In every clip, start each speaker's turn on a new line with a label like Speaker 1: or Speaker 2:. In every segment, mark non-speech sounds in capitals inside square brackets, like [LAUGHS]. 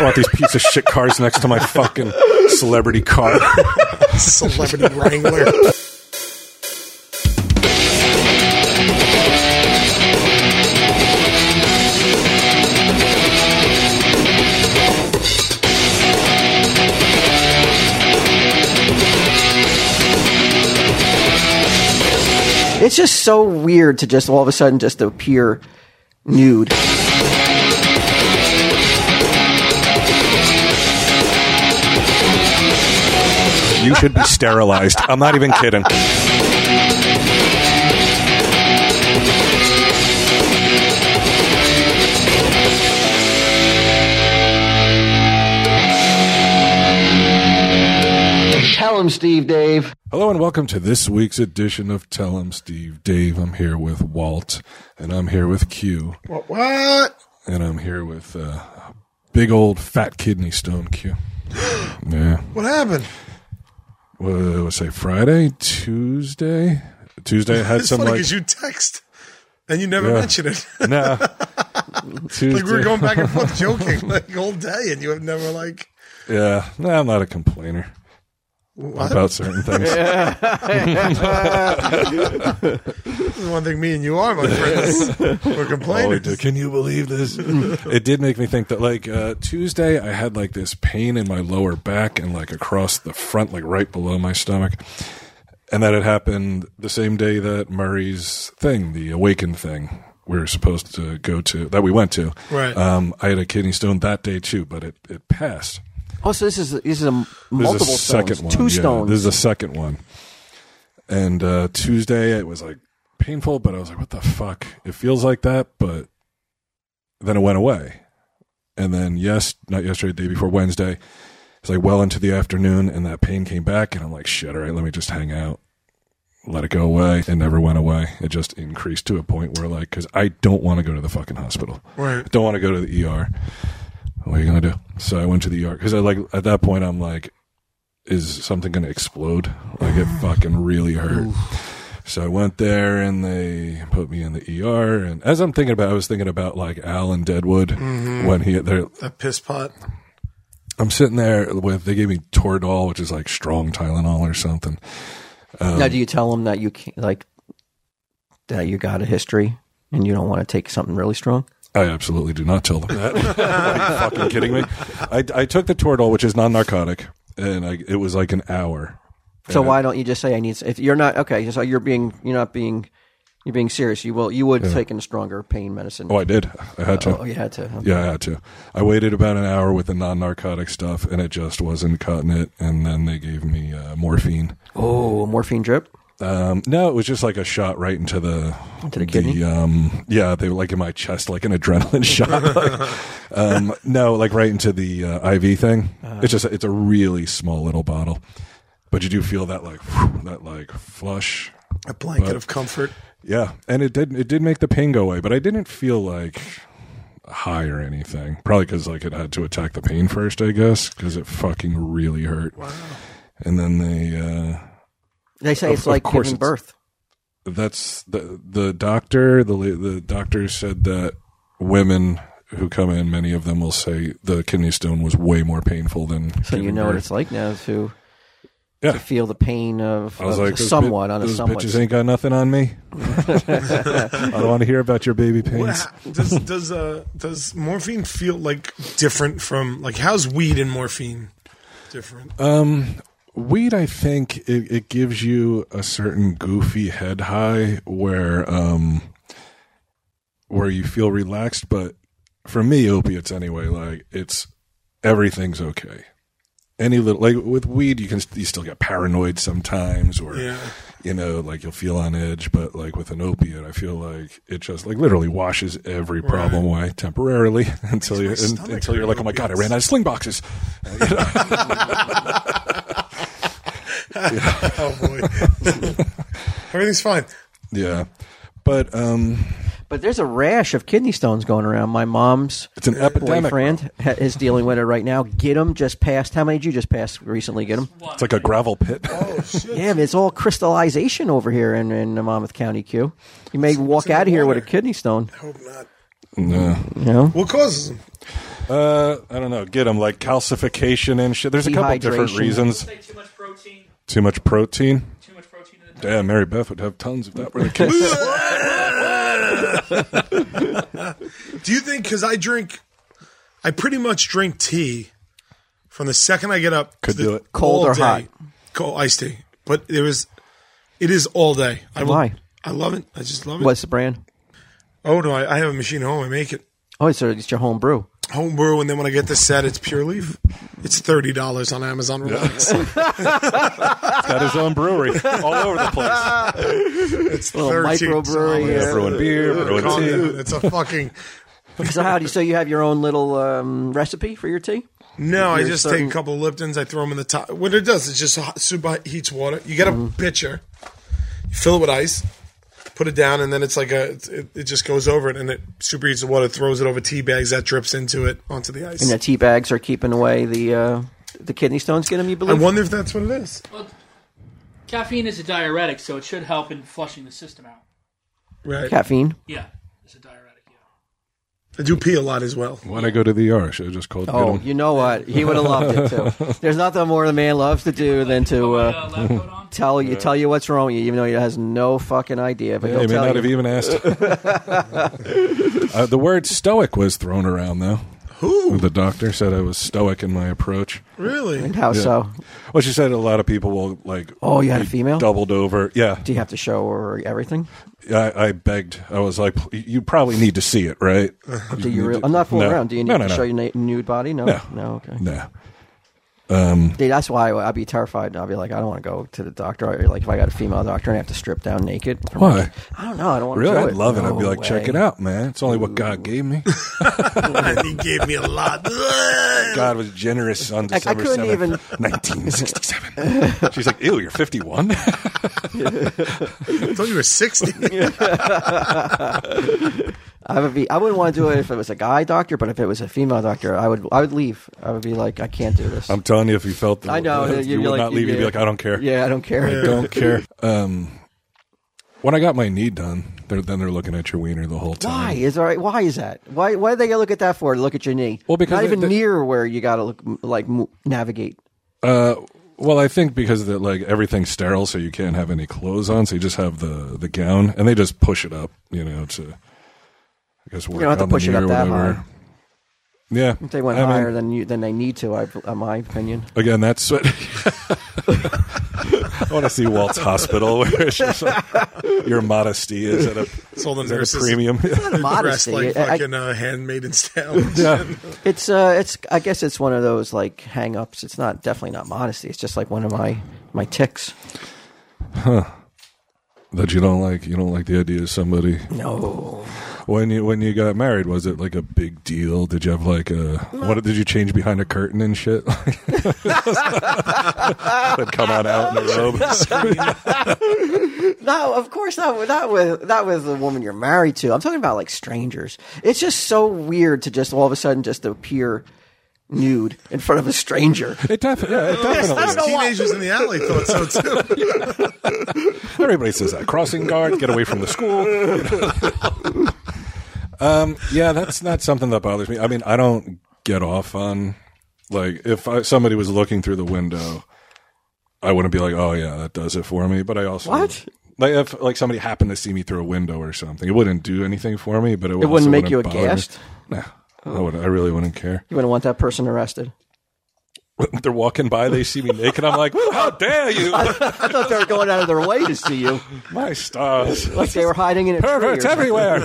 Speaker 1: want these piece of shit cars next to my fucking celebrity car.
Speaker 2: Celebrity Wrangler.
Speaker 1: [LAUGHS]
Speaker 3: It's just so weird to just all of a sudden just appear nude.
Speaker 1: You should be sterilized. I'm not even kidding.
Speaker 3: Tell him, Steve, Dave.
Speaker 1: Hello and welcome to this week's edition of Tell 'em Steve Dave. I'm here with Walt and I'm here with Q
Speaker 2: What? what?
Speaker 1: and I'm here with uh, big old fat kidney stone Q. Yeah.
Speaker 2: What happened?
Speaker 1: What did I say? Friday? Tuesday? Tuesday I had
Speaker 2: It's
Speaker 1: some
Speaker 2: funny
Speaker 1: like.
Speaker 2: because you text and you never
Speaker 1: Yeah.
Speaker 2: mention it. [LAUGHS]
Speaker 1: no. Tuesday.
Speaker 2: like we were going back
Speaker 1: [LAUGHS]
Speaker 2: and forth joking like all day, and you have never like.
Speaker 1: Yeah. No, I'm not a complainer about certain things.
Speaker 2: This is one thing me and you
Speaker 1: [LAUGHS]
Speaker 2: are, my friends. We're
Speaker 1: Oh,
Speaker 2: complaining.
Speaker 1: dude, can you believe this? it did make me think that like uh, Tuesday, I had like this pain in my lower back and like across the front, like right below my stomach, and that had happened the same day that Murray's thing, the awakened thing, we were supposed to go to that we went to.
Speaker 2: Right.
Speaker 1: Um, I had a kidney stone that day too, but it it passed.
Speaker 3: Oh, so this is this is a m-
Speaker 1: This is
Speaker 3: multiple
Speaker 1: the second
Speaker 3: stones,
Speaker 1: one.
Speaker 3: two
Speaker 1: yeah.
Speaker 3: stones.
Speaker 1: This is the second one. And uh, Tuesday it was like painful, but I was like, "What the fuck?" It feels like that, but then it went away. And then yes, not yesterday, the day before Wednesday, it's like well into the afternoon, and that pain came back, and I'm like, "Shit, all right, let me just hang out." Let it go away. It never went away. It just increased to a point where, like, because I don't want to go to the fucking hospital.
Speaker 2: Right.
Speaker 1: Don't want to go to the ER. What are you gonna do? So I went to the ER because I like at that point I'm like, is something gonna explode? Like it fucking really hurt. So I went there and they put me in the ER. And as I'm thinking about, it, I was thinking about like Alan Deadwood when he there.
Speaker 2: That piss pot.
Speaker 1: I'm sitting there with they gave me Toradol, which is like strong Tylenol or something. um,
Speaker 3: now, do you tell him that you can't, like that you got a history and you don't want to take something really strong?
Speaker 1: I absolutely do not tell them that. [LAUGHS] Are you fucking kidding me? I, I took the Toradol, which is non-narcotic, and I, it was like an hour.
Speaker 3: So
Speaker 1: Yeah.
Speaker 3: why don't you just say I need? If you're not okay, so you're being you're not being you're being serious. You will you would have taken a stronger pain medicine.
Speaker 1: Oh, I did. I had to.
Speaker 3: Oh, you had to. huh?
Speaker 1: Yeah, I had to. I waited about an hour with the non narcotic stuff, and it just wasn't cutting it. And then they gave me uh, morphine.
Speaker 3: Oh, morphine drip.
Speaker 1: Um, no, it was just like a shot right into the
Speaker 3: Into the kidney?
Speaker 1: um, yeah, they were like in my chest, like an adrenaline [LAUGHS] shot. like, um, no, like right into the uh, IV thing. it's just it's a really small little bottle, but you do feel that like whew, that like flush.
Speaker 2: A blanket
Speaker 1: Uh-huh.
Speaker 2: of comfort.
Speaker 1: Yeah, and it did it did make the pain go away, but I didn't feel like high or anything. Probably because like it had to attack the pain first, I guess, because it fucking really hurt. Wow. And then they uh,
Speaker 3: They say
Speaker 1: Of-
Speaker 3: it's
Speaker 1: of
Speaker 3: like
Speaker 1: course
Speaker 3: giving
Speaker 1: it's-
Speaker 3: birth.
Speaker 1: that's the the doctor the la- the doctor said that women who come in, many of them will say the kidney stone was way more painful than.
Speaker 3: So you
Speaker 1: giving
Speaker 3: know what
Speaker 1: birth.
Speaker 3: it's like now to,
Speaker 1: Yeah.
Speaker 3: to feel the pain of,
Speaker 1: I was
Speaker 3: of
Speaker 1: like, those
Speaker 3: somewhat
Speaker 1: bit-
Speaker 3: on a
Speaker 1: those
Speaker 3: somewhat.
Speaker 1: bitches ain't got nothing on
Speaker 3: [LAUGHS]
Speaker 1: me. I don't want to hear about your baby
Speaker 2: What,
Speaker 1: pains.
Speaker 2: ha-
Speaker 1: [LAUGHS]
Speaker 2: does does uh does morphine feel like different from like how's weed and morphine different?
Speaker 1: Um, Weed, I think it, it gives you a certain goofy head high where um where you feel relaxed, but for me, opiates anyway, like it's everything's okay. Any little like with weed, you can you still get paranoid sometimes, or
Speaker 2: Yeah.
Speaker 1: [LAUGHS] you know, like you'll feel on edge. But like with an opiate, I feel like it just like literally washes every problem away temporarily [LAUGHS] until you
Speaker 2: my
Speaker 1: un-
Speaker 2: stomach
Speaker 1: until you're like,
Speaker 2: hurt,
Speaker 1: oh my god, I
Speaker 2: opiates.
Speaker 1: ran out of sling boxes.
Speaker 2: oh boy, [LAUGHS] everything's fine.
Speaker 1: Yeah, but um,
Speaker 3: But there's a rash of kidney stones going around. My mom's
Speaker 1: it's an epidemic.
Speaker 3: boyfriend ha- is dealing with it right now. Get him just passed. How many did you just pass recently? Get him.
Speaker 1: It's like a gravel
Speaker 3: [LAUGHS]
Speaker 1: pit.
Speaker 3: Oh.
Speaker 1: [LAUGHS]
Speaker 2: Oh,
Speaker 3: Yeah, it's all crystallization over here in, in Monmouth County, Q. You may walk
Speaker 2: in
Speaker 3: out of
Speaker 2: the
Speaker 3: here with a
Speaker 2: water.
Speaker 3: kidney stone.
Speaker 2: I hope not.
Speaker 1: no.
Speaker 3: You know?
Speaker 2: What causes them?
Speaker 1: Uh, I don't know. Get them like calcification and shit. There's a couple different
Speaker 3: Dehydration.
Speaker 1: reasons.
Speaker 4: Say too much protein.
Speaker 1: Too much protein.
Speaker 4: Too much protein in the diet.
Speaker 1: Damn, Mary Beth would have tons if that were the case.
Speaker 2: Do you think because I drink, I pretty much drink tea from the second I get up.
Speaker 1: Could
Speaker 2: to the-
Speaker 1: do it.
Speaker 3: Cold
Speaker 2: all
Speaker 3: or
Speaker 2: day.
Speaker 3: hot?
Speaker 2: Cold iced tea, but there is, it is all day. I will-
Speaker 3: Why?
Speaker 2: I love it. I just love it.
Speaker 3: What's the brand?
Speaker 2: Oh no, I, I have a machine at home. I make it
Speaker 3: Oh, so it's your home brew.
Speaker 2: home brew, and then when I get the set, it's Pure Leaf. It's thirty dollars on Amazon. Relax.
Speaker 3: [LAUGHS]
Speaker 1: Got his own brewery all over the place.
Speaker 2: It's
Speaker 1: Oh,
Speaker 3: little
Speaker 2: thirteen
Speaker 3: microbrewery
Speaker 2: dollars.
Speaker 3: here.
Speaker 1: Brewing beer, brewing
Speaker 2: Calm down.
Speaker 1: tea.
Speaker 2: It's a fucking
Speaker 3: So how do you? So you have your own little um, recipe for your tea?
Speaker 2: no. I
Speaker 3: You're
Speaker 2: just
Speaker 3: certain-
Speaker 2: take a couple of Liptons. I throw them in the top. What it does is just hot, super heats water. You get
Speaker 3: Mm-hmm.
Speaker 2: a pitcher, you fill it with ice, put it down, and then it's like a it, it just goes over it, and it superheats the water, throws it over tea bags that drips into it onto the ice.
Speaker 3: And the tea bags are keeping away the uh, the kidney stones. Get them,
Speaker 2: I
Speaker 3: you believe?
Speaker 2: wonder if that's what it is.
Speaker 4: Well, caffeine is a diuretic, so it should help in flushing the system out.
Speaker 2: Right.
Speaker 3: Caffeine.
Speaker 4: Yeah, it's a diuretic. Yeah.
Speaker 2: I do pee a lot as well.
Speaker 1: When I go to the ER, I should have just called. get
Speaker 3: Oh,
Speaker 1: 'em.
Speaker 3: you know what? He would have loved it [LAUGHS] too. There's nothing more the man loves to do than to
Speaker 4: Uh,
Speaker 3: uh,
Speaker 4: lab coat on.
Speaker 3: tell you tell you what's wrong with you, even though he has no fucking idea. But
Speaker 1: Yeah, he
Speaker 3: he'll
Speaker 1: may
Speaker 3: tell
Speaker 1: not
Speaker 3: you.
Speaker 1: have even
Speaker 3: [LAUGHS]
Speaker 1: asked. uh, the word stoic was thrown around, though.
Speaker 2: Who?
Speaker 1: The doctor said I was stoic in my approach.
Speaker 3: [LAUGHS]
Speaker 2: Really?
Speaker 3: How so?
Speaker 1: Well, she said a lot of people will like.
Speaker 3: Oh, you had a
Speaker 1: be
Speaker 3: female?
Speaker 1: doubled over. Yeah,
Speaker 3: Do you have to show her everything?
Speaker 1: I, I begged. I was like, "Pl- you probably need to see it, right?
Speaker 3: Do you? Re- I'm not fooling
Speaker 1: No.
Speaker 3: around. Do you need
Speaker 1: No, no,
Speaker 3: to
Speaker 1: no.
Speaker 3: show your na- nude body? No,
Speaker 1: No.
Speaker 3: okay.
Speaker 1: Nah.
Speaker 3: Dude, that's why I- I'd be terrified. I'd be like, I don't want to go to the doctor. Or, Like, if I got a female doctor and I have to strip down naked.
Speaker 1: Why?
Speaker 3: I don't know. I don't want
Speaker 1: Really?
Speaker 3: to do
Speaker 1: I'd love it. I'd be
Speaker 3: No
Speaker 1: like, check it
Speaker 3: way.
Speaker 1: out, man. It's only what God gave
Speaker 3: [LAUGHS]
Speaker 1: me.
Speaker 3: Oh,
Speaker 2: [LAUGHS] he gave me a lot.
Speaker 1: God was generous on
Speaker 3: I
Speaker 1: December
Speaker 3: couldn't
Speaker 1: 7th,
Speaker 3: even-
Speaker 1: 1967. She's like, ew, you're 51?
Speaker 2: I thought you were
Speaker 3: [LAUGHS]
Speaker 2: 60.
Speaker 3: I would be. I wouldn't want to do it if it was a guy doctor, but if it was a female doctor, I would. I would leave. I would be like, I can't do
Speaker 1: [LAUGHS]
Speaker 3: this.
Speaker 1: I'm telling you, if you felt the, [LAUGHS]
Speaker 3: I know,
Speaker 1: if
Speaker 3: you'd
Speaker 1: you
Speaker 3: be
Speaker 1: would
Speaker 3: like-
Speaker 1: not leave, you'd be
Speaker 3: yeah.
Speaker 1: like, I don't care.
Speaker 3: yeah, I don't care.
Speaker 1: I don't care. [LAUGHS] Um, when I got my knee done, they're, then they're looking at your wiener the whole time.
Speaker 3: [LAUGHS] Why is all right? Why is that? Why? Why do they gotta look at that for? Look at your knee.
Speaker 1: Well, because
Speaker 3: not
Speaker 1: they-
Speaker 3: even
Speaker 1: they-
Speaker 3: near where you got to look, like mo- navigate.
Speaker 1: Uh, well, I think because that like everything's sterile, so you can't have any clothes on, so you just have the the gown, and they just push it up, you know, to I guess work
Speaker 3: don't have to
Speaker 1: on the
Speaker 3: push it
Speaker 1: knee
Speaker 3: up
Speaker 1: or
Speaker 3: that
Speaker 1: whatever.
Speaker 3: high.
Speaker 1: Yeah,
Speaker 3: If they went
Speaker 1: I mean,
Speaker 3: higher than you than they need to. I, in my opinion,
Speaker 1: again. That's what [LAUGHS] I want to see Walt's hospital, where it's just like, your modesty is at a,
Speaker 2: It's all the
Speaker 1: is at a
Speaker 2: nurses.
Speaker 1: premium.
Speaker 2: [LAUGHS] Dressed
Speaker 3: modesty.
Speaker 2: like
Speaker 3: I- I-
Speaker 2: fucking uh, handmaiden's
Speaker 3: [LAUGHS]
Speaker 2: tale.
Speaker 1: yeah.
Speaker 3: It's uh, it's I guess it's one of those like hang-ups. It's not definitely not modesty. It's just like one of my my ticks.
Speaker 1: [LAUGHS] That you don't like. You don't like the idea of somebody
Speaker 3: No,
Speaker 1: When you when you got married, was it like a big deal? Did you have like a what? Did you change behind a curtain and shit? [LAUGHS] Would come on out in a robe.
Speaker 3: no, of course not. with- Not with not with the woman you're married to. I'm talking about like strangers. It's just so weird to just all of a sudden just appear nude in front of a stranger. [LAUGHS]
Speaker 1: It, defi- yeah, it definitely. is.
Speaker 2: Teenagers in the alley thought so
Speaker 3: [LAUGHS]
Speaker 2: too.
Speaker 1: Everybody says that. Crossing guard, get away from the school. um, yeah, that's not something that bothers me. I mean, I don't get off on like if I, somebody was looking through the window, I wouldn't be like, oh yeah, that does it for me. But I also
Speaker 3: What?
Speaker 1: Like if like somebody happened to see me through a window or something, it wouldn't do anything for me. But it, also
Speaker 3: wouldn't make you
Speaker 1: bother me.
Speaker 3: aghast?
Speaker 1: No, I would. I really wouldn't care. [LAUGHS]
Speaker 3: You wouldn't want that person arrested.
Speaker 1: They're walking by, they see me naked. I'm like, how dare you?
Speaker 3: [LAUGHS] I thought they were going out of their way to see you.
Speaker 1: My stars,
Speaker 3: Like they were hiding in a tree or [LAUGHS]
Speaker 1: perverts
Speaker 3: something.
Speaker 1: everywhere.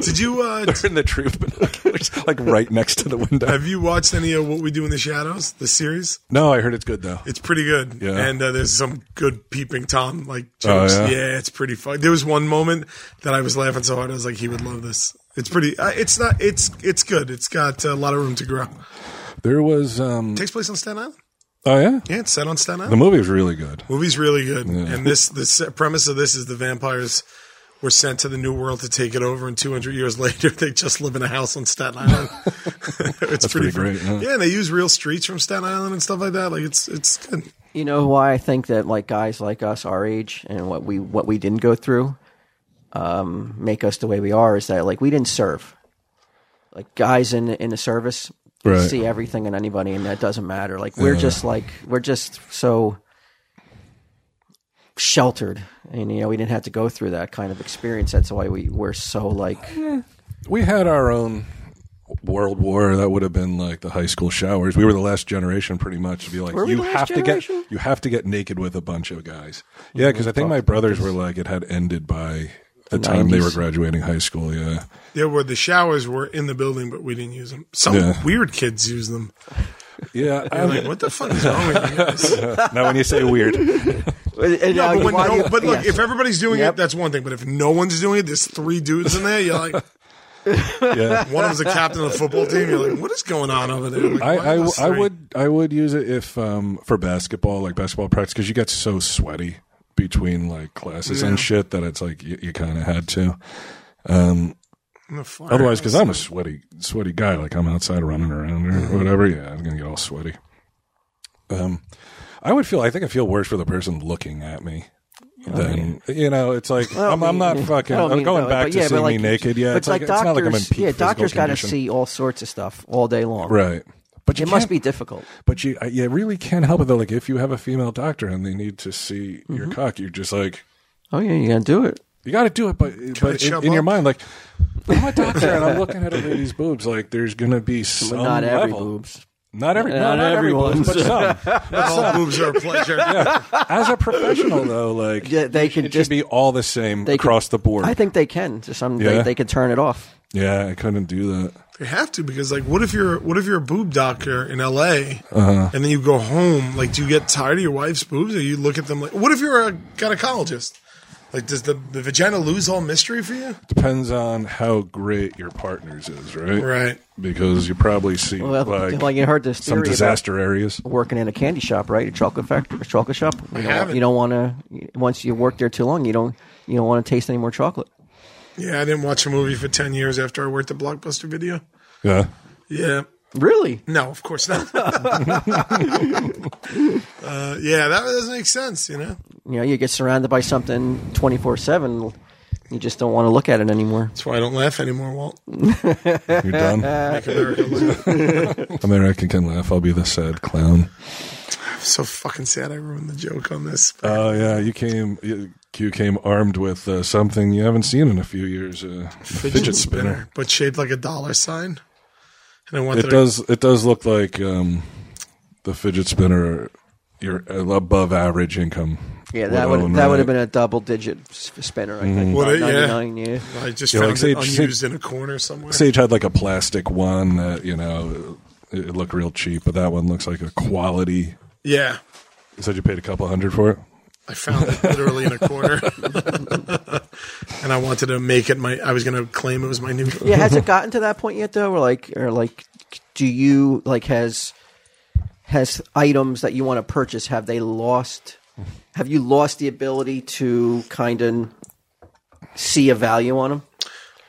Speaker 2: Did you uh,
Speaker 1: They're in the tree with binoculars, like [LAUGHS] right next to the window.
Speaker 2: have you watched any of What We Do in the Shadows? The series,
Speaker 1: No, I heard it's good though.
Speaker 2: it's pretty good.
Speaker 1: Yeah.
Speaker 2: And uh, there's some good peeping tom like jokes.
Speaker 1: yeah?
Speaker 2: Oh, yeah? it's pretty fun. There was one moment that I was laughing so hard I was like, he would love this. It's pretty. Uh, it's not. It's it's good. It's got a lot of room to grow.
Speaker 1: There was, um,
Speaker 2: takes place on Staten Island.
Speaker 1: oh yeah,
Speaker 2: Yeah, it's set on Staten Island.
Speaker 1: the movie was really good.
Speaker 2: Movie's really good, and this the se- premise of this is the vampires were sent to the new world to take it over, and 200 years [LAUGHS] later they just live in a house on
Speaker 1: [LAUGHS]
Speaker 2: Staten Island. it's
Speaker 1: pretty
Speaker 2: fun.
Speaker 1: great, yeah.
Speaker 2: Yeah. and they use real streets from Staten Island and stuff like that. Like it's it's good.
Speaker 3: You know why I think that like guys like us, our age, and what we what we didn't go through, um, make us the way we are is that like we didn't serve. like guys in in the service
Speaker 1: Right.
Speaker 3: see everything and anybody, and that doesn't matter. Like we're just like we're just so sheltered, and you know we didn't have to go through that kind of experience. That's why we we're so like
Speaker 1: we had our own world war that would have been like the high school showers we were the last generation pretty much to be like
Speaker 3: Were we
Speaker 1: you
Speaker 3: the last
Speaker 1: have to
Speaker 3: generation?
Speaker 1: get you have to get naked with a bunch of guys yeah because i think my brothers were like it had ended by the time they were
Speaker 3: 90s.
Speaker 1: graduating high school yeah
Speaker 2: There were the showers were in the building, but we didn't use them. Some
Speaker 1: Yeah.
Speaker 2: weird kids use them.
Speaker 1: [LAUGHS] yeah I
Speaker 2: I'm like, what the fuck is wrong with you
Speaker 3: [LAUGHS]
Speaker 2: guys?
Speaker 1: now when you say weird
Speaker 3: And, uh,
Speaker 2: No, but, when
Speaker 3: why
Speaker 2: no-
Speaker 3: you-
Speaker 2: but look,
Speaker 3: yes.
Speaker 2: if everybody's doing
Speaker 3: Yep.
Speaker 2: it, that's one thing. But if no one's doing it, there's three dudes in there. You're like,
Speaker 1: [LAUGHS] yeah
Speaker 2: one of them's a captain of the football team. You're like, what is going on over there? Like,
Speaker 1: I,
Speaker 2: why
Speaker 1: I w-
Speaker 2: us
Speaker 1: I
Speaker 2: three?
Speaker 1: would I would use it if um, for basketball like basketball practice because you get so sweaty between like classes and shit that it's like you, you kind of had to.
Speaker 2: I'm a fire.
Speaker 1: Otherwise, because I'm a sweaty sweaty guy, like I'm outside running around
Speaker 3: Mm-hmm.
Speaker 1: or whatever, yeah, I'm gonna get all sweaty. Um, I would feel I think I feel worse for the person looking at me. Than, you know, it's like I'm, I'm not fucking.
Speaker 3: Oh, I don't
Speaker 1: I'm
Speaker 3: mean
Speaker 1: going
Speaker 3: no,
Speaker 1: back
Speaker 3: but
Speaker 1: to
Speaker 3: yeah, but
Speaker 1: seeing
Speaker 3: like-
Speaker 1: me naked. Yeah,
Speaker 3: but
Speaker 1: it's like, it's not like I'm in peak
Speaker 3: yeah,
Speaker 1: physical
Speaker 3: doctors got to
Speaker 1: condition.
Speaker 3: see all sorts of stuff all day long.
Speaker 1: right, but you
Speaker 3: It must
Speaker 1: can't-
Speaker 3: be difficult.
Speaker 1: But you, I- you really can't help it though. Like if you have a female doctor and they need to see
Speaker 3: Mm-hmm.
Speaker 1: your cock, you're just like,
Speaker 3: Oh yeah, you gotta do it.
Speaker 1: you got to do it. But but in,
Speaker 2: shove
Speaker 1: in your
Speaker 2: up?
Speaker 1: mind, like I'm a doctor and I'm
Speaker 3: [LAUGHS]
Speaker 1: looking at a lady's boobs. Like there's gonna be some
Speaker 3: not every
Speaker 1: level.
Speaker 3: boobs.
Speaker 1: Not every, no,
Speaker 3: Not
Speaker 1: not, every
Speaker 3: everyone.
Speaker 1: boobs, but some.
Speaker 3: [LAUGHS]
Speaker 2: All boobs are a pleasure.
Speaker 1: As a professional though, like
Speaker 3: Yeah, they can
Speaker 1: it
Speaker 3: just.
Speaker 1: should be all the same
Speaker 3: they could-
Speaker 1: across the board.
Speaker 3: I think they can. To some, they,
Speaker 1: Yeah.
Speaker 3: they can turn it off.
Speaker 1: yeah, I couldn't do that.
Speaker 2: They have to because, like, what if you're what if you're a boob doctor in L.A. and then you go home? Like, do you get tired of your wife's boobs, or you look at them like? What if you're a gynecologist? Like, does the, the vagina lose all mystery for you?
Speaker 1: Depends on how great your partner's is, right?
Speaker 2: Right.
Speaker 1: Because you probably see
Speaker 3: Well, [LAUGHS]
Speaker 1: like,
Speaker 3: like, you heard this
Speaker 1: some
Speaker 3: theory about
Speaker 1: disaster areas.
Speaker 3: working in a candy shop, right? A chocolate factory, a chocolate shop. You don't,
Speaker 2: haven't.
Speaker 3: you don't want to. Once you work there too long, you don't. You don't want to taste any more chocolate.
Speaker 2: Yeah, I didn't watch a movie for ten years after I worked at Blockbuster Video.
Speaker 1: Yeah.
Speaker 2: Yeah.
Speaker 3: Really?
Speaker 2: No, of course [LAUGHS] not. uh, yeah, that doesn't make sense, you know?
Speaker 3: You know, you get surrounded by something twenty four seven. You just don't want to look at it anymore.
Speaker 2: That's why I don't laugh anymore, Walt.
Speaker 1: You're
Speaker 3: [LAUGHS]
Speaker 1: done.
Speaker 2: Make America laugh.
Speaker 1: American can laugh. I'll be the sad clown.
Speaker 2: I'm so fucking sad I ruined the joke on this.
Speaker 1: Oh yeah, you came. You, you came armed with uh, something you haven't seen in a few years. Uh, fidget, spinner.
Speaker 2: But shaped like a dollar sign. And I want
Speaker 1: It does. It does look like um, the fidget spinner. Your above average income.
Speaker 3: Yeah, that would
Speaker 1: own,
Speaker 3: that would have
Speaker 1: right?
Speaker 3: been a double digit s- spinner. I think.
Speaker 2: Would it? Yeah.
Speaker 3: 99, yeah.
Speaker 2: I just
Speaker 1: Yeah,
Speaker 2: found
Speaker 1: like, say-
Speaker 2: it unused in a corner somewhere.
Speaker 1: Sage had like a plastic one that you know it, it looked real cheap, but that one looks like a quality.
Speaker 2: yeah.
Speaker 1: You said you paid a couple hundred for it.
Speaker 2: I found it literally in a corner. [LAUGHS] and I wanted to make it my I was gonna claim it was my new
Speaker 3: yeah has it gotten to that point yet though or like or like do you like has has items that you want to purchase have they lost have you lost the ability to kind of see a value on them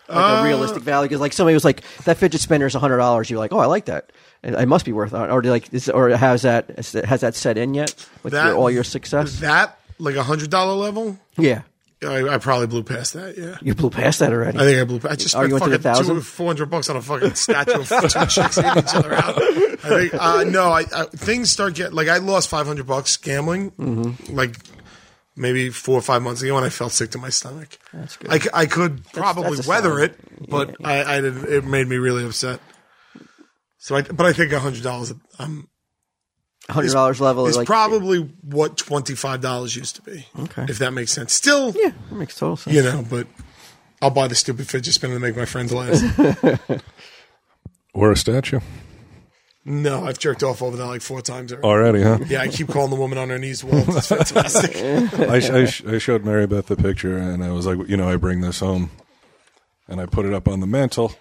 Speaker 2: Uh,
Speaker 3: like a realistic value because like somebody was like that fidget spinner is hundred dollars you're like oh I like that and it must be worth it or do you like is, or has that is that- has that set in yet with
Speaker 2: That-
Speaker 3: your, all your success
Speaker 2: that like a hundred dollar level.
Speaker 3: yeah
Speaker 2: I, I probably blew past that, yeah.
Speaker 3: you blew past that already
Speaker 2: I think I blew. I just
Speaker 3: Are
Speaker 2: spent
Speaker 3: you into the
Speaker 2: fucking
Speaker 3: thousand?
Speaker 2: two, four hundred bucks on a fucking statue of two chicks hitting each other out. I think uh, no, I, I things start getting like I lost five hundred bucks gambling,
Speaker 3: Mm-hmm.
Speaker 2: like maybe four or five months ago, and I felt sick to my stomach. That's
Speaker 3: good.
Speaker 2: I, c- I could probably
Speaker 3: that's a
Speaker 2: weather
Speaker 3: sign.
Speaker 2: it, but I, I didn't. It made me really upset. So, I, but I think hundred dollars um,
Speaker 3: hundred dollars level
Speaker 2: is
Speaker 3: like
Speaker 2: probably what twenty five dollars used to be.
Speaker 3: Okay.
Speaker 2: if that makes sense. Still,
Speaker 3: yeah it makes total sense
Speaker 2: you know, but. I'll buy the stupid fidget spinner to make my friends laugh.
Speaker 1: Or a statue
Speaker 2: No, I've jerked off over that like four times already.
Speaker 1: already, huh?
Speaker 2: Yeah, I keep calling the woman on her knees. Well,
Speaker 1: [LAUGHS]
Speaker 2: it's fantastic.
Speaker 1: I, sh- I, sh- I showed Mary Beth the picture, and I was like, you know, I bring this home, and I put it up on the mantle.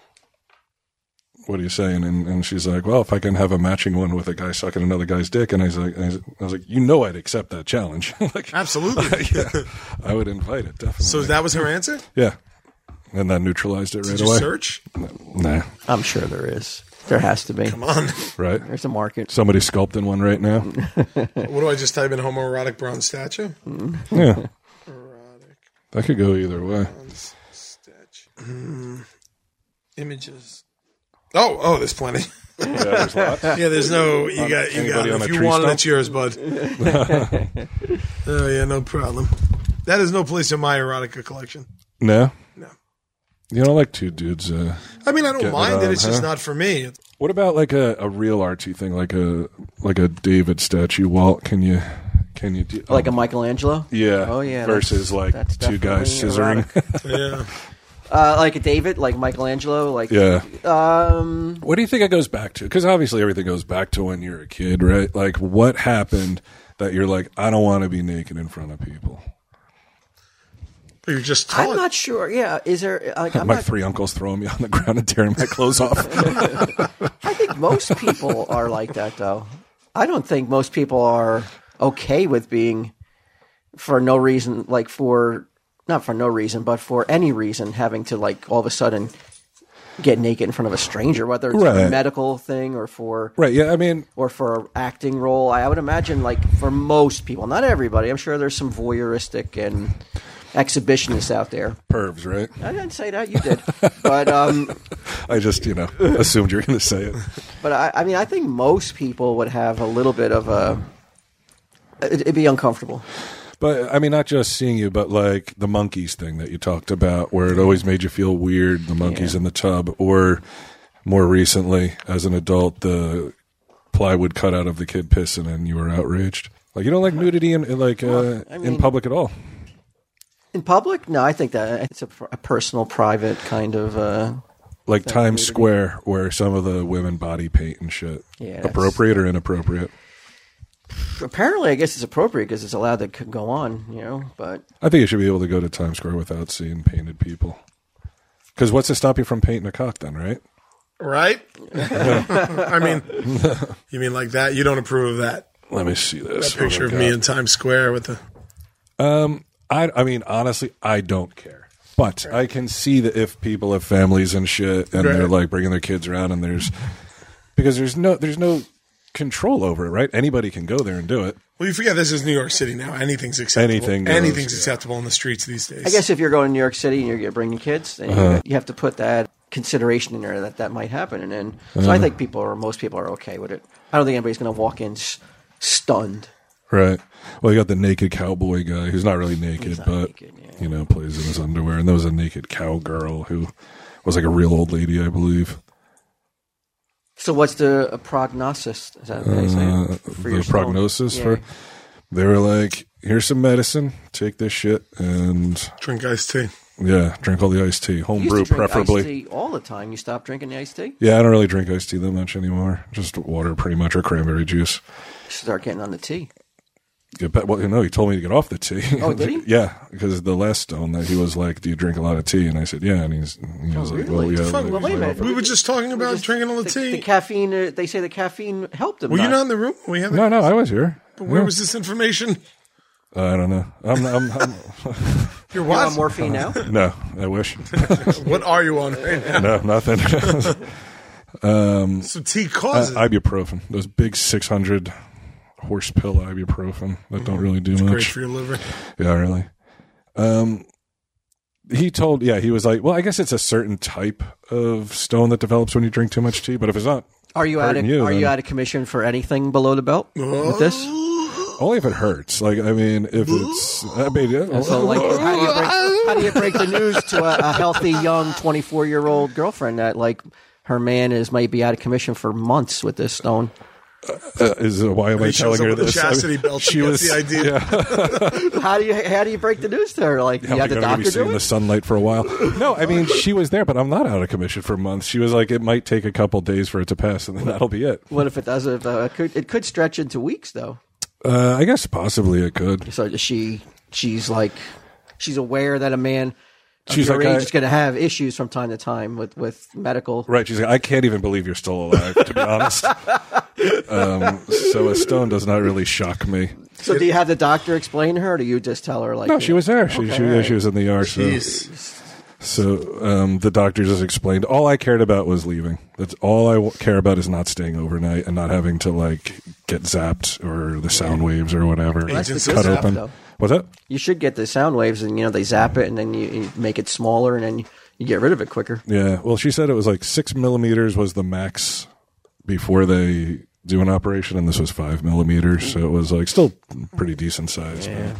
Speaker 1: What are you saying? And, and she's like, well, if I can have a matching one with a guy sucking another guy's dick, and I was like, I was- I was like, you know, I'd accept that challenge. [LAUGHS] like,
Speaker 2: Absolutely.
Speaker 1: [LAUGHS] yeah, I would invite it definitely.
Speaker 2: So that was her answer.
Speaker 1: yeah, and that neutralized it right
Speaker 2: Did you
Speaker 1: away.
Speaker 2: search?
Speaker 1: Nah,
Speaker 3: I'm sure there is. There has to be.
Speaker 1: [LAUGHS]
Speaker 2: Come on.
Speaker 1: right?
Speaker 3: There's a market.
Speaker 1: Somebody's sculpting one right now. [LAUGHS]
Speaker 2: What do I just type in? Homoerotic bronze statue.
Speaker 1: yeah, that could go either way.
Speaker 2: Statue. Hmm. Images. Oh, oh, there's [LAUGHS] plenty.
Speaker 1: [LAUGHS] Yeah, there's lots.
Speaker 2: Yeah, there's no. You got. You got.
Speaker 1: Anybody on
Speaker 2: If
Speaker 1: a
Speaker 2: you
Speaker 1: tree
Speaker 2: want it,
Speaker 1: stump?
Speaker 2: it's
Speaker 1: [LAUGHS]
Speaker 2: yours, bud. oh yeah, no problem. That is no place in my erotica collection.
Speaker 1: No,
Speaker 2: No.
Speaker 1: you don't like two dudes. Uh,
Speaker 2: I mean, I don't
Speaker 1: Getting it
Speaker 2: mind it.
Speaker 1: on,
Speaker 2: It's just
Speaker 1: huh?
Speaker 2: not
Speaker 1: [LAUGHS]
Speaker 2: for me.
Speaker 1: what about like a, a real Archie thing, like a like a David statue? Walt, can you can you do um,
Speaker 3: Like a Michelangelo?
Speaker 1: yeah?
Speaker 3: Oh, yeah.
Speaker 1: Versus like
Speaker 3: that's
Speaker 1: two guys
Speaker 3: definitely
Speaker 1: scissoring.
Speaker 2: Yeah.
Speaker 3: [LAUGHS] Uh, like a David, like Michelangelo, like
Speaker 1: yeah.
Speaker 3: um
Speaker 1: What do you think it goes back to? Because obviously everything goes back to when you're a kid, right? Like what happened that you're like, I don't want to be naked in front of people.
Speaker 2: You're just
Speaker 3: I'm
Speaker 2: taught.
Speaker 3: not sure. Yeah, is there uh, like I'm
Speaker 1: my
Speaker 3: not,
Speaker 1: three uncles throwing me on the ground and tearing my clothes
Speaker 3: [LAUGHS]
Speaker 1: off.
Speaker 3: I think most people are like that though. I don't think most people are okay with being for no reason like for not for no reason, but for any reason having to like all of a sudden get naked in front of a stranger, whether it's for a
Speaker 1: Right.
Speaker 3: medical thing or for
Speaker 1: right? Yeah. I mean,
Speaker 3: or for an acting role. I would imagine, like for most people, not everybody. I'm sure there's some voyeuristic and exhibitionists out there.
Speaker 1: pervs, right?
Speaker 3: I didn't say that you
Speaker 1: [LAUGHS]
Speaker 3: did, but um,
Speaker 1: I just you know assumed you're going to say it.
Speaker 3: but I, I mean, I think most people would have a little bit of a. it- It'd be uncomfortable.
Speaker 1: But I mean, not just seeing you, but like the monkeys thing that you talked about, where it always made you feel weird, the monkeys
Speaker 3: Yeah.
Speaker 1: in the tub, or more recently, as an adult, the plywood cut out of the kid pissing and you were outraged. Like you don't like nudity in in, like uh,
Speaker 3: I
Speaker 1: in
Speaker 3: mean-
Speaker 1: public at all.
Speaker 3: In public, no, I think that it's a, a personal, private kind of. Uh,
Speaker 1: Like Times Square, where some of the women body paint and shit.
Speaker 3: Yeah, that's-
Speaker 1: appropriate or inappropriate?
Speaker 3: apparently, I guess it's appropriate because it's allowed to c- go on, you know. But
Speaker 1: I think you should be able to go to Times Square without seeing painted people. Because what's to stop you from painting a cock then, right?
Speaker 2: Right? [LAUGHS] I mean, you mean like that? You don't approve of that
Speaker 1: Let me see this Oh my
Speaker 2: picture of
Speaker 1: God.
Speaker 2: me in Times Square with the.
Speaker 1: I, I mean, honestly, I don't care. But I can see that if people have families and shit, and they're
Speaker 2: Right.
Speaker 1: like bringing their kids around, and there's because there's no there's no control over it, right? Anybody can go there and do it.
Speaker 2: Well, you forget this is New York City now. Anything's acceptable.
Speaker 1: Anything goes,
Speaker 2: Anything's
Speaker 1: yeah.
Speaker 2: acceptable in the streets these days.
Speaker 3: I guess if you're going to New York City and you're gonna bring your kids, then you-
Speaker 1: Uh-huh.
Speaker 3: you have to put that consideration in there that that might happen. And then, so
Speaker 1: Uh-huh.
Speaker 3: I think people or most people are okay with it. I don't think anybody's going to walk in s- stunned.
Speaker 1: Right. Well, you got the naked cowboy guy who's not really naked,
Speaker 3: not
Speaker 1: but
Speaker 3: naked, yeah.
Speaker 1: you know plays in his underwear, and there was a naked cowgirl who was like a real old lady, I believe.
Speaker 3: So what's the uh, prognosis? Is that what they say?
Speaker 1: Uh,
Speaker 3: For your
Speaker 1: the
Speaker 3: stone?
Speaker 1: prognosis
Speaker 3: Yeah.
Speaker 1: for they were like, "Here's some medicine. Take this shit and
Speaker 2: Drink iced tea.
Speaker 1: Yeah, drink all the iced tea,
Speaker 3: You used to
Speaker 1: homebrew
Speaker 3: drink iced
Speaker 1: preferably.
Speaker 3: tea all the time. You stopped drinking the iced tea.
Speaker 1: Yeah, I don't really drink iced tea that much anymore. Just water, pretty much, or cranberry juice.
Speaker 3: Start getting on the tea.
Speaker 1: Get back, well, no, he told me to get off the tea. [LAUGHS]
Speaker 3: Oh, did he?
Speaker 1: yeah, because the last stone that he was like, "Do you drink a lot of tea?" And I said, "Yeah," and he's, he was like,
Speaker 3: Oh, really?
Speaker 1: "Well, yeah."
Speaker 2: Fuck,
Speaker 1: like,
Speaker 3: well, wait a
Speaker 1: like,
Speaker 3: minute.
Speaker 2: We were just talking about
Speaker 3: Just
Speaker 2: drinking all the,
Speaker 3: the
Speaker 2: tea.
Speaker 3: The caffeine. Uh, they say the caffeine helped them.
Speaker 2: were you
Speaker 3: not-
Speaker 2: not in the room? We haven't.
Speaker 1: No, no, I was here.
Speaker 2: Where
Speaker 1: Yeah.
Speaker 2: was this information?
Speaker 1: I don't know. I'm, I'm, I'm
Speaker 2: You're
Speaker 3: You're on
Speaker 2: what?
Speaker 3: morphine now?
Speaker 1: no, I wish.
Speaker 2: what are you on right now?
Speaker 1: No, nothing. [LAUGHS]
Speaker 2: So tea causes.
Speaker 1: ibuprofen. Those big 600 horse pill ibuprofen that don't really do much.
Speaker 2: Great for your liver.
Speaker 1: Yeah, really. Um, he told, yeah, he was like, well, I guess it's a certain type of stone that develops when you drink too much tea, but if it's not,
Speaker 3: [LAUGHS] Are you out of
Speaker 1: Hurting you,
Speaker 3: Are you
Speaker 1: then.
Speaker 3: out of commission for anything below the belt with this?
Speaker 1: only if it hurts. Like, I mean, if it's, I mean, yeah,
Speaker 3: So, like, how do you break, how do you break the news to a, a healthy, young, 24 year old girlfriend that, like, her man is might be out of commission for months with this stone?
Speaker 1: uh, is why am I
Speaker 2: He shows
Speaker 1: telling her
Speaker 2: up with a
Speaker 1: this? I mean,
Speaker 2: chastity belt. She was the idea.
Speaker 3: How do you how do you break the news to her? Like, you
Speaker 1: How
Speaker 3: have
Speaker 1: am I
Speaker 3: the
Speaker 1: going to be
Speaker 3: doctor
Speaker 1: seeing
Speaker 3: do
Speaker 1: the
Speaker 3: it?
Speaker 1: sunlight for a
Speaker 2: [LAUGHS]
Speaker 1: while? No, I mean, she was there, but I'm not out of commission for months. She was like, it might take a couple days for it to pass, and then that'll be it.
Speaker 3: What if it doesn't? Uh, it could, it could stretch into weeks, though.
Speaker 1: Uh, I guess possibly it could.
Speaker 3: So does she she's like she's aware that a man of
Speaker 1: She's
Speaker 3: your
Speaker 1: like,
Speaker 3: age
Speaker 1: I-
Speaker 3: is going to have issues from time to time with with medical.
Speaker 1: Right. She's like, I can't even believe you're still alive, to be honest. um, so a stone does not really shock me.
Speaker 3: So do you have the doctor explain to her, or do you just tell her like?
Speaker 1: No, she was there. She, she, yeah, she was in the ER. So,
Speaker 2: Jeez.
Speaker 1: so um, the doctor just explained. All I cared about was leaving. That's all I w- care about is not staying overnight and not having to like get zapped or the sound waves or whatever
Speaker 2: That's the
Speaker 1: cut
Speaker 2: good
Speaker 1: open.
Speaker 3: stuff, though.
Speaker 1: What's that?
Speaker 3: You should get the sound waves, and you know they zap it, and then you, you make it smaller, and then you get rid of it quicker.
Speaker 1: Yeah. Well, she said it was like six millimeters was the max before they do an operation, and this was five millimeters. So it was like still pretty decent size. man.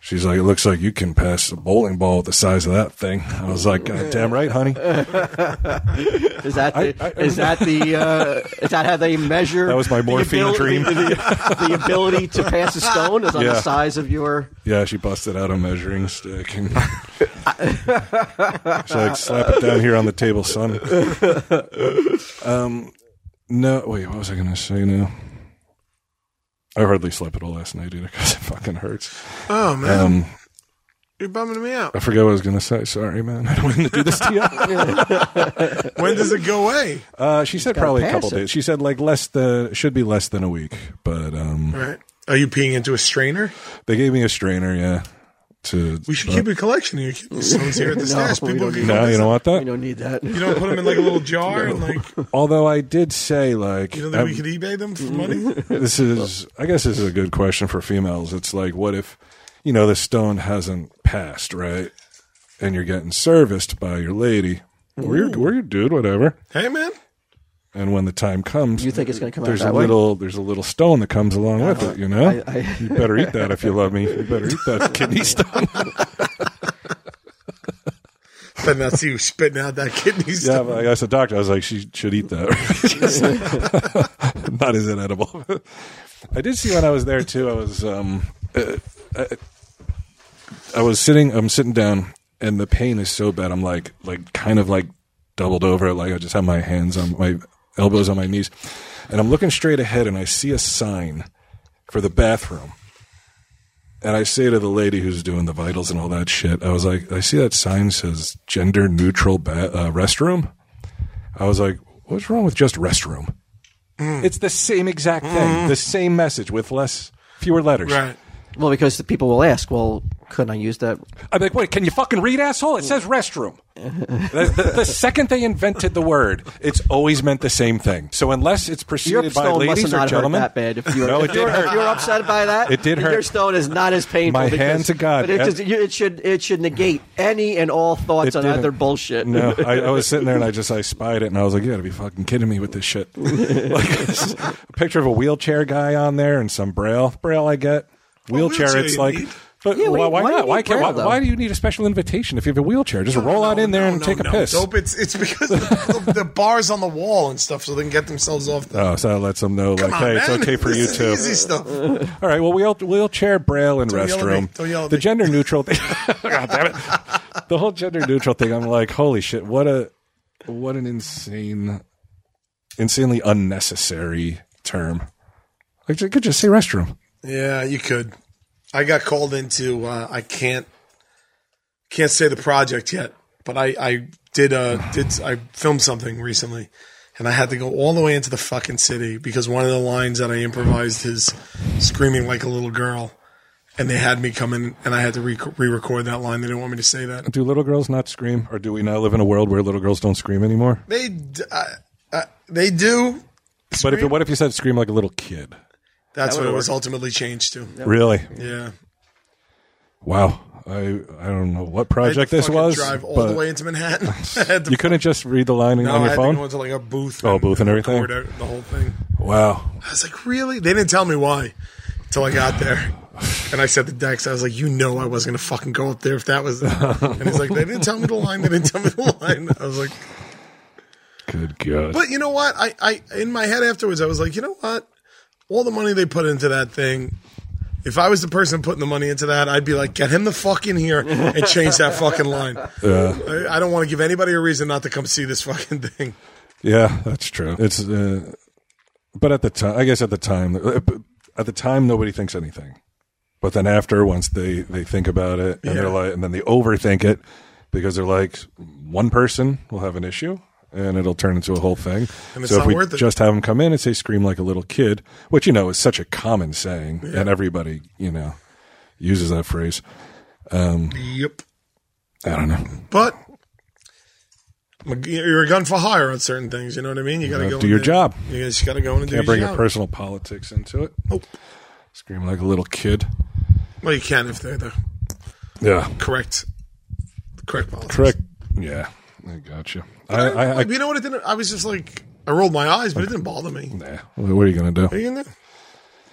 Speaker 1: She's like, it looks like you can pass a bowling ball with the size of that thing. I was like, God damn right, honey.
Speaker 3: Is that the,
Speaker 1: [LAUGHS] I- I-
Speaker 3: is that the uh, is that how they measure?
Speaker 1: That was
Speaker 3: [LAUGHS]
Speaker 1: my
Speaker 3: the
Speaker 1: morphine
Speaker 3: abil-
Speaker 1: dream.
Speaker 3: The, the- the ability to pass a stone is on
Speaker 1: Yeah.
Speaker 3: the size of your.
Speaker 1: Yeah, she busted out a measuring stick
Speaker 3: [LAUGHS]
Speaker 1: and she's like, slap it down here on the table, son. Um, no, wait, what was I going to say now? I hardly slept at all last night either because it fucking hurts.
Speaker 2: Oh man,
Speaker 1: Um,
Speaker 2: you're bumming me out.
Speaker 1: I forgot what I was going to say. Sorry, man. [LAUGHS] I don't want to do this to you.
Speaker 2: When does it go away?
Speaker 1: Uh, she said
Speaker 3: gotta
Speaker 1: probably a
Speaker 3: pass
Speaker 1: couple
Speaker 3: it.
Speaker 1: days. She said like less than should be less than a week, but um,
Speaker 2: All right. Are you peeing into a strainer?
Speaker 1: they gave me a strainer. Yeah, to
Speaker 2: We should keep a collection. of your Someone's here at the
Speaker 3: No,
Speaker 2: stash.
Speaker 3: we
Speaker 2: People
Speaker 3: don't
Speaker 2: can
Speaker 3: need
Speaker 1: no,
Speaker 2: go
Speaker 1: you don't want
Speaker 3: You
Speaker 1: that.
Speaker 3: don't need that.
Speaker 2: You don't put them in like a
Speaker 1: [LAUGHS]
Speaker 2: little jar and like you
Speaker 1: Although I did say like
Speaker 2: don't think
Speaker 1: I'm-
Speaker 2: we could eBay them
Speaker 1: Mm.
Speaker 2: for money?
Speaker 1: [LAUGHS] this is i guess this is a good question for females it's like what if you know the stone hasn't passed right and you're getting serviced by your lady or your, or your dude whatever
Speaker 2: hey man,
Speaker 1: and when the time comes
Speaker 3: You think it's going to come
Speaker 1: there's
Speaker 3: out
Speaker 1: a
Speaker 3: that way? Oh,
Speaker 1: little there's a little stone that comes along with it you know
Speaker 3: I- I-
Speaker 1: you better eat that if you love me you better eat that
Speaker 3: [LAUGHS]
Speaker 1: kidney stone
Speaker 2: better not see you spitting out that kidney
Speaker 1: yeah
Speaker 2: stuff.
Speaker 1: but i asked the doctor i was like she should eat that [LAUGHS] not as inedible [LAUGHS] i did see when i was there too i was um I was sitting. I'm sitting down, and the pain is so bad. I'm like, like, kind of like doubled over. Like I just have my hands on my elbows on my knees, and I'm looking straight ahead, and I see a sign for the bathroom. And I say to the lady who's doing the vitals and all that shit, I was like, I see that sign says gender neutral ba- uh, restroom. I was like, what's wrong with just restroom? It's the same exact thing, the same message with less, fewer letters.
Speaker 2: Right.
Speaker 3: Well, because the people will ask, well, couldn't I use that?
Speaker 1: I'm like, wait, can you fucking read, asshole? It says restroom. the, the- the second they invented the word, it's always meant the same thing. So unless it's
Speaker 3: Your
Speaker 1: preceded by
Speaker 3: stone must have
Speaker 1: ladies or
Speaker 3: not hurt
Speaker 1: gentlemen,
Speaker 3: that bad. If you
Speaker 1: [LAUGHS]
Speaker 3: were,
Speaker 1: No, it
Speaker 3: if you
Speaker 1: did
Speaker 3: were, if
Speaker 1: hurt.
Speaker 3: you were upset by that,
Speaker 1: It did
Speaker 3: Your
Speaker 1: hurt.
Speaker 3: stone is not as painful.
Speaker 1: My
Speaker 3: because,
Speaker 1: hand to God.
Speaker 3: But it, just- you- it should it should negate any and all thoughts
Speaker 1: It
Speaker 3: on
Speaker 1: didn't.
Speaker 3: other bullshit.
Speaker 1: no,
Speaker 2: [LAUGHS]
Speaker 1: I, I was sitting there and I just I spied it and I was like, you got to be fucking kidding me with this shit. [LAUGHS] like it's a picture of a wheelchair guy on there and some braille. Braille, I get wheelchair.
Speaker 2: wheelchair
Speaker 1: it's
Speaker 2: you
Speaker 1: like.
Speaker 2: need.
Speaker 1: But
Speaker 3: Yeah, what do
Speaker 1: why,
Speaker 3: you-
Speaker 1: why
Speaker 3: why do you
Speaker 1: not? Why
Speaker 3: need
Speaker 1: can't?
Speaker 3: braille,
Speaker 1: why,
Speaker 3: though?
Speaker 1: why do you need a special invitation if you have a wheelchair? Just roll out in there
Speaker 2: No,
Speaker 1: and
Speaker 2: no,
Speaker 1: take
Speaker 2: no,
Speaker 1: a piss.
Speaker 2: Nope, it's it's because the, the, the bars on the wall and stuff, so they can get themselves off. The,
Speaker 1: Oh, so that lets them know, like,
Speaker 2: Come on,
Speaker 1: hey, it's
Speaker 2: man.
Speaker 1: okay for you
Speaker 2: This is
Speaker 1: too.
Speaker 2: Easy stuff.
Speaker 1: All right. Well, wheel, wheelchair, braille, and
Speaker 2: Don't yell at me.
Speaker 1: restroom.
Speaker 2: Don't yell at
Speaker 1: the
Speaker 2: me.
Speaker 1: gender neutral thing. [LAUGHS] God damn it. The whole gender neutral thing. I'm like, holy shit! What a what an insane, insanely unnecessary term. Like, you could just say restroom.
Speaker 2: Yeah, you could. I got called into. Uh, I can't can't say the project yet, but I I did uh did I filmed something recently, and I had to go all the way into the fucking city because one of the lines that I improvised is screaming like a little girl, and they had me come in and I had to re- re-record that line. They didn't want me to say that.
Speaker 1: Do little girls not scream, or do we now live in a world where little girls don't scream anymore?
Speaker 2: They d- I- I- they do.
Speaker 1: But if what if you said scream like a little kid?
Speaker 2: That's what it was ultimately changed to.
Speaker 1: Really?
Speaker 2: Yeah.
Speaker 1: Wow. I I don't know what project
Speaker 2: I had to
Speaker 1: this
Speaker 2: fucking
Speaker 1: was.
Speaker 2: Drive all
Speaker 1: but
Speaker 2: the way into Manhattan. [LAUGHS] I had to
Speaker 1: you couldn't just read the line on
Speaker 2: No, I
Speaker 1: your
Speaker 2: had to go
Speaker 1: phone.
Speaker 2: into like a booth.
Speaker 1: Oh, booth and everything?
Speaker 2: record out The whole thing.
Speaker 1: Wow.
Speaker 2: I was like, really? They didn't tell me why until I got there. And I said to Dex, I was like, you know, I wasn't gonna fucking go up there if that
Speaker 1: [LAUGHS]
Speaker 2: was. And he's like, they didn't tell me the line. They didn't tell me the line. I was like,
Speaker 1: Good God.
Speaker 2: but you know what? I, I in my head afterwards, I was like, you know what? All the money they put into that thing. If I was the person putting the money into that, I'd be like, get him the fuck in here and change that fucking line. I, I don't want to give anybody a reason not to come see this fucking thing.
Speaker 1: Yeah, that's true. It's, uh, but at the time, I guess at the time, uh, at the time, nobody thinks anything. But then after, once they they think about it, and they're
Speaker 2: Yeah.
Speaker 1: like, and then they overthink it because they're like, one person will have an issue, and it'll turn into a whole thing.
Speaker 2: And it's
Speaker 1: so if
Speaker 2: not
Speaker 1: we
Speaker 2: worth it.
Speaker 1: just have them come in and say, "Scream like a little kid," which you know is such a common saying, and everybody you know uses that phrase.
Speaker 2: Yep.
Speaker 1: I don't know.
Speaker 2: But you're a gun for hire on certain things. You know what I mean? You got to
Speaker 1: You
Speaker 2: go
Speaker 1: do
Speaker 2: in
Speaker 1: your
Speaker 2: there-
Speaker 1: job.
Speaker 2: You just got to go in and
Speaker 1: Can't
Speaker 2: do
Speaker 1: bring
Speaker 2: your
Speaker 1: your
Speaker 2: job.
Speaker 1: personal politics into it.
Speaker 2: Nope.
Speaker 1: Scream like a little kid.
Speaker 2: well, you can if they're the
Speaker 1: Yeah.
Speaker 2: correct, the correct politics.
Speaker 1: Correct Yeah, I got you. I, I, I,
Speaker 2: Like, you know what? It didn't. I was just like, I rolled my eyes, but it didn't bother me.
Speaker 1: nah, what are you gonna do?
Speaker 2: Are you in there?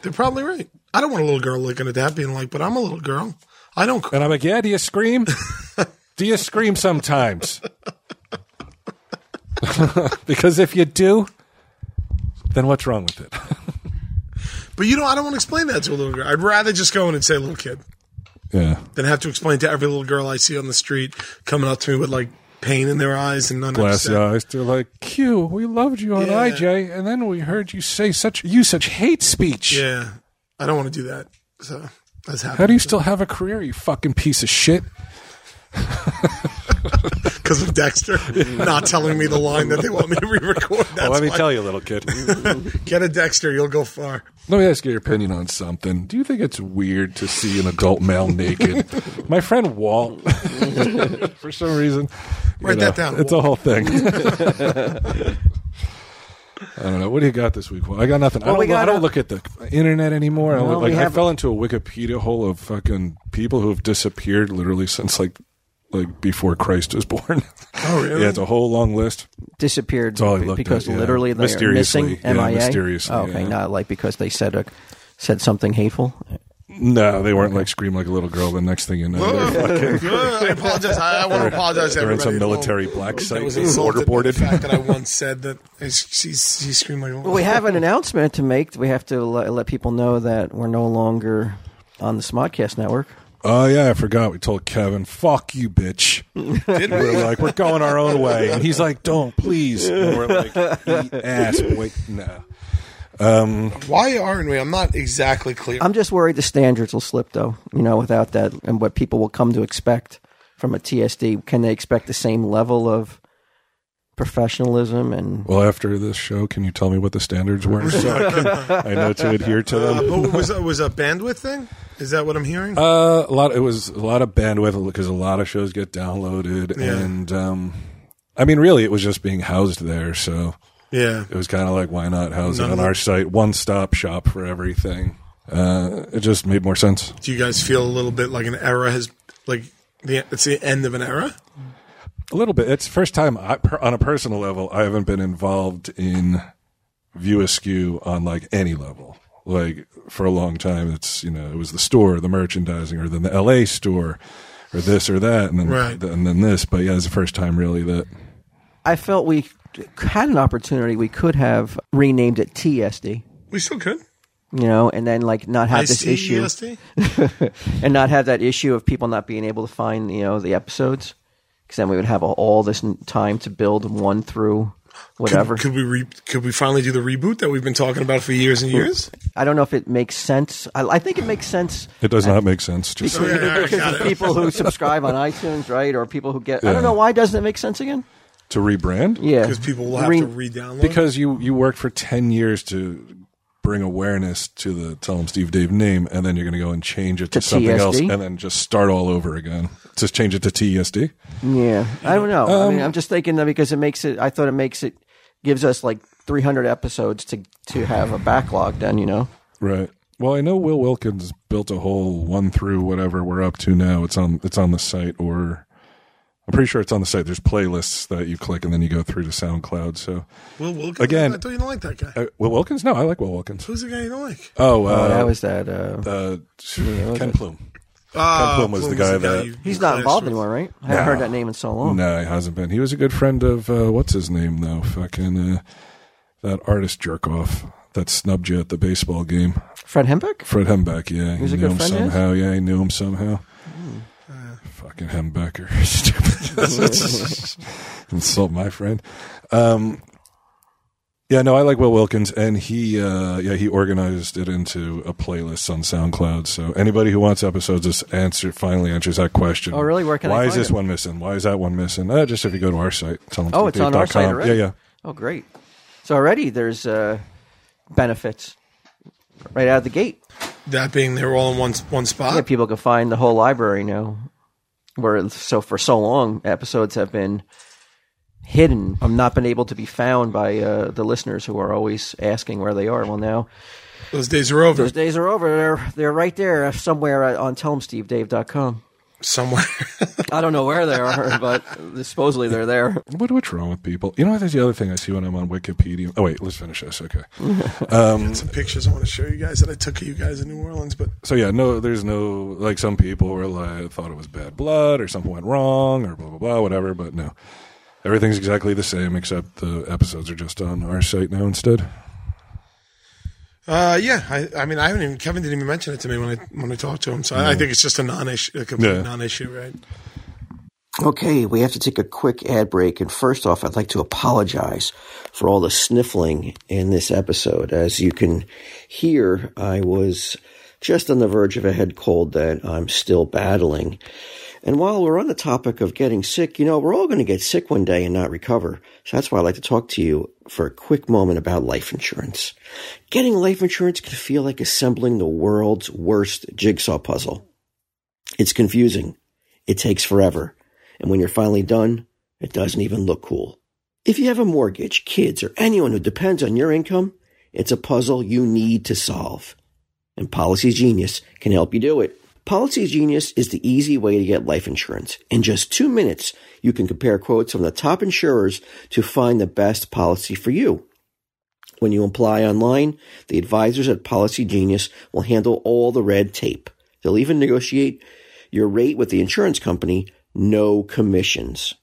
Speaker 2: They're probably right. I don't want a little girl looking at that being like, but I'm a little girl. I don't.
Speaker 1: And I'm like, yeah, do you [LAUGHS] scream? do you scream sometimes? [LAUGHS] because if you do, then what's wrong with it?
Speaker 2: But you know, I don't want to explain that to a little girl. I'd rather just go in and say, little kid,
Speaker 1: Yeah.
Speaker 2: than have to explain to every little girl I see on the street coming up to me with like pain in their eyes and none
Speaker 1: Glassy
Speaker 2: of
Speaker 1: eyes. They're like, Q, we loved you on
Speaker 2: Yeah.
Speaker 1: IJ, and then we heard you say such you such hate speech.
Speaker 2: Yeah, I don't want to do that. So that's
Speaker 1: How do
Speaker 2: happening
Speaker 1: you still have a career, you fucking piece of shit?
Speaker 2: because
Speaker 1: [LAUGHS]
Speaker 2: of Dexter not telling me the line that they want me to re-record. That's why.
Speaker 1: you, little kid.
Speaker 2: Get a Dexter, you'll go far.
Speaker 1: Let me ask you your opinion on something. Do you think it's weird to see an adult male naked? [LAUGHS] My friend Walt, [LAUGHS] for some reason, you
Speaker 2: Write that down,
Speaker 1: It's a
Speaker 2: Walt.
Speaker 1: whole
Speaker 3: [LAUGHS]
Speaker 1: thing. I don't know. What do you got this week? Walt? I got nothing. I,
Speaker 3: Well,
Speaker 1: don't,
Speaker 3: we
Speaker 1: I
Speaker 3: got
Speaker 1: don't
Speaker 3: a-
Speaker 1: look at the internet anymore. I,
Speaker 3: No,
Speaker 1: look, like,
Speaker 3: we
Speaker 1: I
Speaker 3: have-
Speaker 1: fell into a Wikipedia hole of fucking people who have disappeared literally since like like before Christ was born.
Speaker 2: Oh
Speaker 1: [LAUGHS]
Speaker 2: really?
Speaker 1: yeah, it's a whole long list.
Speaker 3: disappeared
Speaker 1: all I looked
Speaker 3: because
Speaker 1: at, yeah.
Speaker 3: literally they are
Speaker 1: Mysteriously,
Speaker 3: missing
Speaker 1: yeah,
Speaker 3: MIA.
Speaker 1: mysteriously,
Speaker 3: Oh, okay,
Speaker 1: yeah.
Speaker 3: not like because they said a, said something hateful.
Speaker 1: No, they weren't like scream like a little girl. The next thing you know, they're
Speaker 2: [LAUGHS] I apologize. I, I want to apologize. to
Speaker 1: They're in some
Speaker 2: everybody at
Speaker 1: military
Speaker 2: home.
Speaker 1: black
Speaker 2: I
Speaker 1: site.
Speaker 2: was
Speaker 1: They
Speaker 2: insulted
Speaker 1: order
Speaker 2: by the
Speaker 1: boarded.
Speaker 2: fact that I once said that and she, she screamed like,
Speaker 3: Well, we have an announcement to make. We have to let, let people know that we're no longer on the Smodcast network.
Speaker 1: [LAUGHS] Oh yeah, I forgot. We told Kevin, "Fuck you, bitch."
Speaker 2: Did we?
Speaker 1: We're like, we're going our own way, and he's like, "Don't, please." And we're like, "Eat ass, boy." No.
Speaker 2: Why aren't we? I'm not exactly clear.
Speaker 1: Uh,
Speaker 3: I'm just worried the standards will slip, though. You know, without that, and what people will come to expect from a TSD. Can they expect the same level of professionalism and
Speaker 1: Well, after this show, can you tell me what the standards
Speaker 2: [LAUGHS]
Speaker 1: were? So I, can, I know to adhere to
Speaker 2: Uh,
Speaker 1: them.
Speaker 2: but was that was a bandwidth thing? Is that what I'm hearing?
Speaker 1: Uh, a lot. It was a lot of bandwidth because a lot of shows get downloaded,
Speaker 2: Yeah.
Speaker 1: and um, I mean, really, it was just being housed there. So
Speaker 2: yeah.
Speaker 1: it was kind of like why not house
Speaker 2: None
Speaker 1: it
Speaker 2: of
Speaker 1: on
Speaker 2: the-
Speaker 1: our site one stop shop for everything uh, it just made more sense
Speaker 2: Do you guys feel a little bit like an era has like the it's the end of an era?
Speaker 1: a little bit it's the first time I, per, on a personal level i haven't been involved in view askew on like any level like for a long time it's you know it was the store the merchandising or then the la store or this or that and then
Speaker 2: Right.
Speaker 1: th- and then this but yeah it's the first time really that
Speaker 3: I felt we had an opportunity. We could have renamed it TSD,
Speaker 2: We still could. E
Speaker 3: you know, and then like not
Speaker 2: I
Speaker 3: have this
Speaker 2: see
Speaker 3: issue
Speaker 2: ESD.
Speaker 3: and not have that issue of people not being able to find you know the episodes because then we would have all this n- time to build one through whatever.
Speaker 2: Could, could we re, could we finally do the reboot that we've been talking about for years and years?
Speaker 3: I don't know if it makes sense. I, I think it makes sense.
Speaker 1: it does not make sense
Speaker 3: [LAUGHS]
Speaker 1: just
Speaker 2: Okay, all right, got it.
Speaker 3: People who subscribe on iTunes, right, or people who get—I
Speaker 1: Yeah.
Speaker 3: don't know why doesn't it make sense again?
Speaker 1: to rebrand
Speaker 3: Yeah,
Speaker 2: Because people will have
Speaker 3: Re-
Speaker 2: to re-download.
Speaker 1: because you you worked for 10 years to bring awareness to the tell them steve dave name and then you're going to go and change it to,
Speaker 3: To
Speaker 1: something else
Speaker 3: TSD?
Speaker 1: and then just start all over again just change it to tsd
Speaker 3: Yeah, I don't know. I mean,
Speaker 2: Um,
Speaker 3: I'm just thinking that because it makes it. I thought it makes it gives us like 300 episodes to to have a backlog. Then you know,
Speaker 1: right well i know will wilkins built a whole one through whatever we're up to now it's on it's on the site or i'm pretty sure it's on the site there's playlists that you click and then you go through to soundcloud so
Speaker 2: Will Wilkins,
Speaker 1: Again-
Speaker 2: I thought you didn't like that guy.
Speaker 1: uh, will wilkins no i like will wilkins
Speaker 2: Who's the guy you don't like?
Speaker 1: oh
Speaker 3: oh, that
Speaker 1: uh,
Speaker 3: was that. Uh,
Speaker 1: uh, ken plume
Speaker 2: Ah,
Speaker 1: Plum was the guy that-
Speaker 2: you-
Speaker 3: he's
Speaker 2: you
Speaker 3: not
Speaker 2: clashed
Speaker 3: involved
Speaker 2: with.
Speaker 3: anymore, right? I haven't heard that name in so long.
Speaker 1: No, he hasn't been. He was a good friend of uh, what's his name though. Fucking uh, that artist jerk off that snubbed you at the baseball game.
Speaker 3: Fred Hembeck.
Speaker 1: Fred Hembeck. Yeah, he
Speaker 3: He's a
Speaker 1: knew
Speaker 3: good
Speaker 1: him
Speaker 3: friend Hmm. of his?
Speaker 1: somehow. Yeah, he knew him somehow. Fucking Hembecker. [LAUGHS] Stupid. Insult my friend. Um, yeah, no, I like Will Wilkins, and he, uh, yeah, he organized it into a playlist on SoundCloud. So anybody who wants episodes, just answer finally answers that question.
Speaker 3: Oh, really? Where can I
Speaker 1: Why is
Speaker 3: find
Speaker 1: this
Speaker 3: it?
Speaker 1: one missing? Why is that one missing? Uh, just if you go to our site, tell them
Speaker 3: Oh, it's on our site already?
Speaker 1: Yeah, yeah.
Speaker 3: Oh, great. So already there's uh, benefits right out of the gate.
Speaker 2: That being they were all in one one spot.
Speaker 3: Yeah, people can find the whole library now. Where so for so long episodes have been hidden, i am not been able to be found by uh, the listeners who are always asking where they are. Well, now
Speaker 2: Those days are over.
Speaker 3: uh, Those days are over. They're they're right there somewhere at- on tellemstevedave.com.
Speaker 2: somewhere. [LAUGHS]
Speaker 3: I don't know where they are, [LAUGHS] but supposedly they're there.
Speaker 1: What, what's wrong with people? You know what? There's the other thing I see when I'm on Wikipedia. Oh, wait, let's finish this. Okay. Um,
Speaker 2: Some pictures I want to show you guys that I took of you guys in New Orleans, but
Speaker 1: so, yeah, no, there's no, like, some people were like, thought it was bad blood or something went wrong or blah, blah, blah, whatever, but no. Everything's exactly the same except the episodes are just on our site now instead.
Speaker 2: uh, yeah, I, I mean, I haven't even Kevin didn't even mention it to me when I when I talked to him, so I, I think it's just a non-issue, a complete
Speaker 1: Mm-hmm. Yeah.
Speaker 2: non-issue, right?
Speaker 3: Okay, we have to take a quick ad break. And first off, I'd like to apologize for all the sniffling in this episode. As you can hear, I was just on the verge of a head cold that I'm still battling. And while we're on the topic of getting sick, you know, we're all going to get sick one day and not recover. So that's why I'd like to talk to you for a quick moment about life insurance. Getting life insurance can feel like assembling the world's worst jigsaw puzzle. It's confusing. It takes forever. And when you're finally done, it doesn't even look cool. If you have a mortgage, kids, or anyone who depends on your income, it's a puzzle you need to solve. And Policy Genius can help you do it. Policy Genius is the easy way to get life insurance. In just two minutes, you can compare quotes from the top insurers to find the best policy for you. When you apply online, the advisors at Policy Genius will handle all the red tape. They'll even negotiate your rate with the insurance company, no commissions,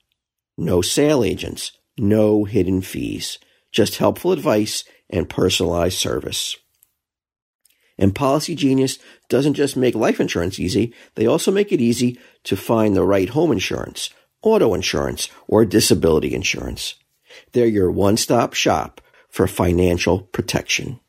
Speaker 3: no sale agents, no hidden fees, just helpful advice and personalized service. And Policy Genius doesn't just make life insurance easy, they also make it easy to find the right home insurance, auto insurance, or disability insurance. They're your one stop shop for financial protection.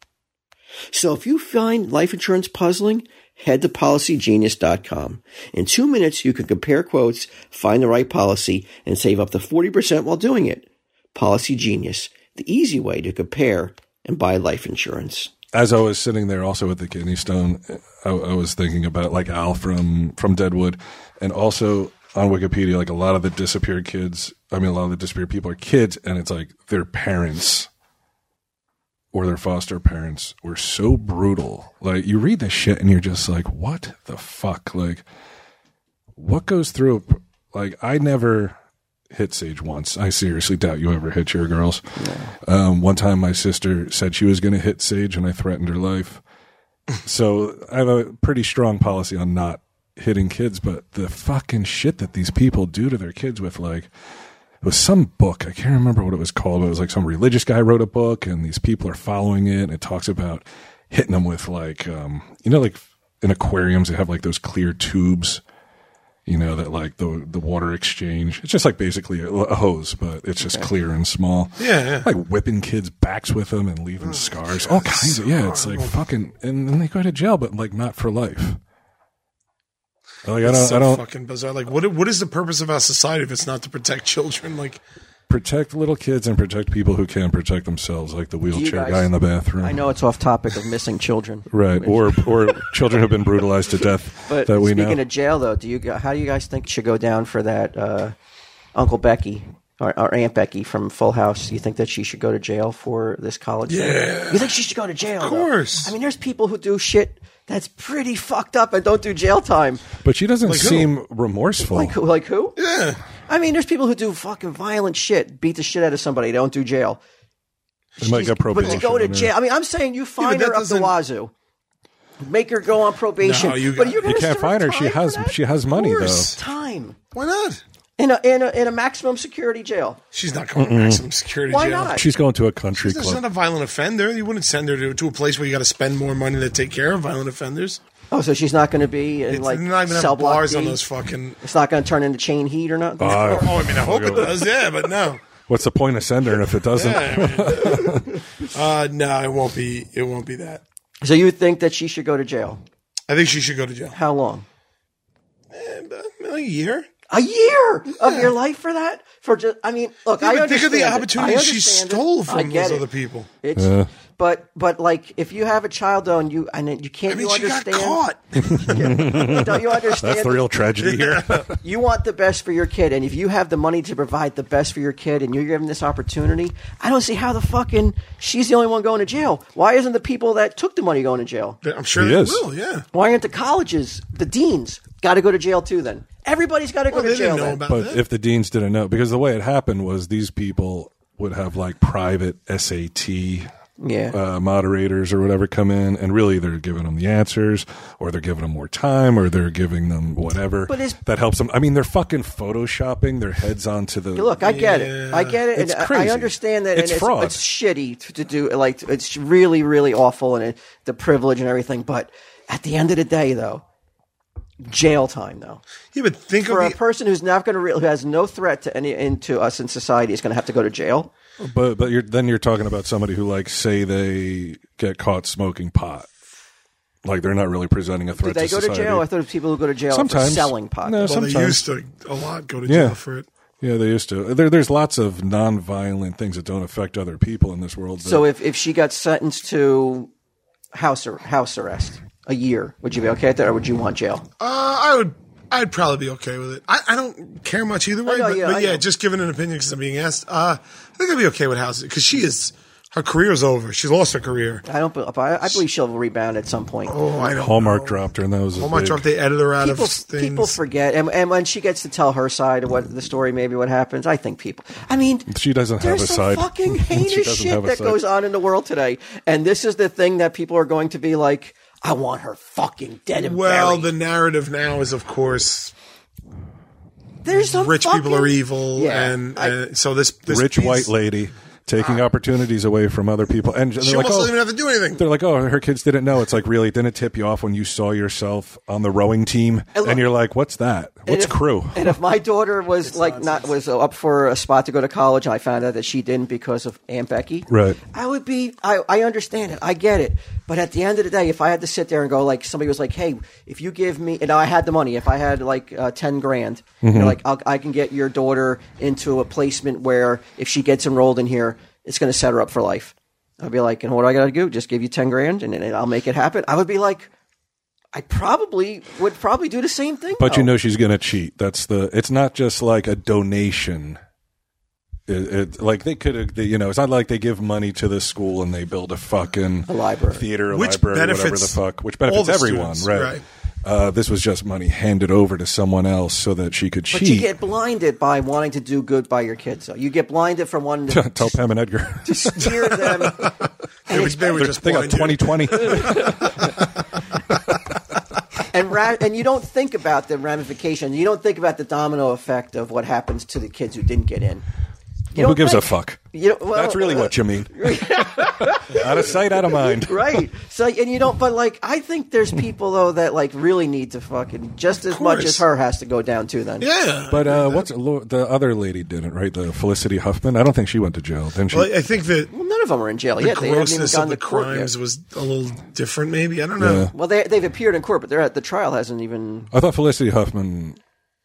Speaker 3: So if you find life insurance puzzling, head to policygenius.com. In two minutes, you can compare quotes, find the right policy, and save up to 40% while doing it. Policy Genius, the easy way to compare and buy life insurance.
Speaker 1: as I was sitting there also with the kidney stone, I, I was thinking about like Al from from Deadwood, and also on Wikipedia, like a lot of the disappeared kids. I mean, a lot of the disappeared people are kids, and it's like their parents or their foster parents were so brutal. Like you read this shit, and you're just like, what the fuck? Like, what goes through? Like, I never hit Sage once. I seriously doubt you ever hit your girls. Um, one time, my sister said she was going to hit Sage, and I threatened her life. so I have a pretty strong policy on not hitting kids, but the fucking shit that these people do to their kids with like. It was some book. I can't remember what it was called. But it was like some religious guy wrote a book, and these people are following it. And it talks about hitting them with like, um, you know, like in aquariums they have like those clear tubes you know that like the the water exchange it's just like basically a, a hose but it's just clear and small
Speaker 2: Yeah, yeah. Oh,
Speaker 1: like whipping kids backs with them and leaving scars all kinds of yeah it's like fucking and then they go to jail but like not for life like i don't
Speaker 2: so
Speaker 1: i don't
Speaker 2: fucking bizarre. Like, what what is the purpose of our society if it's not to protect [LAUGHS] children? Like,
Speaker 1: protect little kids and protect people who can protect themselves like the wheelchair
Speaker 3: guys-
Speaker 1: guy in the bathroom
Speaker 3: I know it's off topic of missing children.
Speaker 1: right or or children who've been brutalized to death
Speaker 3: [LAUGHS] But
Speaker 1: that we know
Speaker 3: speaking of jail, though, do you go- how do you guys think should go down for that uh, Uncle Becky or, or Aunt Becky from Full House? You think that she should go to jail for this college?
Speaker 2: Yeah.
Speaker 3: thing? you think she should go to jail? Of
Speaker 2: course.
Speaker 3: I mean, there's people who do shit that's pretty fucked up and don't do jail time.
Speaker 1: but she doesn't
Speaker 2: Like who?
Speaker 1: seem remorseful
Speaker 3: Like who? Like who?
Speaker 2: yeah,
Speaker 3: I mean, there's people who do fucking violent shit, beat the shit out of somebody, don't do jail.
Speaker 1: They might
Speaker 3: She's-
Speaker 1: get
Speaker 3: but to
Speaker 1: probation
Speaker 3: go to
Speaker 1: on her.
Speaker 3: jail, I mean, I'm saying you find
Speaker 2: that
Speaker 3: her up the
Speaker 2: doesn't-
Speaker 3: wazoo, make her go on probation.
Speaker 2: No, you
Speaker 3: but
Speaker 2: got-
Speaker 3: you're
Speaker 2: you
Speaker 1: you
Speaker 3: gonna
Speaker 1: can't
Speaker 3: serve
Speaker 1: find her she
Speaker 3: time for
Speaker 1: has
Speaker 3: that?
Speaker 1: she has money though
Speaker 2: course.
Speaker 3: time
Speaker 2: why not?
Speaker 3: in a in a, in a maximum security jail.
Speaker 2: She's not going to maximum security
Speaker 3: Why
Speaker 2: jail.
Speaker 3: not?
Speaker 1: She's going to a country
Speaker 2: She's not
Speaker 1: club.
Speaker 2: a violent offender. You wouldn't send her to, to a place where you got to spend more money to take care of violent offenders.
Speaker 3: Oh, so she's not going to be in
Speaker 2: It's
Speaker 3: like
Speaker 2: not even
Speaker 3: cell
Speaker 2: have
Speaker 3: block
Speaker 2: bars on
Speaker 3: D?
Speaker 2: those fucking.
Speaker 3: It's not going to turn into chain heat or nothing.
Speaker 1: Uh,
Speaker 2: [LAUGHS] Oh, I mean, I hope it does. Yeah, but no,
Speaker 1: what's the point of sending her if it doesn't? [LAUGHS]
Speaker 2: uh, no, it won't be. It won't be that.
Speaker 3: so you think that she should go to jail?
Speaker 2: I think she should go to jail.
Speaker 3: How long?
Speaker 2: And, uh, A year.
Speaker 3: A year of your life for that? For just I mean, look, I
Speaker 2: but think of
Speaker 3: understand
Speaker 2: the
Speaker 3: it. I
Speaker 2: opportunities she
Speaker 3: understand it.
Speaker 2: stole
Speaker 3: I
Speaker 2: from
Speaker 3: get
Speaker 2: those
Speaker 3: it.
Speaker 2: other people.
Speaker 3: It's, But but like if you have a child though and you and you can't
Speaker 2: I mean,
Speaker 3: you
Speaker 2: she got
Speaker 3: understand
Speaker 2: caught.
Speaker 3: [LAUGHS] don't you understand
Speaker 5: That's the real tragedy here.
Speaker 3: you want the best for your kid, and if you have the money to provide the best for your kid, and you're given this opportunity, I don't see how the fucking she's the only one going to jail. Why isn't the people that took the money going to jail?
Speaker 2: I'm sure
Speaker 1: He
Speaker 2: they
Speaker 1: is.
Speaker 2: will. Yeah.
Speaker 3: Why aren't the colleges, the deans, got to go to jail too? Then everybody's got to go
Speaker 2: Well,
Speaker 3: to
Speaker 2: they didn't
Speaker 3: jail.
Speaker 2: know
Speaker 3: then.
Speaker 2: about
Speaker 1: But
Speaker 2: that.
Speaker 1: if the deans didn't know, because the way it happened was these people would have like private SAT
Speaker 3: yeah,
Speaker 1: uh, moderators or whatever come in, and really they're giving them the answers, or they're giving them more time, or they're giving them whatever
Speaker 3: But is-
Speaker 1: that helps them. I mean, they're fucking photoshopping their heads onto the
Speaker 3: look, I get it. I get it.
Speaker 1: It's
Speaker 3: and I-
Speaker 1: crazy.
Speaker 3: I understand that.
Speaker 1: It's
Speaker 3: and
Speaker 1: fraud.
Speaker 3: It's, shitty to, to do. Like, it's really, really awful and it, the privilege and everything. But at the end of the day, though, jail time, though.
Speaker 2: yeah, but think
Speaker 3: For
Speaker 2: of
Speaker 3: a
Speaker 2: the,
Speaker 3: person who's not going to, re- who has no threat to any, into us in society, is going to have to go to jail.
Speaker 1: But but you're, then you're talking about somebody who like say they get caught smoking pot, like they're not really presenting a
Speaker 3: Do
Speaker 1: threat.
Speaker 3: they
Speaker 1: to
Speaker 3: go to
Speaker 1: society.
Speaker 3: jail? I thought of people who go to jail
Speaker 1: Sometimes.
Speaker 3: for selling pot.
Speaker 1: No,
Speaker 2: well, they
Speaker 1: sometimes.
Speaker 2: used to a lot go to
Speaker 1: Yeah.
Speaker 2: jail for it.
Speaker 1: Yeah, they used to. There, there's lots of nonviolent things that don't affect other people in this world. that-
Speaker 3: So if, if she got sentenced to house ar- house arrest a year, would you be okay with that, or would you want jail?
Speaker 2: Uh, I would. I'd probably be okay with it. I, I don't care much either way,
Speaker 3: know,
Speaker 2: but
Speaker 3: yeah,
Speaker 2: yeah,
Speaker 3: I
Speaker 2: but yeah
Speaker 3: know.
Speaker 2: just giving an opinion because I'm being asked. Uh, I think I'd be okay with House because she is her career's over. She lost her career.
Speaker 3: I don't. be- I, I believe she'll rebound at some point.
Speaker 2: Oh, I don't.
Speaker 1: Hallmark dropped her, and that was a
Speaker 2: Hallmark
Speaker 1: big-
Speaker 2: dropped the editor out
Speaker 3: people,
Speaker 2: of things.
Speaker 3: people forget, and, and when she gets to tell her side of what the story, maybe what happens, I think people. I mean,
Speaker 1: She doesn't have
Speaker 3: there's
Speaker 1: a
Speaker 3: some
Speaker 1: side.
Speaker 3: Fucking
Speaker 1: [LAUGHS] She
Speaker 3: heinous
Speaker 1: doesn't have
Speaker 3: shit
Speaker 1: a
Speaker 3: that
Speaker 1: side.
Speaker 3: goes on in the world today, and this is the thing that people are going to be like, "I want her fucking dead and
Speaker 2: well,
Speaker 3: buried."
Speaker 2: the narrative now is, of course,
Speaker 3: there's some
Speaker 2: rich people are
Speaker 3: fucking-
Speaker 2: evil,
Speaker 3: Yeah,
Speaker 2: and,
Speaker 3: I-
Speaker 2: and so this, this
Speaker 1: rich
Speaker 2: piece- Ah.
Speaker 1: white lady taking opportunities away from other people, and
Speaker 2: She
Speaker 1: they're like,
Speaker 2: almost doesn't even
Speaker 1: oh,
Speaker 2: have to do anything.
Speaker 1: they're like, oh, her kids didn't know. It's like really, didn't it tip you off when you saw yourself on the rowing team, and,
Speaker 3: look-
Speaker 1: you're like, what's that? What's
Speaker 3: if-
Speaker 1: crew?
Speaker 3: And if my daughter was like not was up for a spot to go to college, and I found out that she didn't because of Aunt Becky,
Speaker 1: Right.
Speaker 3: I would be. I, I understand it. I get it. But at the end of the day, if I had to sit there and go like somebody was like, "Hey, if you give me," and I had the money, if I had like uh, ten grand, you
Speaker 1: Mm-hmm.
Speaker 3: know, like I'll, I can get your daughter into a placement where if she gets enrolled in here, it's going to set her up for life. I'd be like, and what do I got to do? Just give you ten grand, and, then I'll make it happen. I would be like. I probably would probably do the same thing.
Speaker 1: But you
Speaker 2: Oh.
Speaker 3: though.
Speaker 1: know she's gonna cheat. That's the. It's not just like a donation. It, it, like they could have, you know, it's not like they give money to this school and they build a fucking
Speaker 3: A library.
Speaker 1: theater, a
Speaker 2: Which
Speaker 1: library, whatever the
Speaker 2: benefits
Speaker 1: fuck, which
Speaker 2: all
Speaker 1: benefits
Speaker 2: the
Speaker 1: everyone,
Speaker 2: students,
Speaker 1: right?
Speaker 2: right.
Speaker 1: Uh, this was just money handed over to someone else so that she could
Speaker 3: But
Speaker 1: cheat.
Speaker 3: you get blinded by wanting to do good by your kids. So you get blinded from wanting
Speaker 1: [LAUGHS]
Speaker 3: to,
Speaker 1: Tell Pam and Edgar.
Speaker 3: [LAUGHS] to steer them.
Speaker 2: They were- they were
Speaker 1: [LAUGHS]
Speaker 2: just
Speaker 1: They got
Speaker 2: blind, dude.
Speaker 3: [LAUGHS]
Speaker 1: 2020.
Speaker 3: and ra- and you don't think about the ramification. You don't think about the domino effect of what happens to the kids who didn't get in. You
Speaker 1: Who
Speaker 3: don't
Speaker 1: gives a
Speaker 3: think-
Speaker 1: fuck?
Speaker 3: You don't- well,
Speaker 1: That's really what you mean. out of sight, out of mind.
Speaker 3: [LAUGHS] right. So and you don't. But like, I think there's people though that like really need to fucking just as much
Speaker 2: course.
Speaker 3: as her has to go down too. Then
Speaker 2: Yeah,
Speaker 1: But uh, what's Lo- the other lady did it right? The Felicity Huffman. I don't think she went to jail. Didn't she?
Speaker 2: Well, I think that
Speaker 3: Well, none of them are in jail
Speaker 2: the
Speaker 3: yet. They haven't even
Speaker 2: grossness
Speaker 3: gone
Speaker 2: of the
Speaker 3: to court yet.
Speaker 2: crimes was a little different. Maybe I don't know.
Speaker 1: Yeah.
Speaker 3: Well, they they've appeared in court, but they're at the trial hasn't even
Speaker 1: I thought Felicity Huffman.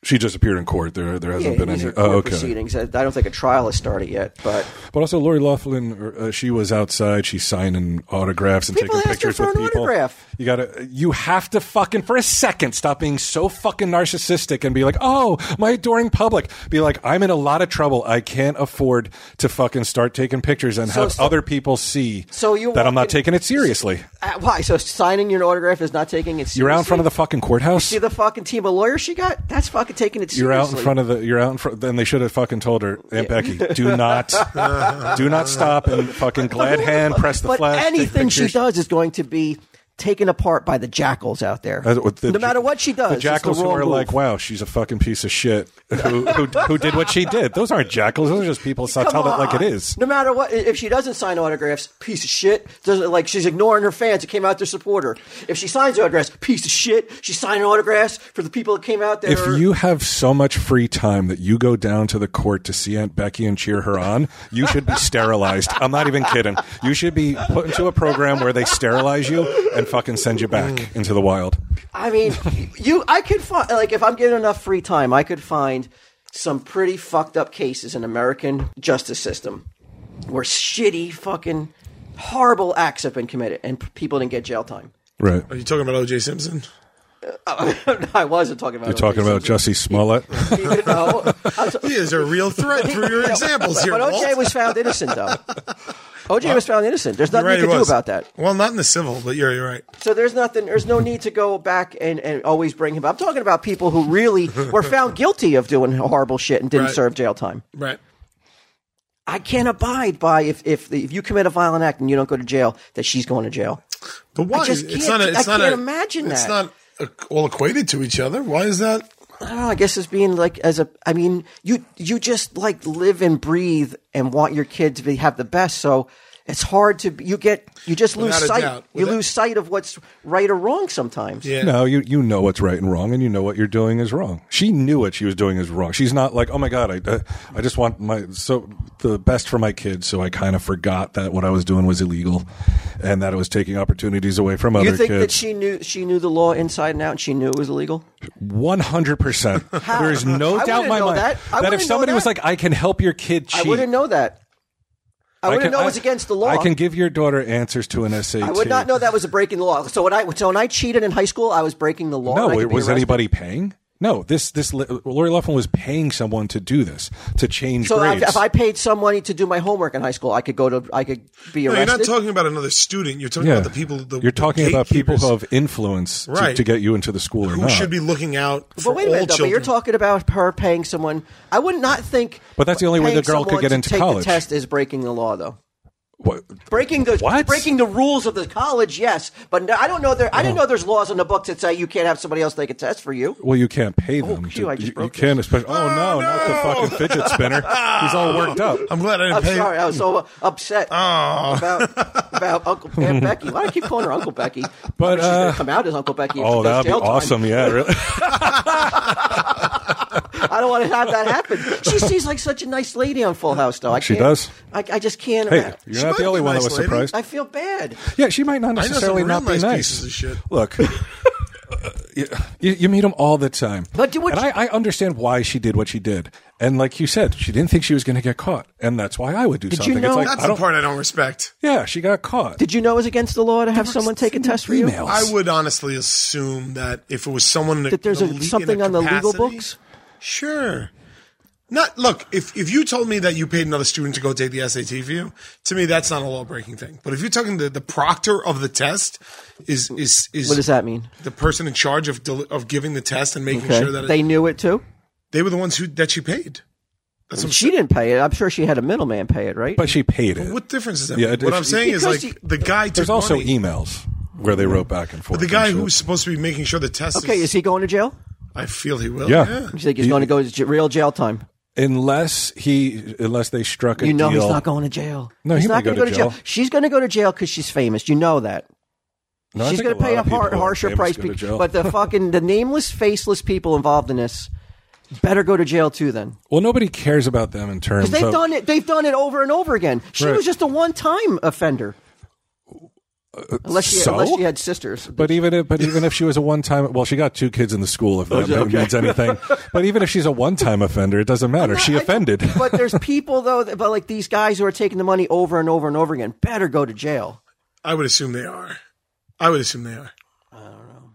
Speaker 1: She just appeared in court. There, there hasn't
Speaker 3: Yeah,
Speaker 1: been
Speaker 3: these
Speaker 1: any.
Speaker 3: are court
Speaker 1: Oh, okay.
Speaker 3: proceedings. I I don't think a trial has started yet, but
Speaker 1: But also, Lori Laughlin. Uh, she was outside. She's signing autographs and
Speaker 3: People
Speaker 1: taking
Speaker 3: asked her
Speaker 1: pictures
Speaker 3: for
Speaker 1: with
Speaker 3: an
Speaker 1: people.
Speaker 3: autograph.
Speaker 1: You gotta. You have to fucking for a second stop being so fucking narcissistic and be like, oh, my adoring public. Be like, I'm in a lot of trouble. I can't afford to fucking start taking pictures and
Speaker 3: So-
Speaker 1: have
Speaker 3: so-
Speaker 1: other people see
Speaker 3: So you
Speaker 1: that I'm not
Speaker 3: walk in-
Speaker 1: taking it seriously.
Speaker 3: uh, why? So signing your autograph is not taking it. Seriously?
Speaker 1: You're out in front of the fucking courthouse.
Speaker 3: See the fucking team of lawyers she got? That's fucking taking it seriously.
Speaker 1: You're out in front of the. You're out in front. Then they should have fucking told her, Aunt Becky, do not, do not stop and fucking glad hand press the
Speaker 3: but
Speaker 1: flash. take
Speaker 3: anything she
Speaker 1: pictures.
Speaker 3: does is going to be taken apart by the jackals out there.
Speaker 1: Uh, with the
Speaker 3: no
Speaker 1: ja-
Speaker 3: matter what she does,
Speaker 1: the jackals
Speaker 3: it's the
Speaker 1: who
Speaker 3: wrong
Speaker 1: are
Speaker 3: move.
Speaker 1: like, "Wow, she's a fucking piece of shit [LAUGHS] who who, who did what she did." Those aren't jackals. Those are just people. So
Speaker 3: Come
Speaker 1: tell that
Speaker 3: on.
Speaker 1: like it is.
Speaker 3: No matter what, if she doesn't sign autographs, piece of shit. Doesn't like she's ignoring her fans who came out to support her. If she signs autographs, piece of shit. She's signing autographs for the people that came out there.
Speaker 1: If you have so much free time that you go down to the court to see Aunt Becky and cheer her on, you should be sterilized. I'm not even kidding. You should be put into a program where they sterilize you and fucking send you
Speaker 3: Mm.
Speaker 1: back into the wild.
Speaker 3: I mean, you, I could find like if I'm getting enough free time, I could find some pretty fucked up cases in American justice system where shitty fucking horrible acts have been committed, and p- people didn't get jail time. [LAUGHS]
Speaker 1: Right.
Speaker 2: Are you talking about O.J. Simpson?
Speaker 3: I wasn't talking about.
Speaker 1: You're talking about Jesse Smollett.
Speaker 3: no. I'm t-
Speaker 2: He is a real
Speaker 3: [LAUGHS]
Speaker 2: threat through your examples here.
Speaker 3: but OJ
Speaker 2: Walt.
Speaker 3: was found
Speaker 2: [LAUGHS]
Speaker 3: innocent, though. OJ was found innocent. There's nothing
Speaker 2: You're right,
Speaker 3: you
Speaker 2: he
Speaker 3: can do
Speaker 2: was.
Speaker 3: about that.
Speaker 2: Well, not in the civil, but you're, you're right.
Speaker 3: So there's nothing. There's no need to go back and, and always bring him. up. I'm talking about people who
Speaker 2: [LAUGHS]
Speaker 3: really were found guilty of doing horrible shit and didn't
Speaker 2: Right.
Speaker 3: serve jail time.
Speaker 2: Right.
Speaker 3: I can't abide by if if the, if you commit a violent act and you don't go to jail that she's going to jail.
Speaker 2: But why?
Speaker 3: just
Speaker 2: it's not.
Speaker 3: can't-
Speaker 2: A, it's
Speaker 3: I
Speaker 2: not
Speaker 3: can't
Speaker 2: a,
Speaker 3: imagine
Speaker 2: It's
Speaker 3: that.
Speaker 2: not uh, all equated to each other. Why is that?
Speaker 3: I don't know. I guess as being like as a. I mean, you you just like live and breathe and want your kid to be have the best. So it's hard to you get you just lose
Speaker 2: Without a
Speaker 3: sight.
Speaker 2: doubt.
Speaker 3: You
Speaker 2: Without-
Speaker 3: lose sight of what's right or wrong sometimes.
Speaker 2: Yeah.
Speaker 1: No, you you know what's right and wrong, and you know what you're doing is wrong. She knew what she was doing is wrong. She's not like, oh my god, I uh, I just want my so the best for my kids, so I kind of forgot that what I was doing was illegal, and that it was taking opportunities away from other
Speaker 3: You think that
Speaker 1: kids.
Speaker 3: she knew she knew the law inside and out, and she knew it was illegal?
Speaker 1: One hundred
Speaker 3: [LAUGHS]
Speaker 1: percent. There is no
Speaker 3: I
Speaker 1: doubt in
Speaker 3: wouldn't
Speaker 1: my
Speaker 3: know
Speaker 1: mind
Speaker 3: that. I
Speaker 1: if
Speaker 3: wouldn't know
Speaker 1: somebody was
Speaker 3: that.
Speaker 1: like, I can help your kid
Speaker 3: I
Speaker 1: cheat.
Speaker 3: wouldn't know that. I wouldn't
Speaker 1: can-
Speaker 3: know it was against the law.
Speaker 1: I can give your daughter answers to an SAT.
Speaker 3: I would not know that was a breaking the law. So when I so when I cheated in high school, I was breaking the law.
Speaker 1: No,
Speaker 3: and I
Speaker 1: it
Speaker 3: could be
Speaker 1: was
Speaker 3: arrested.
Speaker 1: anybody paying? No, this this Lori Loughlin was paying someone to do this to change
Speaker 3: So if,
Speaker 1: grades.
Speaker 3: if I paid some money to do my homework in high school, I could go to I could be
Speaker 2: No,
Speaker 3: arrested.
Speaker 2: you're not talking about another student. You're talking
Speaker 1: Yeah.
Speaker 2: about the people. The,
Speaker 1: You're talking about people who
Speaker 2: gatekeepers
Speaker 1: have influence to- to,
Speaker 2: Right.
Speaker 1: get you into the school or
Speaker 2: who
Speaker 1: not.
Speaker 2: should be looking out for
Speaker 3: but wait a minute,
Speaker 2: all
Speaker 3: though, but you're
Speaker 2: children.
Speaker 3: talking about her paying someone. I would not think.
Speaker 1: But that's the only way the
Speaker 3: paying
Speaker 1: girl could
Speaker 3: someone
Speaker 1: get
Speaker 3: to
Speaker 1: into
Speaker 3: take
Speaker 1: college.
Speaker 3: The test is breaking the law, though.
Speaker 1: What?
Speaker 3: Breaking the
Speaker 1: What?
Speaker 3: breaking the rules of the college, yes, but no, I don't know. There, I
Speaker 1: Oh.
Speaker 3: didn't know there's laws in the books that say you can't have somebody else take a test for you.
Speaker 1: Well, you can't pay them.
Speaker 3: phew, Oh, I just
Speaker 1: you, you
Speaker 3: broke this.
Speaker 1: can't, especially. Oh, no, not the fucking fidget spinner. He's all worked up.
Speaker 2: I'm glad I didn't
Speaker 3: I'm
Speaker 2: pay. Ah,
Speaker 3: sorry, I was so upset
Speaker 2: Uh.
Speaker 3: about about Uncle Aunt Becky. Why do I keep calling her Uncle Becky?
Speaker 1: But,
Speaker 3: I mean, she's gonna
Speaker 1: uh,
Speaker 3: come out as Uncle Becky. if she
Speaker 1: Oh,
Speaker 3: does
Speaker 1: that'd be
Speaker 3: jail time.
Speaker 1: awesome. Yeah,
Speaker 2: [LAUGHS]
Speaker 1: really.
Speaker 3: I don't want to have that happen.
Speaker 1: [LAUGHS]
Speaker 3: She seems like such a nice lady on Full House, though. I
Speaker 1: She
Speaker 3: can't-
Speaker 1: does.
Speaker 3: I, I just can't.
Speaker 1: Hey, you're
Speaker 2: She
Speaker 1: not
Speaker 2: might
Speaker 1: the
Speaker 2: be
Speaker 1: only
Speaker 2: a
Speaker 1: one that
Speaker 2: nice
Speaker 1: was
Speaker 2: lady.
Speaker 1: surprised.
Speaker 3: I feel bad.
Speaker 1: Yeah, she might not
Speaker 2: some
Speaker 1: necessarily
Speaker 2: real
Speaker 1: not be
Speaker 2: nice
Speaker 1: nice.
Speaker 2: pieces of shit. [LAUGHS]
Speaker 1: Look, uh, you, you meet them all the time.
Speaker 3: But do what
Speaker 1: and
Speaker 3: you-
Speaker 1: I, I understand why she did what she did. And like you said, she didn't think she was going to get caught, and that's why I would do
Speaker 3: you
Speaker 1: something.
Speaker 3: know-
Speaker 1: it's like,
Speaker 2: That's
Speaker 1: I
Speaker 2: the
Speaker 1: don't,
Speaker 2: part I don't respect.
Speaker 1: yeah, she got caught.
Speaker 3: Did you know it was against the law to have someone take a test for you?
Speaker 1: Emails.
Speaker 2: I would honestly assume that if it was someone
Speaker 3: That there's
Speaker 2: in
Speaker 3: a-
Speaker 2: le- in
Speaker 3: something on the legal
Speaker 2: capacity-
Speaker 3: books?
Speaker 2: Sure. Not look. If if you told me that you paid another student to go take the SAT for you, to me that's not a law breaking thing. But if you're talking the, the proctor of the test is is is
Speaker 3: What does that mean?
Speaker 2: the person in charge of del- of giving the test and making
Speaker 3: Okay.
Speaker 2: sure that it,
Speaker 3: they knew it too.
Speaker 2: they were the ones who that she paid. That's what I'm
Speaker 3: She didn't pay it. I'm sure she had a middleman pay it, right?
Speaker 1: But she paid it.
Speaker 2: What difference does that
Speaker 1: Yeah,
Speaker 2: make?
Speaker 1: it-
Speaker 2: What
Speaker 1: if-
Speaker 2: I'm saying is
Speaker 3: Because
Speaker 2: like
Speaker 3: you-
Speaker 2: the guy took
Speaker 1: There's also
Speaker 2: money.
Speaker 1: emails where they wrote back and forth.
Speaker 2: the guy
Speaker 1: and shit.
Speaker 2: who's supposed to be making sure the test.
Speaker 3: okay, is he going to jail?
Speaker 2: I feel he will.
Speaker 1: Yeah.
Speaker 3: You think he's going to go to j- real jail time?
Speaker 1: unless he unless they struck a
Speaker 3: You know
Speaker 1: deal.
Speaker 3: he's not going to jail.
Speaker 1: No,
Speaker 3: he's
Speaker 1: he
Speaker 3: not
Speaker 1: may
Speaker 3: going
Speaker 1: go
Speaker 3: to
Speaker 1: to
Speaker 3: jail.
Speaker 1: jail.
Speaker 3: She's going to go to jail because she's famous. You know that.
Speaker 1: No, I
Speaker 3: She's
Speaker 1: think
Speaker 3: going to pay
Speaker 1: lot
Speaker 3: a
Speaker 1: of people
Speaker 3: har-
Speaker 1: who are
Speaker 3: harsher
Speaker 1: famous
Speaker 3: price.
Speaker 1: go to
Speaker 3: bec-
Speaker 1: jail. [LAUGHS]
Speaker 3: but the fucking the nameless, faceless people involved in this better go to jail too. Then
Speaker 1: well, nobody cares about them in terms.
Speaker 3: they've
Speaker 1: of,
Speaker 3: done it. They've done it over and over again. She
Speaker 1: Right.
Speaker 3: was just a one-time offender. Unless she,
Speaker 1: so?
Speaker 3: unless she had sisters.
Speaker 1: But even if, but even if she was a one time, well, she got two kids in the school. If that means anything. but even if she's a one time offender, it doesn't matter. she
Speaker 3: I-
Speaker 1: offended.
Speaker 3: [LAUGHS] but
Speaker 1: [LAUGHS]
Speaker 3: there's people though, that, but like these guys who are taking the money over and over and over again, better go to jail.
Speaker 2: I would assume they are. I would assume they are. I don't know.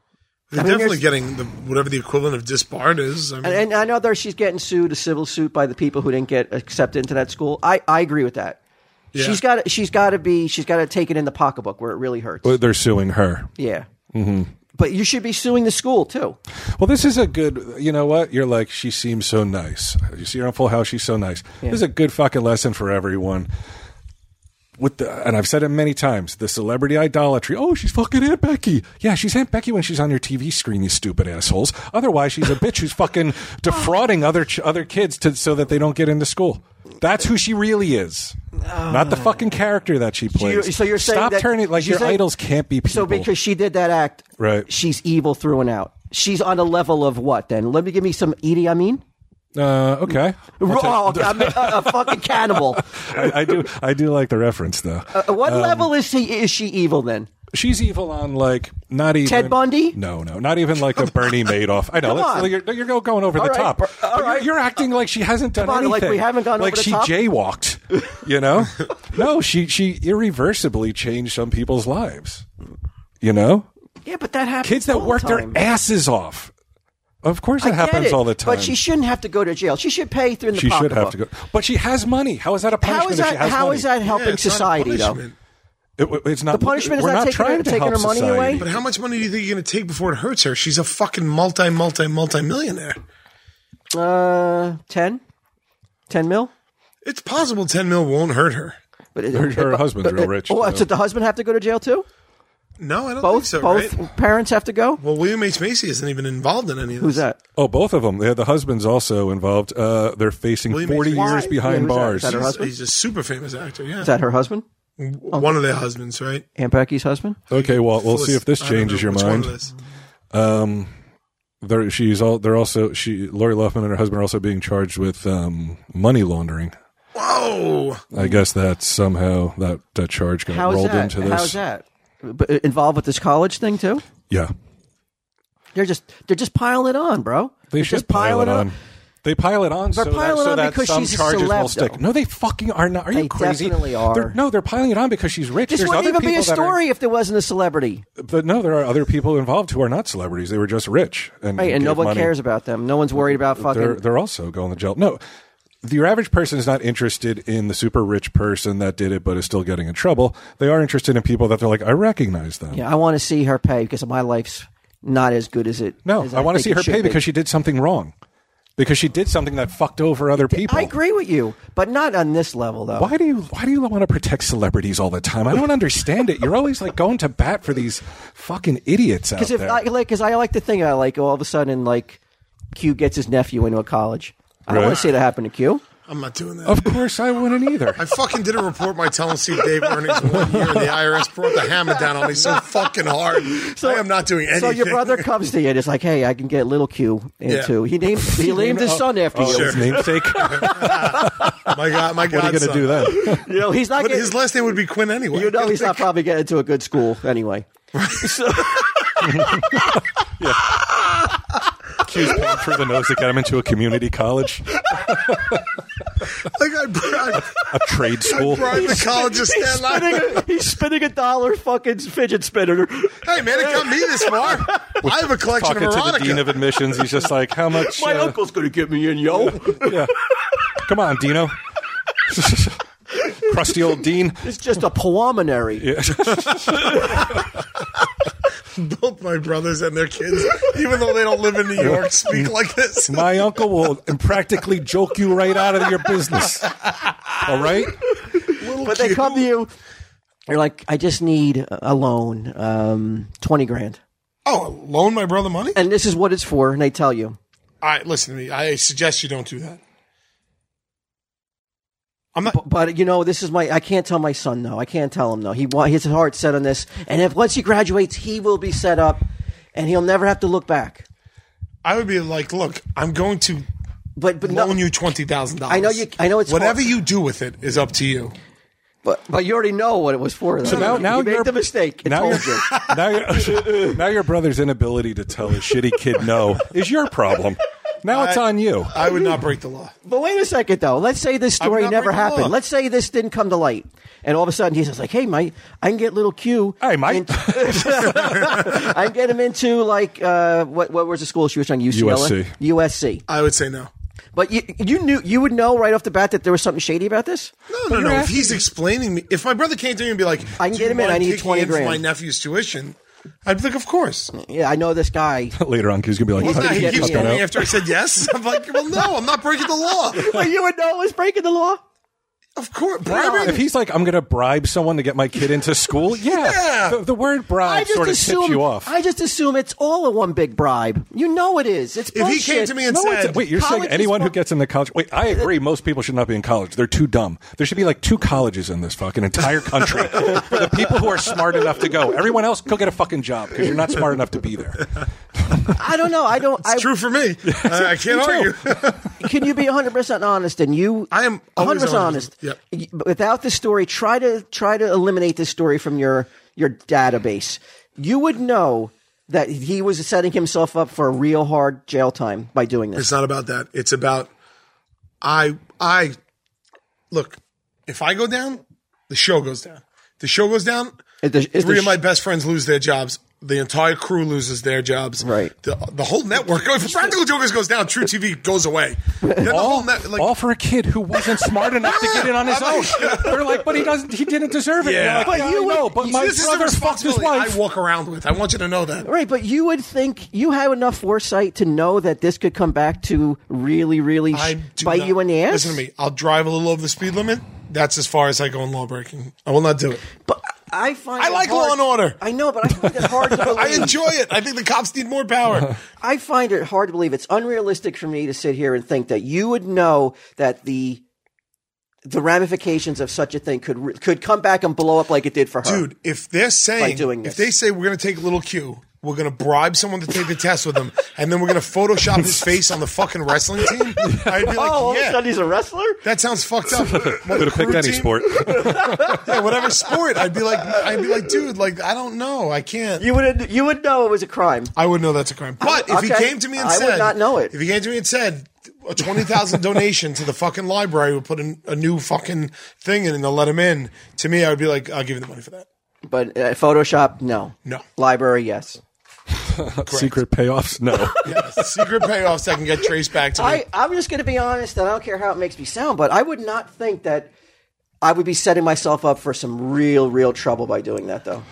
Speaker 2: They're
Speaker 3: I mean,
Speaker 2: definitely
Speaker 3: there's-
Speaker 2: getting the whatever the equivalent of disbarred is. I mean,
Speaker 3: And, and I know there she's getting sued, a civil suit by the people who didn't get accepted into that school. I, I agree with that.
Speaker 2: Yeah.
Speaker 3: She's got she's got to be she's got to take it in the pocketbook where it really hurts.
Speaker 1: But They're suing her.
Speaker 3: Yeah. Mm-hmm. But you should be suing the school too.
Speaker 1: Well, this is a good. You know what? You're like she seems so nice. You see her on Full House. She's so nice. This is a good fucking lesson for everyone. With the, and I've said it many times, the celebrity idolatry. Oh, she's fucking Aunt Becky. Yeah, she's Aunt Becky when she's on your TV screen. You stupid assholes. Otherwise, she's a bitch who's
Speaker 3: [LAUGHS]
Speaker 1: fucking defrauding other ch- other kids to so that they don't get into school. That's who she really is, not the fucking character that she plays.
Speaker 3: you- Oh. so you're saying
Speaker 1: stop
Speaker 3: that-
Speaker 1: turning like
Speaker 3: you're
Speaker 1: your
Speaker 3: saying-
Speaker 1: idols can't be people.
Speaker 3: So because she did that act,
Speaker 1: Right.
Speaker 3: She's evil through and out. She's on a level of what then? Let me give me some Edie Amin.
Speaker 1: uh, okay,
Speaker 3: Oh, I'm a, a
Speaker 1: [LAUGHS]
Speaker 3: fucking cannibal.
Speaker 1: I, I do I do like the reference though.
Speaker 3: At what
Speaker 1: Um,
Speaker 3: level is she? Is she evil then?
Speaker 1: She's evil on like not even
Speaker 3: Ted Bundy?
Speaker 1: No, no, not even
Speaker 3: [LAUGHS]
Speaker 1: like a Bernie Madoff. I know
Speaker 3: Come
Speaker 1: that's,
Speaker 3: on.
Speaker 1: you're, you're going over the
Speaker 3: right,
Speaker 1: top.
Speaker 3: all
Speaker 1: But you're-
Speaker 3: right.
Speaker 1: You're, acting like she hasn't done
Speaker 3: Come on,
Speaker 1: anything.
Speaker 3: like we haven't gone
Speaker 1: Like
Speaker 3: over the
Speaker 1: she
Speaker 3: top?
Speaker 1: jaywalked. you
Speaker 3: [LAUGHS]
Speaker 1: know no she she irreversibly changed some people's lives you know
Speaker 3: Yeah, but that happens.
Speaker 1: kids that
Speaker 3: all
Speaker 1: work
Speaker 3: the
Speaker 1: their
Speaker 3: time.
Speaker 1: asses off of course it
Speaker 3: Get
Speaker 1: happens
Speaker 3: it,
Speaker 1: all the time
Speaker 3: But she shouldn't have to go to jail. She should pay through the
Speaker 1: She should have
Speaker 3: pocketbook.
Speaker 1: to go but she has money how is that a punishment
Speaker 3: How is
Speaker 1: if she
Speaker 3: that?
Speaker 1: has
Speaker 3: How
Speaker 1: money
Speaker 3: is that helping
Speaker 2: Yeah, it's not a
Speaker 3: society though?
Speaker 2: punishment.
Speaker 1: It- it's not
Speaker 3: The punishment is
Speaker 1: we're
Speaker 3: not taking her-
Speaker 1: trying to
Speaker 3: taking
Speaker 1: help
Speaker 3: her money
Speaker 1: society.
Speaker 3: away?
Speaker 2: But how much money do you think you're going to take before it hurts her? She's a fucking multi, multi, multi millionaire.
Speaker 3: Uh, ten, ten mil.
Speaker 2: It's possible 10 mil won't hurt her.
Speaker 3: But it,
Speaker 1: Her- her
Speaker 3: but-
Speaker 1: husband's
Speaker 3: but
Speaker 1: real
Speaker 3: it-
Speaker 1: rich,
Speaker 3: Oh,
Speaker 1: so-
Speaker 3: did the husband have to go to jail too?
Speaker 2: No, I don't think
Speaker 3: Both
Speaker 2: so,
Speaker 3: both
Speaker 2: right?
Speaker 3: parents have to go.
Speaker 2: Well, William H. Macy isn't even involved in any of this.
Speaker 3: Who's that?
Speaker 1: Oh, both of them. Yeah, the husband's also involved. Uh, they're facing
Speaker 2: William
Speaker 1: 40
Speaker 2: H.
Speaker 1: years
Speaker 2: Why?
Speaker 1: behind
Speaker 3: Yeah, who's that?
Speaker 1: bars.
Speaker 3: Is that her
Speaker 2: He's,
Speaker 3: husband?
Speaker 2: he's a super famous actor, yeah.
Speaker 3: Is that her husband?
Speaker 2: One of their husbands, right?
Speaker 3: Aunt Becky's husband?
Speaker 1: Okay, well, we'll see
Speaker 2: Phyllis-
Speaker 1: if this
Speaker 2: I don't
Speaker 1: changes
Speaker 2: know
Speaker 1: your
Speaker 2: which one
Speaker 1: mind.
Speaker 2: it is.
Speaker 1: They're, she's all. They're also. She, Lori Loughlin, and her husband are also being charged with um, money laundering.
Speaker 2: Whoa!
Speaker 1: I guess that somehow that that charge got
Speaker 3: Mm. How's
Speaker 1: rolled
Speaker 3: that?
Speaker 1: into this.
Speaker 3: How's that? But uh, involved with this college thing too?
Speaker 1: Yeah,
Speaker 3: They're just they're just piling it on, bro.
Speaker 1: they
Speaker 3: are
Speaker 1: should
Speaker 3: just piling
Speaker 1: pile it on. They pile it on. They're so
Speaker 3: piling
Speaker 1: that, so
Speaker 3: on
Speaker 1: that
Speaker 3: because
Speaker 1: some
Speaker 3: she's a
Speaker 1: charges
Speaker 3: celeb,
Speaker 1: will stick.
Speaker 3: though.
Speaker 1: No, they fucking are not. Are
Speaker 3: They
Speaker 1: you crazy?
Speaker 3: definitely are.
Speaker 1: They're- no, they're piling it on because she's rich.
Speaker 3: This
Speaker 1: There's
Speaker 3: wouldn't
Speaker 1: other
Speaker 3: even be
Speaker 1: people
Speaker 3: a
Speaker 1: that are-
Speaker 3: story if there wasn't a celebrity,
Speaker 1: But no, there are other people involved who are not celebrities. They were just rich, and
Speaker 3: right? And no
Speaker 1: give
Speaker 3: one
Speaker 1: money.
Speaker 3: cares about them. No one's worried about fucking.
Speaker 1: They're they're also going to jail. No, the- your average person is not interested in the super rich person that did it, but is still getting in trouble. They are interested in people that they're like, I recognize them.
Speaker 3: yeah, I want to see her pay because my life's not as good as it.
Speaker 1: No,
Speaker 3: as
Speaker 1: I want to
Speaker 3: think
Speaker 1: see
Speaker 3: it
Speaker 1: her
Speaker 3: should
Speaker 1: pay
Speaker 3: be.
Speaker 1: because she did something wrong, because she did something that fucked over other people.
Speaker 3: I agree with you, but not on this level though.
Speaker 1: Why do you why do you want to protect celebrities all the time? I don't understand it. You're always like going to bat for these fucking idiots out
Speaker 3: Because if
Speaker 1: there.
Speaker 3: I like, because I like the thing I like. All of a sudden, like Q gets his nephew into a college. I don't
Speaker 1: Right.
Speaker 3: want to see that happen to Q.
Speaker 2: I'm not doing that.
Speaker 1: of course, I wouldn't either.
Speaker 2: I fucking did a report my Tell and Steve Dave earnings one year, and the IRS brought the hammer down on me so fucking hard. I am not doing anything.
Speaker 3: So your brother comes to you and it's like, "Hey, I can get little Q
Speaker 2: Yeah.
Speaker 3: into." He
Speaker 1: [LAUGHS]
Speaker 3: named he named his son after you.
Speaker 1: Oh, his namesake. what
Speaker 2: my god, my
Speaker 1: are
Speaker 2: god,
Speaker 1: you going to do then?
Speaker 2: [LAUGHS]
Speaker 3: You know, he's not
Speaker 2: But
Speaker 3: getting.
Speaker 2: his last name would be Quinn anyway.
Speaker 3: you know, he's not probably getting into a good school anyway.
Speaker 1: Q's paying through the nose to get him into a community college,
Speaker 2: like I bribed,
Speaker 1: a
Speaker 2: [LAUGHS]
Speaker 1: trade school.
Speaker 2: bribed the college to stand
Speaker 3: Spinning
Speaker 2: like,
Speaker 3: a- he's spinning a dollar fucking fidget spinner.
Speaker 2: hey man, it got me this far. I have a collection of
Speaker 1: Talking to the dean
Speaker 2: erotica.
Speaker 1: of admissions, he's just like, "How much?
Speaker 3: My
Speaker 1: uh,
Speaker 3: uncle's going to get me in, yo.
Speaker 1: yeah. Come on, Dino." Crusty old dean.
Speaker 3: it's just a preliminary.
Speaker 2: Both my brothers and their kids, even though they don't live in New York, speak like this.
Speaker 1: My uncle will practically joke you right out of your business. All right.
Speaker 3: But they come to you. You're like, I just need a loan, um, twenty grand,
Speaker 2: [LAUGHS] Oh, loan my brother money? All
Speaker 3: and this is what it's for. And they tell you,
Speaker 2: right, listen to me. I suggest you don't do that. I'm not.
Speaker 3: but you know, this is my. I can't tell my son no. I can't tell him no. He wa- his heart's set on this, and if once he graduates, he will be set up, and he'll never have to look back.
Speaker 2: I would be like, look, I'm going to
Speaker 3: But but no,
Speaker 2: loan you twenty thousand dollars.
Speaker 3: I know you. I know it's
Speaker 2: Whatever
Speaker 3: hard,
Speaker 2: you do with it is up to you.
Speaker 3: But but you already know what it was for.
Speaker 1: So now, now
Speaker 3: you
Speaker 1: your-
Speaker 3: made the mistake. and
Speaker 1: Now,
Speaker 3: told
Speaker 1: your-
Speaker 3: you.
Speaker 1: [LAUGHS] now, your- now your brother's inability to tell his shitty kid no is your problem. Now it's
Speaker 2: I-
Speaker 1: on you.
Speaker 2: I would not break the law.
Speaker 3: But wait a second, though. Let's say this
Speaker 2: would
Speaker 3: story
Speaker 2: not
Speaker 3: never
Speaker 2: break the law.
Speaker 3: happened. Let's say this didn't come to light, and all of a sudden he's just like, "Hey, Mike, I can get little Q.
Speaker 1: Hey, Mike.
Speaker 3: in- [LAUGHS] I can get him into like uh, what? What was the school she was on? UCLA,
Speaker 1: USC.
Speaker 3: USC.
Speaker 2: I would say no.
Speaker 3: But you, you knew you would know right off the bat that there was something shady about this.
Speaker 2: No, no, no. If he's explaining me, if my brother came to me and be like,
Speaker 3: I can
Speaker 2: "Do
Speaker 3: get
Speaker 2: you
Speaker 3: him in, I
Speaker 2: mind
Speaker 3: need
Speaker 2: kicking
Speaker 3: 20
Speaker 2: in for
Speaker 3: grand."
Speaker 2: my nephew's tuition," I'd be like, "Of course."
Speaker 3: Yeah, I know this [LAUGHS] guy.
Speaker 1: Later on, he's gonna be like,
Speaker 3: He's
Speaker 1: "Cut-
Speaker 3: not-
Speaker 2: he
Speaker 3: get
Speaker 1: cut
Speaker 2: keeps
Speaker 1: that out."
Speaker 2: going after I said yes. [LAUGHS] I'm like, "Well, no, I'm not breaking the law."
Speaker 3: but you would know it was breaking the law.
Speaker 2: Of course,
Speaker 1: If
Speaker 2: bribery.
Speaker 1: he's like, I'm going to bribe someone to get my kid into
Speaker 2: [LAUGHS]
Speaker 1: school, yeah.
Speaker 2: Yeah.
Speaker 1: The, the word bribe
Speaker 3: I just
Speaker 1: sort of
Speaker 3: assume.
Speaker 1: tips you off.
Speaker 3: I just assume it's all a one big bribe. You know it is. It's
Speaker 2: If
Speaker 3: bullshit.
Speaker 2: he came to me and
Speaker 1: no,
Speaker 2: said,
Speaker 1: it's, wait, you're saying
Speaker 3: College is
Speaker 1: anyone who
Speaker 3: fuck-
Speaker 1: gets into college. Wait, I agree. Most people should not be in college. They're too dumb. There should be like two colleges in this fucking entire
Speaker 2: [LAUGHS]
Speaker 1: country for the people who are smart enough to go. Everyone else, go get a fucking job because you're not smart enough to be
Speaker 2: [LAUGHS]
Speaker 1: there.
Speaker 3: I don't know. I don't. I,
Speaker 2: "True for
Speaker 3: [LAUGHS]
Speaker 2: me," I, I can't argue.
Speaker 3: can you be 100% honest and you
Speaker 2: I am always
Speaker 3: 100%
Speaker 2: honest.
Speaker 3: honest,
Speaker 2: Yep.
Speaker 3: Y- without the story try to try to eliminate this story from your your database you would know that he was setting himself up for a real hard jail time by doing this
Speaker 2: It's not about that. It's about I I look. If I go down, the show goes down. The show goes down.
Speaker 3: Is the- is the
Speaker 2: three of
Speaker 3: sh-
Speaker 2: my best friends lose their jobs. The entire crew loses their jobs.
Speaker 3: Right.
Speaker 2: The, the whole network. If Practical Jokers goes down, True TV goes
Speaker 3: [LAUGHS]
Speaker 2: away. Then the whole net, like,
Speaker 5: all for a kid who wasn't smart enough to get it on
Speaker 2: [LAUGHS]
Speaker 5: his own. They're like, but he doesn't. He didn't deserve it.
Speaker 2: Yeah.
Speaker 5: You're like,
Speaker 2: But
Speaker 5: yeah,
Speaker 3: you
Speaker 5: I
Speaker 3: would-
Speaker 5: know, but my
Speaker 2: this is the
Speaker 5: brother fucked his
Speaker 2: responsibility
Speaker 5: wife.
Speaker 2: I walk around with. I want you to know that.
Speaker 3: Right, but you would think you have enough foresight to know that this could come back to really, really sh-
Speaker 2: I do
Speaker 3: bite
Speaker 2: not-
Speaker 3: you in the ass.
Speaker 2: Listen to me. I'll drive a little over the speed limit. That's as far as I go in law breaking. I will not do it.
Speaker 3: But I find
Speaker 2: I
Speaker 3: it
Speaker 2: like
Speaker 3: hard-
Speaker 2: Law and Order.
Speaker 3: I know, but I find it hard to
Speaker 2: [LAUGHS]
Speaker 3: believe.
Speaker 2: I enjoy it. I think the cops need more
Speaker 5: [LAUGHS]
Speaker 2: power.
Speaker 3: I find it hard to believe. It's unrealistic for me to sit here and think that you would know that the the ramifications of such a thing could re- could come back and blow up like it did for her.
Speaker 2: Dude, if they're saying,
Speaker 3: doing
Speaker 2: if
Speaker 3: this.
Speaker 2: they say we're going to take little Q, we're going to bribe someone to take the test with him, [LAUGHS] and then we're going to Photoshop his face on the fucking wrestling
Speaker 3: [LAUGHS]
Speaker 2: team, I'd be like,
Speaker 3: oh, all of a
Speaker 2: yeah,
Speaker 3: sudden he's a wrestler.
Speaker 2: that sounds fucked
Speaker 6: [LAUGHS]
Speaker 2: up.
Speaker 6: Could have picked any
Speaker 2: Routine- [LAUGHS]
Speaker 6: sport.
Speaker 1: Uh,
Speaker 2: yeah, whatever sport. I'd be like, I'd be like, dude, like I don't know, I can't.
Speaker 3: You would you would know it was a crime.
Speaker 2: I would know that's a crime. But if he
Speaker 3: okay.
Speaker 2: came to me and
Speaker 3: I would
Speaker 2: said,
Speaker 3: not know it.
Speaker 2: If he came to me and said a twenty thousand donation to the fucking library would put in a new fucking thing in and they'll let him in, to me I would be like, I'll give you the money for that. [LAUGHS]
Speaker 3: But uh, Photoshop, no.
Speaker 2: No.
Speaker 3: Library, yes.
Speaker 1: Secret payoffs? No.
Speaker 2: Yeah, secret payoffs that can get traced back to me.
Speaker 3: I, I'm just going to be honest, and I don't care how it makes me sound, but I would not think that I would be setting myself up for some real, real trouble by doing that, though.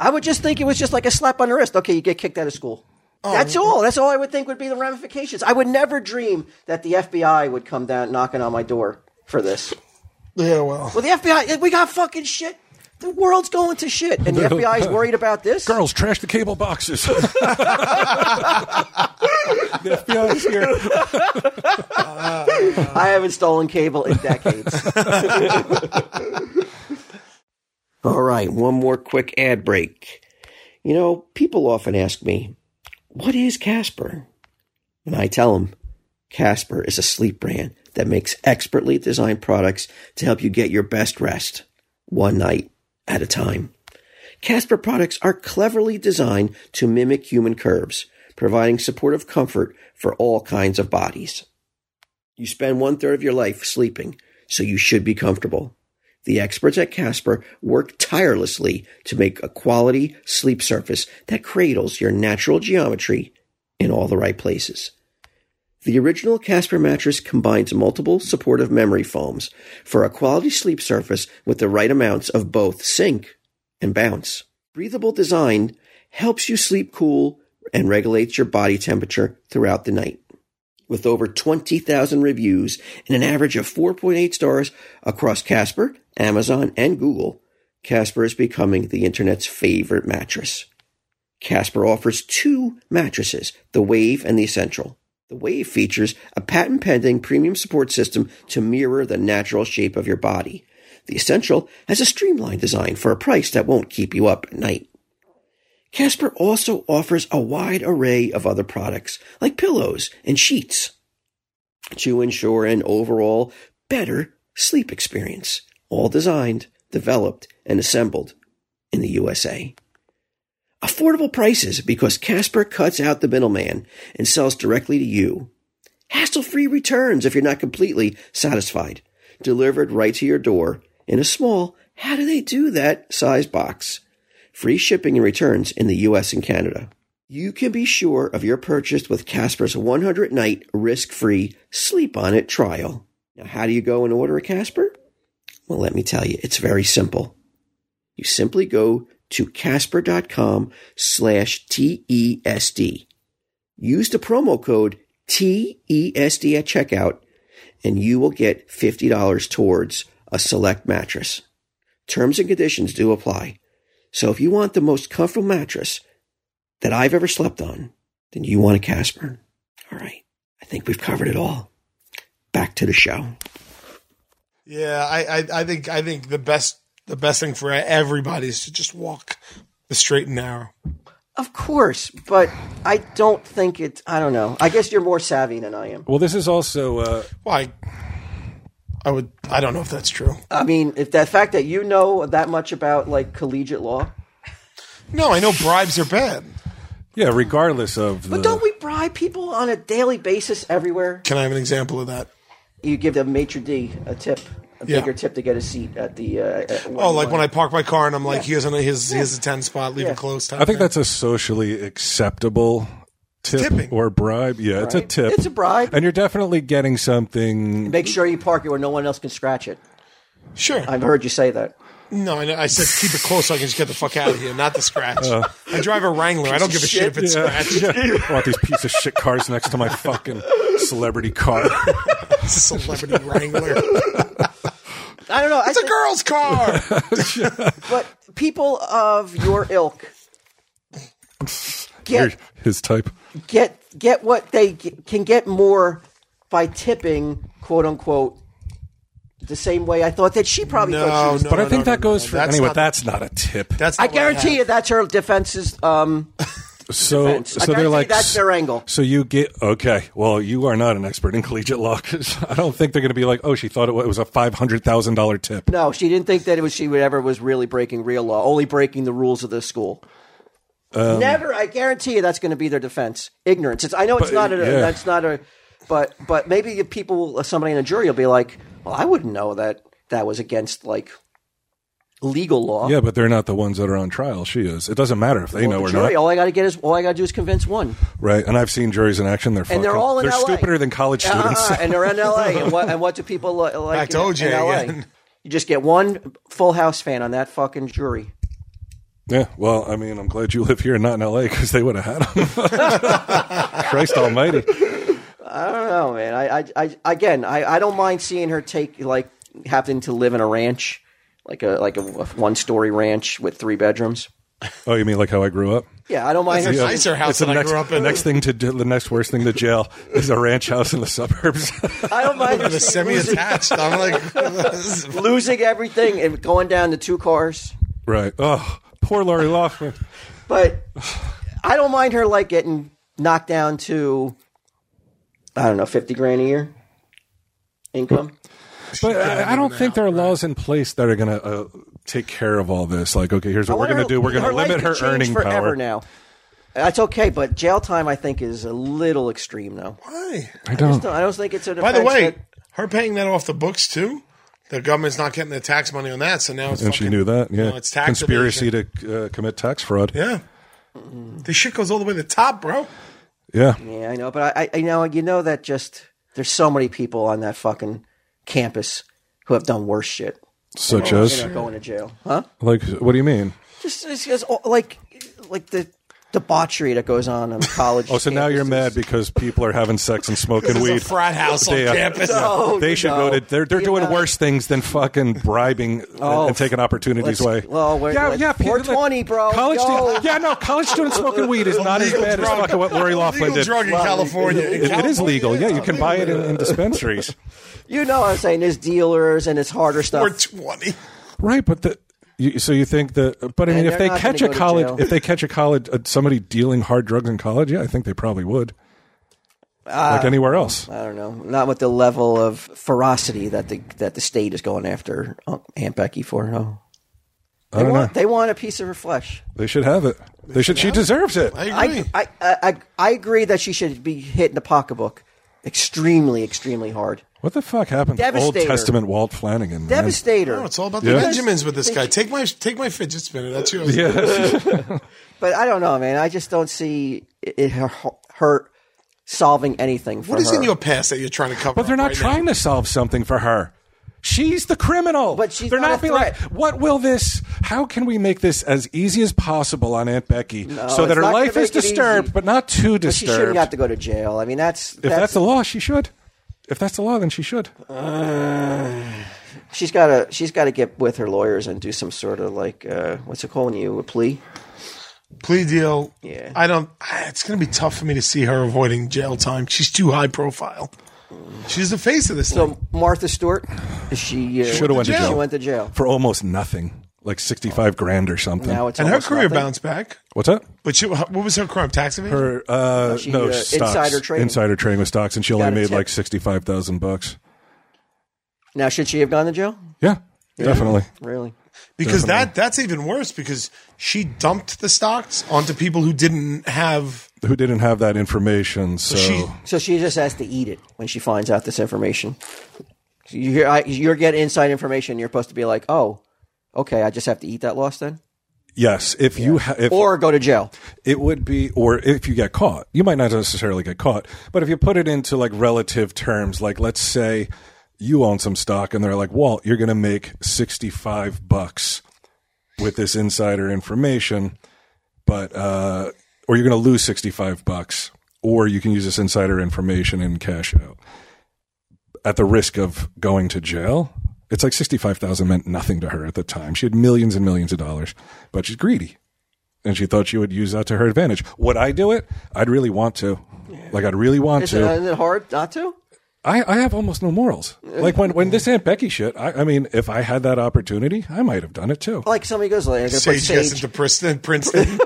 Speaker 3: I would just think it was just like a slap on the wrist. Okay, you get kicked out of school.
Speaker 2: Oh,
Speaker 3: That's all. That's all I would think would be the ramifications. I would never dream that the FBI would come down knocking on my door for this.
Speaker 2: yeah, well.
Speaker 3: Well, the FBI, we got fucking shit. The world's going to shit,
Speaker 2: [LAUGHS]
Speaker 3: and the FBI is worried about this.
Speaker 1: Girls, trash the cable boxes. [LAUGHS] the FBI is here.
Speaker 3: [LAUGHS] I haven't stolen cable in decades. [LAUGHS] All right, one more quick ad break. You know, people often ask me, what is Casper? And I tell them, Casper is a sleep brand that makes expertly designed products to help you get your best rest one night at a time. Casper products are cleverly designed to mimic human curves, providing supportive comfort for all kinds of bodies. You spend one third of your life sleeping, so you should be comfortable. The experts at Casper work tirelessly to make a quality sleep surface that cradles your natural geometry in all the right places. The original Casper mattress combines multiple supportive memory foams for a quality sleep surface with the right amounts of both sink and bounce. Breathable design helps you sleep cool and regulates your body temperature throughout the night with over 20,000 reviews and an average of 4.8 stars across Casper, Amazon, and Google, Casper is becoming the internet's favorite mattress. Casper offers two mattresses, the Wave and the Essential. The Wave features a patent pending premium support system to mirror the natural shape of your body. The Essential has a streamlined design for a price that won't keep you up at night. Casper also offers a wide array of other products like pillows and sheets to ensure an overall better sleep experience, all designed, developed, and assembled in the USA. Affordable prices because Casper cuts out the middleman and sells directly to you. Hassle free returns if you're not completely satisfied, delivered right to your door in a small, how do they do that size box free shipping and returns in the US and Canada. You can be sure of your purchase with Casper's 100 night risk free sleep on it trial. Now, how do you go and order a Casper? Well, let me tell you, it's very simple. You simply go to casper.com slash TESD. Use the promo code TESD at checkout and you will get $50 towards a select mattress. Terms and conditions do apply. So if you want the most comfortable mattress that I've ever slept on, then you want a Casper. All right. I think we've covered it all. Back to the show.
Speaker 2: Yeah, I, I, I think I think the best the best thing for everybody is to just walk the straight and narrow.
Speaker 3: Of course, but I don't think it's, I don't know. I guess you're more savvy than I am.
Speaker 1: Well, this is also uh,
Speaker 2: Why? I would. I don't know if that's true.
Speaker 3: I mean, if the fact that you know that much about like collegiate law,
Speaker 2: No, I know bribes are bad.
Speaker 1: yeah. Regardless of
Speaker 2: Uh.
Speaker 3: but
Speaker 1: the,
Speaker 3: don't we bribe people on a daily basis everywhere?
Speaker 2: Can I have an example of that?
Speaker 3: You give the maitre d a tip. a
Speaker 2: Yeah.
Speaker 3: bigger tip to get a seat at the. Uh, at
Speaker 2: Oh, like when I park my car and I'm like, here's an, here's here's a ten spot, leave
Speaker 3: Yeah.
Speaker 2: it closed. type
Speaker 1: I think
Speaker 2: thing.
Speaker 1: that's a socially acceptable tip
Speaker 2: Tipping.
Speaker 1: or bribe. Yeah, it's a
Speaker 3: Right.
Speaker 1: tip.
Speaker 3: It's a bribe.
Speaker 1: And you're definitely getting something.
Speaker 3: make sure you park it where no one else can scratch it.
Speaker 2: sure.
Speaker 3: I've heard you say that.
Speaker 2: no, I, know. I said keep it close so I can just get the fuck out of here, not the scratch.
Speaker 1: Uh.
Speaker 2: I drive a Wrangler. I don't give a shit, if it's
Speaker 1: Yeah, [LAUGHS]
Speaker 2: scratched.
Speaker 1: yeah. I want these piece of shit cars next to my fucking celebrity car.
Speaker 2: It's a celebrity Wrangler.
Speaker 3: I don't know. I
Speaker 2: It's a
Speaker 3: think-
Speaker 2: girl's car.
Speaker 3: [LAUGHS] but people of your
Speaker 2: [LAUGHS]
Speaker 3: ilk
Speaker 1: You're
Speaker 3: get
Speaker 1: His type.
Speaker 3: get get what they g- can get more by tipping, quote unquote, the same way I thought that she probably thought she
Speaker 2: No,
Speaker 3: was.
Speaker 2: no.
Speaker 1: But I think
Speaker 2: no,
Speaker 1: that
Speaker 2: no,
Speaker 1: goes
Speaker 2: no.
Speaker 1: for
Speaker 2: That's
Speaker 1: anyway.
Speaker 2: not-
Speaker 1: that's not a tip.
Speaker 2: That's
Speaker 3: I
Speaker 2: not what
Speaker 3: guarantee
Speaker 2: had.
Speaker 3: you that's her defenses. Um,
Speaker 1: so
Speaker 3: defense. I
Speaker 1: so they're
Speaker 3: guarantee
Speaker 1: like
Speaker 3: that's their angle.
Speaker 1: So you get okay. Well, you are not an expert in collegiate law. 'cause I don't think they're going to be like, oh, she thought it wa- it was a five hundred thousand dollar tip.
Speaker 3: no, she didn't think that it was she would ever was really breaking real law, only breaking the rules of the school.
Speaker 1: Um,
Speaker 3: Never, I guarantee you that's going to be their defense. Ignorance. It's, I know it's
Speaker 1: But,
Speaker 3: not a.
Speaker 1: yeah.
Speaker 3: That's not a. But but maybe if people, somebody in a jury will be like, well, I wouldn't know that that was against like legal law.
Speaker 1: Yeah, but they're not the ones that are on trial. She is. It doesn't matter if they know
Speaker 3: the
Speaker 1: or
Speaker 3: jury,
Speaker 1: not,
Speaker 3: all I got to get is all I got to do is convince one,
Speaker 1: right? And I've seen juries in action. They're fucking,
Speaker 3: and they're all in
Speaker 1: they're
Speaker 3: LA.
Speaker 1: stupider than college students.
Speaker 3: Uh-uh, and they're in LA. and, what, and what do people li- like?
Speaker 2: Back to
Speaker 3: in- in
Speaker 2: OJ
Speaker 3: LA?
Speaker 2: again.
Speaker 3: You just get one Full House fan on that fucking jury.
Speaker 1: [LAUGHS] Yeah, well, I mean, I'm glad you live here and not in LA because they would have had them. [LAUGHS] Christ Almighty!
Speaker 3: Oh man, I, I, I again, I, I don't mind seeing her take like having to live in a ranch, like a like a one story ranch with three bedrooms.
Speaker 1: Oh, you mean like how I grew up?
Speaker 3: Yeah, I don't mind her.
Speaker 2: That's a
Speaker 3: saying-
Speaker 2: nicer house
Speaker 1: It's the
Speaker 2: than I
Speaker 1: next,
Speaker 2: grew up in.
Speaker 1: next thing to do, the next worst thing to jail is a ranch house in the suburbs. [LAUGHS]
Speaker 3: I don't mind her
Speaker 2: the
Speaker 3: saying losing,
Speaker 2: semi-attached. I'm like, this is-
Speaker 3: losing everything and going down to two cars.
Speaker 1: right? Oh, poor Lori Loughlin.
Speaker 3: But I don't mind her like getting knocked down to I don't know fifty grand a year income.
Speaker 1: But I, I don't think there are laws in place that are going to uh, take care of all this. Like, okay, here's what we're
Speaker 3: I
Speaker 1: going to
Speaker 3: wonder-
Speaker 1: do: we're going to
Speaker 3: life
Speaker 1: limit her
Speaker 3: could change
Speaker 1: earning
Speaker 3: forever
Speaker 1: power.
Speaker 3: now. That's okay, but jail time I think is a little extreme though.
Speaker 2: why?
Speaker 1: I don't.
Speaker 3: No, I don't think it's a.
Speaker 2: By the
Speaker 3: defense
Speaker 2: way,
Speaker 3: that-
Speaker 2: her paying that off the books too. The government's not getting the tax money on that, so now it's
Speaker 1: And
Speaker 2: fucking,
Speaker 1: she knew that. Yeah,
Speaker 2: No, it's tax
Speaker 1: conspiracy to uh, commit tax fraud.
Speaker 2: Yeah, this shit goes all the way to the top, bro.
Speaker 1: yeah.
Speaker 3: Yeah, I know, but I, I- I know you know that just there's so many people on that fucking campus who have done worse shit.
Speaker 1: Such
Speaker 3: They're
Speaker 1: as,
Speaker 3: not going to jail, huh?
Speaker 1: like, what do you mean?
Speaker 3: Just it's, just all- like like the debauchery that goes on on
Speaker 1: [LAUGHS]
Speaker 3: college.
Speaker 1: Oh, so now you're mad because people are having sex and smoking
Speaker 2: There's
Speaker 1: weed.
Speaker 2: a frat house on
Speaker 1: They, uh,
Speaker 2: campus.
Speaker 3: No,
Speaker 1: they should
Speaker 3: no.
Speaker 1: go to. They're they're
Speaker 3: The
Speaker 1: doing
Speaker 3: amount-
Speaker 1: worse things than fucking bribing and-
Speaker 3: Oh,
Speaker 1: and taking opportunities away.
Speaker 3: Let's- Well, we're, yeah, yeah,
Speaker 1: people-
Speaker 3: 420, bro.
Speaker 1: College
Speaker 3: Yo.
Speaker 1: students, yeah, no, college students smoking weed is not as
Speaker 2: Illegal
Speaker 1: bad as
Speaker 2: drug.
Speaker 1: fucking what Lori Laughlin
Speaker 2: Legal
Speaker 1: did.
Speaker 2: drug in California. In
Speaker 1: It- it is
Speaker 2: California,
Speaker 1: legal. Yeah,
Speaker 2: it's
Speaker 1: you can buy it in, in dispensaries.
Speaker 3: You know what I'm saying? There's dealers and it's harder stuff.
Speaker 2: Or twenty.
Speaker 1: [LAUGHS] Right, but the you, so you think that? But I mean,
Speaker 3: And
Speaker 1: if they
Speaker 3: they're not
Speaker 1: catch a
Speaker 3: gonna go to
Speaker 1: college,
Speaker 3: jail.
Speaker 1: if they catch a college, uh, somebody dealing hard drugs in college, yeah, I think they probably would.
Speaker 3: Ah.
Speaker 1: like anywhere else,
Speaker 3: I don't know. Not with the level of ferocity that the that the state is going after um, Aunt Becky for. Oh. They
Speaker 1: I don't
Speaker 3: want
Speaker 1: know.
Speaker 3: they want a piece of her flesh.
Speaker 1: They should have it. They should. She deserves it.
Speaker 2: I agree.
Speaker 3: I, I, I, I- I agree that she should be hit in the pocketbook extremely, extremely hard.
Speaker 1: What the fuck happened to Old
Speaker 3: Devastator.
Speaker 1: Testament Walt Flanagan? man?
Speaker 3: Devastator.
Speaker 2: No, it's all about
Speaker 1: Yeah.
Speaker 2: the Benjamins with this guy. Take my take my fidget spinner. That's yours.
Speaker 1: Yeah.
Speaker 3: but I don't know, man. I just don't see it, it- her, her solving anything for
Speaker 2: What is
Speaker 3: her.
Speaker 2: in your past that you're trying to cover?
Speaker 1: but they're
Speaker 2: up
Speaker 1: not
Speaker 2: right
Speaker 1: trying
Speaker 2: now?
Speaker 1: to solve something for her. She's the criminal.
Speaker 3: But she's
Speaker 1: they're
Speaker 3: not
Speaker 1: not,
Speaker 3: a
Speaker 1: being
Speaker 3: threat.
Speaker 1: like, what will this? How can we make this as easy as possible on Aunt Becky so
Speaker 3: it's
Speaker 1: that her
Speaker 3: not gonna
Speaker 1: life is
Speaker 3: make it
Speaker 1: disturbed,
Speaker 3: easy.
Speaker 1: but not too disturbed?
Speaker 3: She shouldn't have to go to jail. I mean, that's,
Speaker 1: if
Speaker 3: that's,
Speaker 1: that's, the law, she should. If that's the law, then she should.
Speaker 3: [SIGHS] she's got to she's got to get with her lawyers and do some sort of like uh, what's it called when you a plea.
Speaker 2: plea deal.
Speaker 3: Yeah.
Speaker 2: I don't. It's going to be tough for me to see her avoiding jail time. She's too high profile. She's the face of this.
Speaker 3: So
Speaker 2: thing.
Speaker 3: Martha Stewart, she uh,
Speaker 1: Shoulda went to
Speaker 3: She
Speaker 1: jail.
Speaker 3: went to jail.
Speaker 1: For almost nothing, like sixty-five grand or something.
Speaker 3: Now it's
Speaker 2: and her
Speaker 3: almost
Speaker 2: career
Speaker 3: nothing.
Speaker 2: bounced back.
Speaker 1: What's that?
Speaker 2: But she, what was her crime? Tax evasion.
Speaker 1: Her uh,
Speaker 3: she,
Speaker 1: no
Speaker 3: uh,
Speaker 1: stocks.
Speaker 3: insider trading.
Speaker 1: Insider trading with stocks, and she only
Speaker 3: Got a
Speaker 1: made
Speaker 3: tip.
Speaker 1: like sixty-five thousand bucks.
Speaker 3: Now should she have gone to jail?
Speaker 1: Yeah, definitely.
Speaker 3: Really?
Speaker 2: because that that's even worse because she dumped the stocks onto people who didn't have.
Speaker 1: Who didn't have that information? So,
Speaker 2: She
Speaker 3: So she just has to eat it when she finds out this information. You hear, I, you're getting inside information. You're supposed to be like, oh, okay, I just have to eat that loss then,
Speaker 1: Yes, if you ha- if
Speaker 3: or go to jail.
Speaker 1: it would be, or if you get caught, you might not necessarily get caught, but if you put it into like relative terms, like let's say you own some stock and they're like, Walt, you're going to make 65 bucks with this insider information, but, uh, or you're going to lose 65 bucks, or you can use this insider information and cash out at the risk of going to jail. It's like 65,000 meant nothing to her at the time. She had millions and millions of dollars, but she's greedy and she thought she would use that to her advantage. Would I do it? I'd really want to. Like I'd really want
Speaker 3: Is it,
Speaker 1: to.
Speaker 3: isn't it hard not to?
Speaker 1: I, I have almost no morals. Like when, when this Aunt Becky shit, I, I mean, if I had that opportunity, I might have done it too.
Speaker 3: Like somebody goes like, I
Speaker 2: Sage gets into Princeton.
Speaker 3: [LAUGHS]
Speaker 2: Princeton.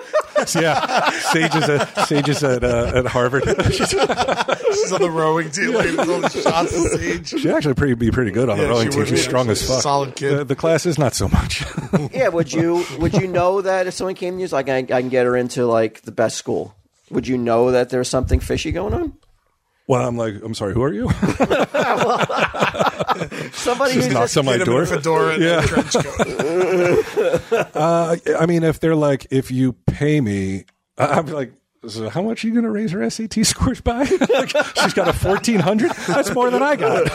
Speaker 1: yeah, [LAUGHS] Sage is at Sage is at uh, at Harvard. [LAUGHS]
Speaker 2: She's on the rowing team. Like, with all the shots
Speaker 1: [LAUGHS]
Speaker 2: of Sage.
Speaker 1: She'd actually pretty, be pretty good on
Speaker 2: Yeah,
Speaker 1: the rowing
Speaker 2: she
Speaker 1: team.
Speaker 2: would
Speaker 1: She's
Speaker 2: be.
Speaker 1: strong as
Speaker 2: She's a
Speaker 1: fuck.
Speaker 2: solid kid.
Speaker 1: The, the class is not so much. [LAUGHS]
Speaker 3: Yeah, would you would you know that if someone came to you it's like I, I can get her into like the best school? Would you know that there's something fishy going on?
Speaker 1: well, I'm like, I'm sorry, who are
Speaker 2: [LAUGHS]
Speaker 1: you?
Speaker 3: Somebody who's
Speaker 1: Knocks on my
Speaker 2: Get him in
Speaker 1: door.
Speaker 2: a fedora
Speaker 1: [LAUGHS]
Speaker 2: and
Speaker 1: Yeah.
Speaker 2: a trench coat.
Speaker 1: Uh, I mean, if they're like, if you pay me, I- I'd be like, so how much are you going to raise her SAT scores by? [LAUGHS] like, she's got a 1400. That's more than I got.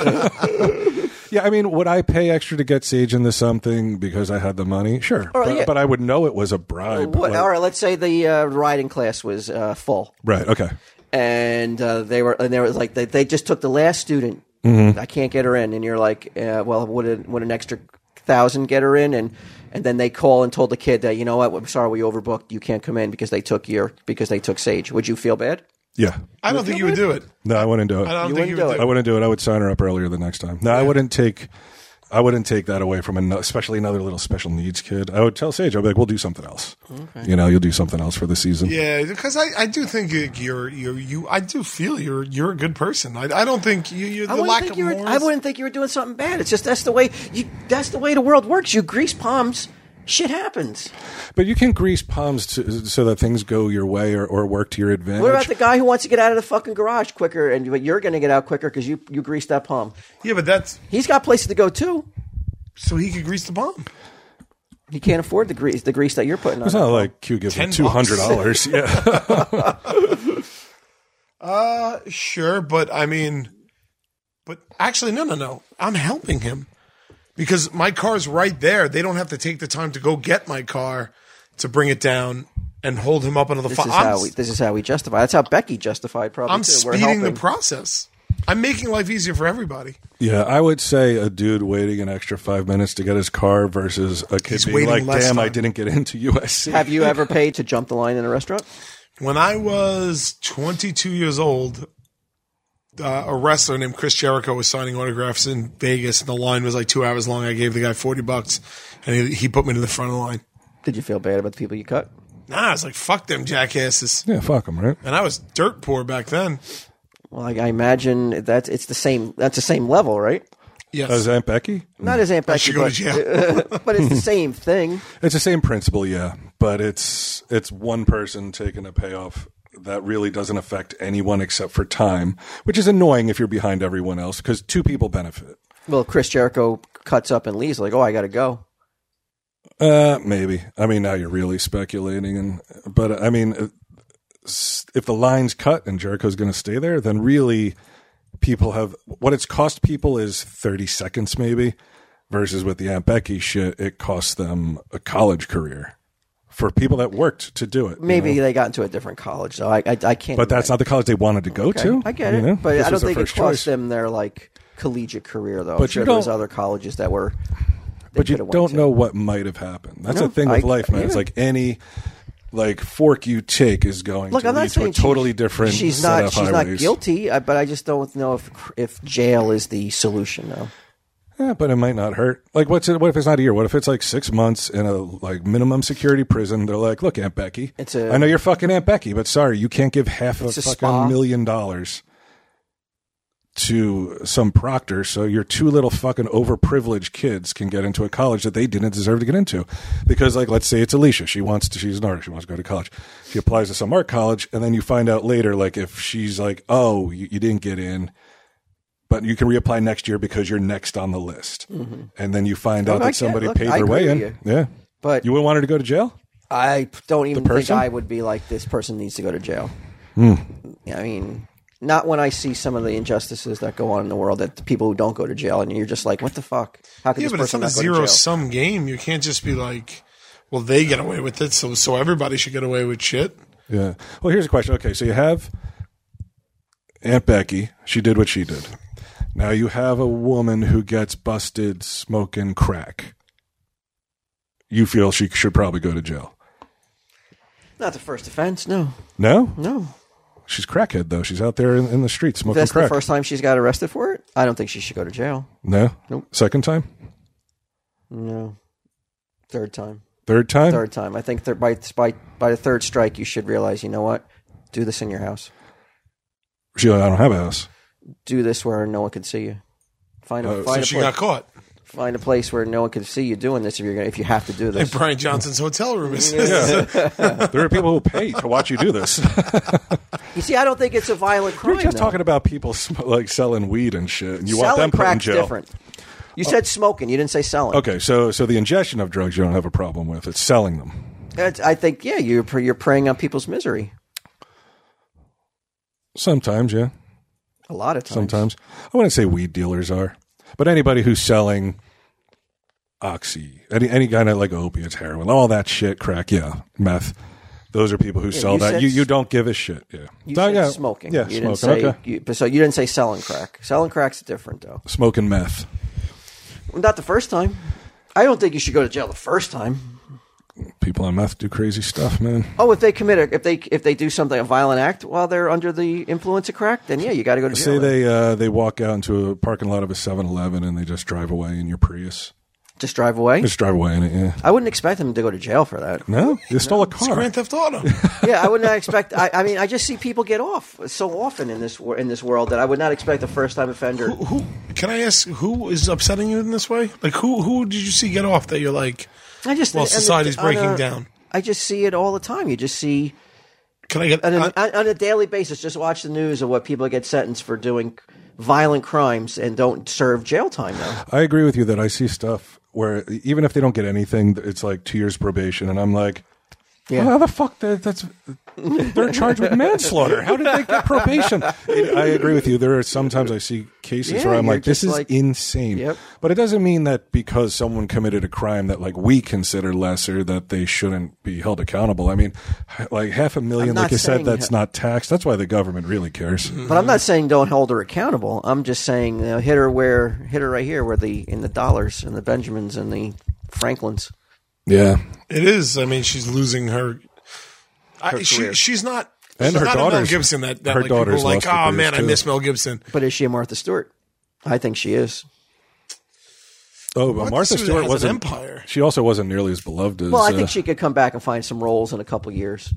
Speaker 1: [LAUGHS] yeah, I mean, would I pay extra to get Sage into something because I had the money? Sure.
Speaker 3: right,
Speaker 1: but,
Speaker 3: yeah.
Speaker 1: but I would know it was a bribe.
Speaker 3: what,
Speaker 1: like-
Speaker 3: all right, let's say the uh, riding class was uh, full,
Speaker 1: Right. Okay.
Speaker 3: and uh, they were and there was like they, they just took the last student. I can't get her in, and you're like, uh, well, would an, would an extra thousand get her in? And and then they call and told the kid that you know what, I'm sorry, we overbooked. You can't come in because they took your because they took Sage. Would you feel bad?
Speaker 1: Yeah.
Speaker 2: I don't think you would do it.
Speaker 1: No, I wouldn't do it.
Speaker 2: I don't
Speaker 3: You
Speaker 2: think
Speaker 3: wouldn't
Speaker 2: you
Speaker 3: do
Speaker 2: would
Speaker 3: it.
Speaker 2: do
Speaker 1: I
Speaker 2: it.
Speaker 1: wouldn't do it. I would sign her up earlier the next time. No, I wouldn't take. I wouldn't take that away from another, especially another little special needs kid. I would tell Sage, I'd be like, "We'll do something else. You know, you'll do something else for the season."
Speaker 2: Yeah, because I, I do think you're you're you I do feel you're you're a good person. I, I don't think you you
Speaker 3: I
Speaker 2: the
Speaker 3: wouldn't,
Speaker 2: lack
Speaker 3: think
Speaker 2: of
Speaker 3: you were,
Speaker 2: morals.
Speaker 3: I wouldn't think you were doing something bad. It's just that's the way you. That's the way the world works. You grease palms, shit happens.
Speaker 1: But you can grease palms to, so that things go your way or, or work to your advantage.
Speaker 3: What about the guy who wants to get out of the fucking garage quicker, and but you're going to get out quicker because you you greased that palm.
Speaker 2: Yeah, but that's
Speaker 3: He's got places to go too.
Speaker 2: so he could grease the bomb.
Speaker 3: He can't afford the grease the grease that you're putting on.
Speaker 1: it's not like Q gives him
Speaker 2: $10.
Speaker 1: two hundred
Speaker 2: [LAUGHS]
Speaker 1: dollars. yeah,
Speaker 2: Uh, Sure, but I mean, but actually, no, no, no. I'm helping him because my car's right there. They don't have to take the time to go get my car to bring it down and hold him up under the
Speaker 3: This
Speaker 2: fire.
Speaker 3: is
Speaker 2: I'm,
Speaker 3: how we this is how we justify. That's how Becky justified probably.
Speaker 2: I'm
Speaker 3: too. We're
Speaker 2: speeding
Speaker 3: helping.
Speaker 2: the process. I'm making life easier for everybody.
Speaker 1: yeah. I would say a dude waiting an extra five minutes to get his car versus a kid
Speaker 2: He's
Speaker 1: being
Speaker 2: waiting
Speaker 1: like,
Speaker 2: less
Speaker 1: "Damn, I
Speaker 2: time."
Speaker 1: didn't get into USC."
Speaker 2: [LAUGHS]
Speaker 3: Have you ever paid to jump the line in a restaurant?
Speaker 2: When I was 22 years old, uh, a wrestler named Chris Jericho was signing autographs in Vegas, and the line was like two hours long. I gave the guy 40 bucks, and he, he put me to the front of the line.
Speaker 3: Did you feel bad about the people you cut?
Speaker 2: Nah, I was like, fuck them jackasses.
Speaker 1: yeah, fuck him, right?
Speaker 2: And I was dirt poor back then.
Speaker 3: Well, I, I imagine that it's the same. That's the same level, right?
Speaker 2: Yes.
Speaker 1: As Aunt Becky,
Speaker 3: Not as Aunt
Speaker 2: I
Speaker 3: Becky,
Speaker 2: should go to
Speaker 3: but-
Speaker 2: jail.
Speaker 3: [LAUGHS] but it's the same thing.
Speaker 1: it's the same principle, yeah. But it's it's one person taking a payoff that really doesn't affect anyone except for time, which is annoying if you're behind everyone else because two people benefit.
Speaker 3: Well, Chris Jericho cuts up and leaves. Like, oh, I got to go.
Speaker 1: Uh, maybe. I mean, now you're really speculating, and but uh, I mean, uh, s- if the line's cut and Jericho's going to stay there, then really, people have what it's cost people is 30 seconds, maybe, versus with the Aunt Becky shit, it cost them a college career for people that worked to do it. you
Speaker 3: Maybe
Speaker 1: know?
Speaker 3: they got into a different college, so I I, I can't.
Speaker 1: but that's not the college they wanted to go to.
Speaker 3: I get
Speaker 1: you
Speaker 3: it,
Speaker 1: know?
Speaker 3: but
Speaker 1: This
Speaker 3: I don't
Speaker 1: was their
Speaker 3: think it
Speaker 1: first
Speaker 3: cost
Speaker 1: choice.
Speaker 3: them their like collegiate career though. I'm
Speaker 1: But
Speaker 3: sure
Speaker 1: you
Speaker 3: there was
Speaker 1: don't-
Speaker 3: other colleges that were. they
Speaker 1: but you
Speaker 3: coulda went
Speaker 1: don't
Speaker 3: to.
Speaker 1: know what might have happened. That's
Speaker 3: No,
Speaker 1: the thing
Speaker 3: I-
Speaker 1: with life, man. It's
Speaker 3: yeah.
Speaker 1: like any like fork you take is going
Speaker 3: Look,
Speaker 1: to
Speaker 3: I'm
Speaker 1: lead
Speaker 3: not
Speaker 1: to a
Speaker 3: saying she-
Speaker 1: totally different.
Speaker 3: She's
Speaker 1: set
Speaker 3: not.
Speaker 1: of
Speaker 3: She's not
Speaker 1: highways.
Speaker 3: guilty, I- but I just don't know if if jail is the solution though.
Speaker 1: Yeah, but it might not hurt. Like, what's it? What if it's not a year? What if it's like six months in a like minimum security prison? They're like, look, Aunt Becky,
Speaker 3: It's a-
Speaker 1: I know you're fucking Aunt Becky, but sorry, you can't give half a
Speaker 3: It's a
Speaker 1: fucking
Speaker 3: spa.
Speaker 1: million dollars to some proctor, so your two little fucking overprivileged kids can get into a college that they didn't deserve to get into. Because, like, let's say it's Alicia. She wants to, she's an artist. She wants to go to college. She applies to some art college, and then you find out later, like, if she's like, oh, you, you didn't get in but you can reapply next year because you're next on the list. And then you find out
Speaker 3: Mm-hmm. I
Speaker 1: that
Speaker 3: get-
Speaker 1: somebody
Speaker 3: look,
Speaker 1: paid
Speaker 3: I
Speaker 1: their
Speaker 3: agree
Speaker 1: way
Speaker 3: with
Speaker 1: in.
Speaker 3: you.
Speaker 1: Yeah.
Speaker 3: But
Speaker 1: You wouldn't want her to go to jail?
Speaker 3: I don't even think
Speaker 1: person? Hmm.
Speaker 3: I would be like this person needs to go to jail. I mean, not when I see some of the injustices that go on in the world that the people who don't go to jail, and you're just like, what the fuck? How could
Speaker 2: Yeah,
Speaker 3: this
Speaker 2: but it's
Speaker 3: person
Speaker 2: not a
Speaker 3: not go to
Speaker 2: zero
Speaker 3: jail?
Speaker 2: sum game. You can't just be like, well, they get away with it, so so everybody should get away with shit.
Speaker 1: Yeah. Well, here's a question. Okay, so you have Aunt Becky. She did what she did. Now you have a woman who gets busted smoking crack. You feel she should probably go to jail.
Speaker 3: not the first offense. No,
Speaker 1: No,
Speaker 3: no.
Speaker 1: she's crackhead though. She's out there in, in the street smoking
Speaker 3: That's
Speaker 1: crack.
Speaker 3: the first time she's got arrested for it. I don't think she should go to jail.
Speaker 1: no,
Speaker 3: Nope.
Speaker 1: second time,
Speaker 3: No, third time.
Speaker 1: third time.
Speaker 3: Third time. I think thir- by by by the third strike, you should realize. You know what? Do this in your house.
Speaker 1: She's like, I don't have a house.
Speaker 3: Do this where no one can see you. Find a,
Speaker 1: Oh, so
Speaker 2: So
Speaker 3: find,
Speaker 2: she
Speaker 3: a place,
Speaker 2: got caught
Speaker 3: find a place where no one can see you doing this if you're gonna, if you have to do
Speaker 2: at
Speaker 3: this.
Speaker 2: Brian Johnson's hotel room. Is
Speaker 1: There are people who pay to watch you do this.
Speaker 3: You see, I don't think it's a violent crime.
Speaker 1: We're just
Speaker 3: though.
Speaker 1: talking about people [LAUGHS] sm- like selling weed and shit, and you
Speaker 3: selling
Speaker 1: want them put in
Speaker 3: crack's
Speaker 1: jail. Oh,
Speaker 3: different. You said smoking. You didn't say selling.
Speaker 1: Okay, so so the ingestion of drugs you don't have a problem with. It's selling them.
Speaker 3: That's- I think yeah, you're pre- you're preying on people's misery
Speaker 1: Sometimes, yeah.
Speaker 3: a lot of times.
Speaker 1: Sometimes. I wouldn't say weed dealers are, but anybody who's selling oxy, any any kind of like opiates, heroin, all that shit, crack, yeah, meth. Those are people who sell
Speaker 3: you
Speaker 1: that.
Speaker 3: said
Speaker 1: You
Speaker 3: s-
Speaker 1: you don't give a shit. Yeah.
Speaker 3: You
Speaker 1: Oh,
Speaker 3: said
Speaker 1: yeah.
Speaker 3: smoking.
Speaker 1: Yeah,
Speaker 3: you
Speaker 1: smoking.
Speaker 3: Didn't say,
Speaker 1: okay.
Speaker 3: you- but so you didn't say selling crack. Selling crack's different though.
Speaker 1: Smoking meth.
Speaker 3: Not the first time. I don't think you should go to jail the first time.
Speaker 1: People on meth do crazy stuff, man.
Speaker 3: Oh, if they commit a, if they if they do something a violent act while they're under the influence of crack, then yeah, you got to go to jail.
Speaker 1: Say they uh, they walk out into a parking lot of a 7-Eleven and they just drive away in your Prius.
Speaker 3: just drive away.
Speaker 1: Just drive away in it, yeah.
Speaker 3: I wouldn't expect them to go to jail for
Speaker 2: [LAUGHS]
Speaker 3: that.
Speaker 1: No, they stole a car.
Speaker 2: [LAUGHS] Grand Theft Auto.
Speaker 3: yeah, I would not expect. I, I mean, I just see people get off so often in this wor- in this world that I would not expect a first time offender.
Speaker 2: who can I ask? Who is upsetting you in this way? Like who who did you see get off that you're like?
Speaker 3: I just
Speaker 2: Well,
Speaker 3: and the-
Speaker 2: society's
Speaker 3: on
Speaker 2: breaking
Speaker 3: a-
Speaker 2: down.
Speaker 3: I just see it all the time. You just see
Speaker 2: Can I get?
Speaker 3: on a,
Speaker 2: I,
Speaker 3: on- on a daily basis. Just watch the news of what people get sentenced for doing violent crimes and don't serve jail time now.
Speaker 1: I agree with you that I see stuff where e-, even if they don't get anything, it's like two years probation, and I'm like,
Speaker 3: Yeah.
Speaker 1: well, how the fuck that, that's they're charged with manslaughter? How did they get probation? It- I agree with you. There are sometimes I see cases
Speaker 3: Yeah,
Speaker 1: where I'm
Speaker 3: you're
Speaker 1: like, this
Speaker 3: just
Speaker 1: is
Speaker 3: like-
Speaker 1: insane.
Speaker 3: Yep.
Speaker 1: But it doesn't mean that because someone committed a crime that like we consider lesser that they shouldn't be held accountable. I mean, h- like half a
Speaker 3: I'm
Speaker 1: million,
Speaker 3: not
Speaker 1: like you said,
Speaker 3: saying
Speaker 1: that's
Speaker 3: that-
Speaker 1: not taxed. That's why the government really cares.
Speaker 2: Mm-hmm.
Speaker 3: But I'm not saying don't hold her accountable. I'm just saying you know, hit her where hit her right here, where the in the dollars and the Benjamins and the Franklins.
Speaker 1: Yeah.
Speaker 2: it is. I mean, she's losing her. I, she, she's not.
Speaker 1: And
Speaker 2: she's
Speaker 1: her
Speaker 2: not a Mel
Speaker 1: daughter's-
Speaker 2: Gibson. That, that
Speaker 1: her
Speaker 2: like, people
Speaker 1: daughter's
Speaker 2: are like,
Speaker 1: lost her
Speaker 2: oh
Speaker 1: careers,
Speaker 2: man, I
Speaker 1: too."
Speaker 2: miss Mel Gibson.
Speaker 3: But is she a Martha Stewart? I think she is.
Speaker 1: Oh, but Martha
Speaker 2: Stewart
Speaker 1: Stewart
Speaker 2: has an
Speaker 1: wasn't.
Speaker 2: empire.
Speaker 1: She also wasn't nearly as beloved as.
Speaker 3: Well, I
Speaker 1: uh,
Speaker 3: think she could come back and find some roles in a couple years.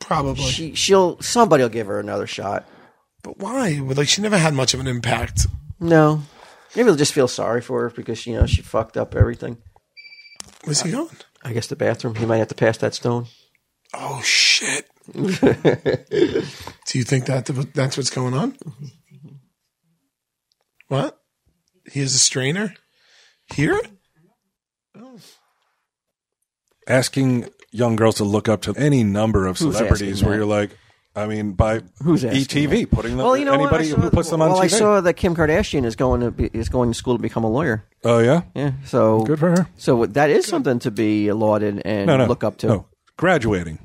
Speaker 2: Probably.
Speaker 3: She, she'll somebody'll give her another shot.
Speaker 2: but why? Like she never had much of an impact.
Speaker 3: No, maybe they'll just feel sorry for her because you know she fucked up everything.
Speaker 2: Where's he going?
Speaker 3: I guess the bathroom. He might have to pass that stone.
Speaker 2: Oh [LAUGHS] shit! Do you think that that's what's going on? What? He is a strainer here.
Speaker 1: asking young girls to look up to any number of celebrities
Speaker 3: asking
Speaker 1: where
Speaker 3: that?
Speaker 1: you're like, I mean, by
Speaker 3: Who's asking
Speaker 1: ETV putting them,
Speaker 3: Well, you know what?
Speaker 1: anybody
Speaker 3: I saw-
Speaker 1: who puts them on
Speaker 3: well,
Speaker 1: TV.
Speaker 3: I saw that Kim Kardashian is going to be, is going to school to become a lawyer.
Speaker 1: oh yeah,
Speaker 3: Yeah, so
Speaker 1: good for her.
Speaker 3: So that is something to be lauded and
Speaker 1: No, no,
Speaker 3: look up to.
Speaker 1: No, graduating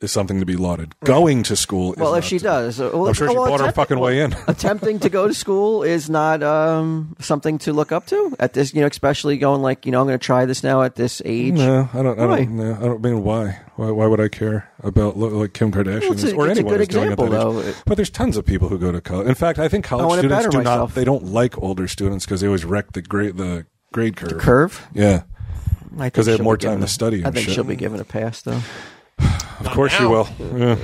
Speaker 1: is something to be lauded. Going to school. Is
Speaker 3: Well,
Speaker 1: not
Speaker 3: if she
Speaker 1: to-
Speaker 3: does, uh, well,
Speaker 1: I'm sure she
Speaker 3: well,
Speaker 1: bought her
Speaker 3: attempt-
Speaker 1: fucking way
Speaker 3: [LAUGHS]
Speaker 1: in.
Speaker 3: attempting to go to school is not um, something to look up to at this. You know, especially going like you know I'm going to try this now at this age.
Speaker 1: No, I don't. I
Speaker 3: Why?
Speaker 1: don't. No, I don't mean why. Why, why would I care about lo- like Kim Kardashian
Speaker 3: Well, it's a-
Speaker 1: is, or
Speaker 3: it's a
Speaker 1: anyone
Speaker 3: good
Speaker 1: who's doing
Speaker 3: example,
Speaker 1: it? that age.
Speaker 3: though. It-
Speaker 1: But there's tons of people who go to college. In fact, I think college
Speaker 3: wanna
Speaker 1: students
Speaker 3: better
Speaker 1: do
Speaker 3: myself.
Speaker 1: not. They don't like older students because they always wreck the grade the grade curve.
Speaker 3: Curve.
Speaker 1: Yeah.
Speaker 3: I think
Speaker 1: 'Cause they have
Speaker 3: she'll
Speaker 1: more
Speaker 3: be given
Speaker 1: time to
Speaker 3: a-
Speaker 1: study
Speaker 3: I
Speaker 1: and
Speaker 3: think
Speaker 1: shit.
Speaker 3: she'll be given a pass though.
Speaker 1: Of course you
Speaker 2: now.
Speaker 1: will. Yeah.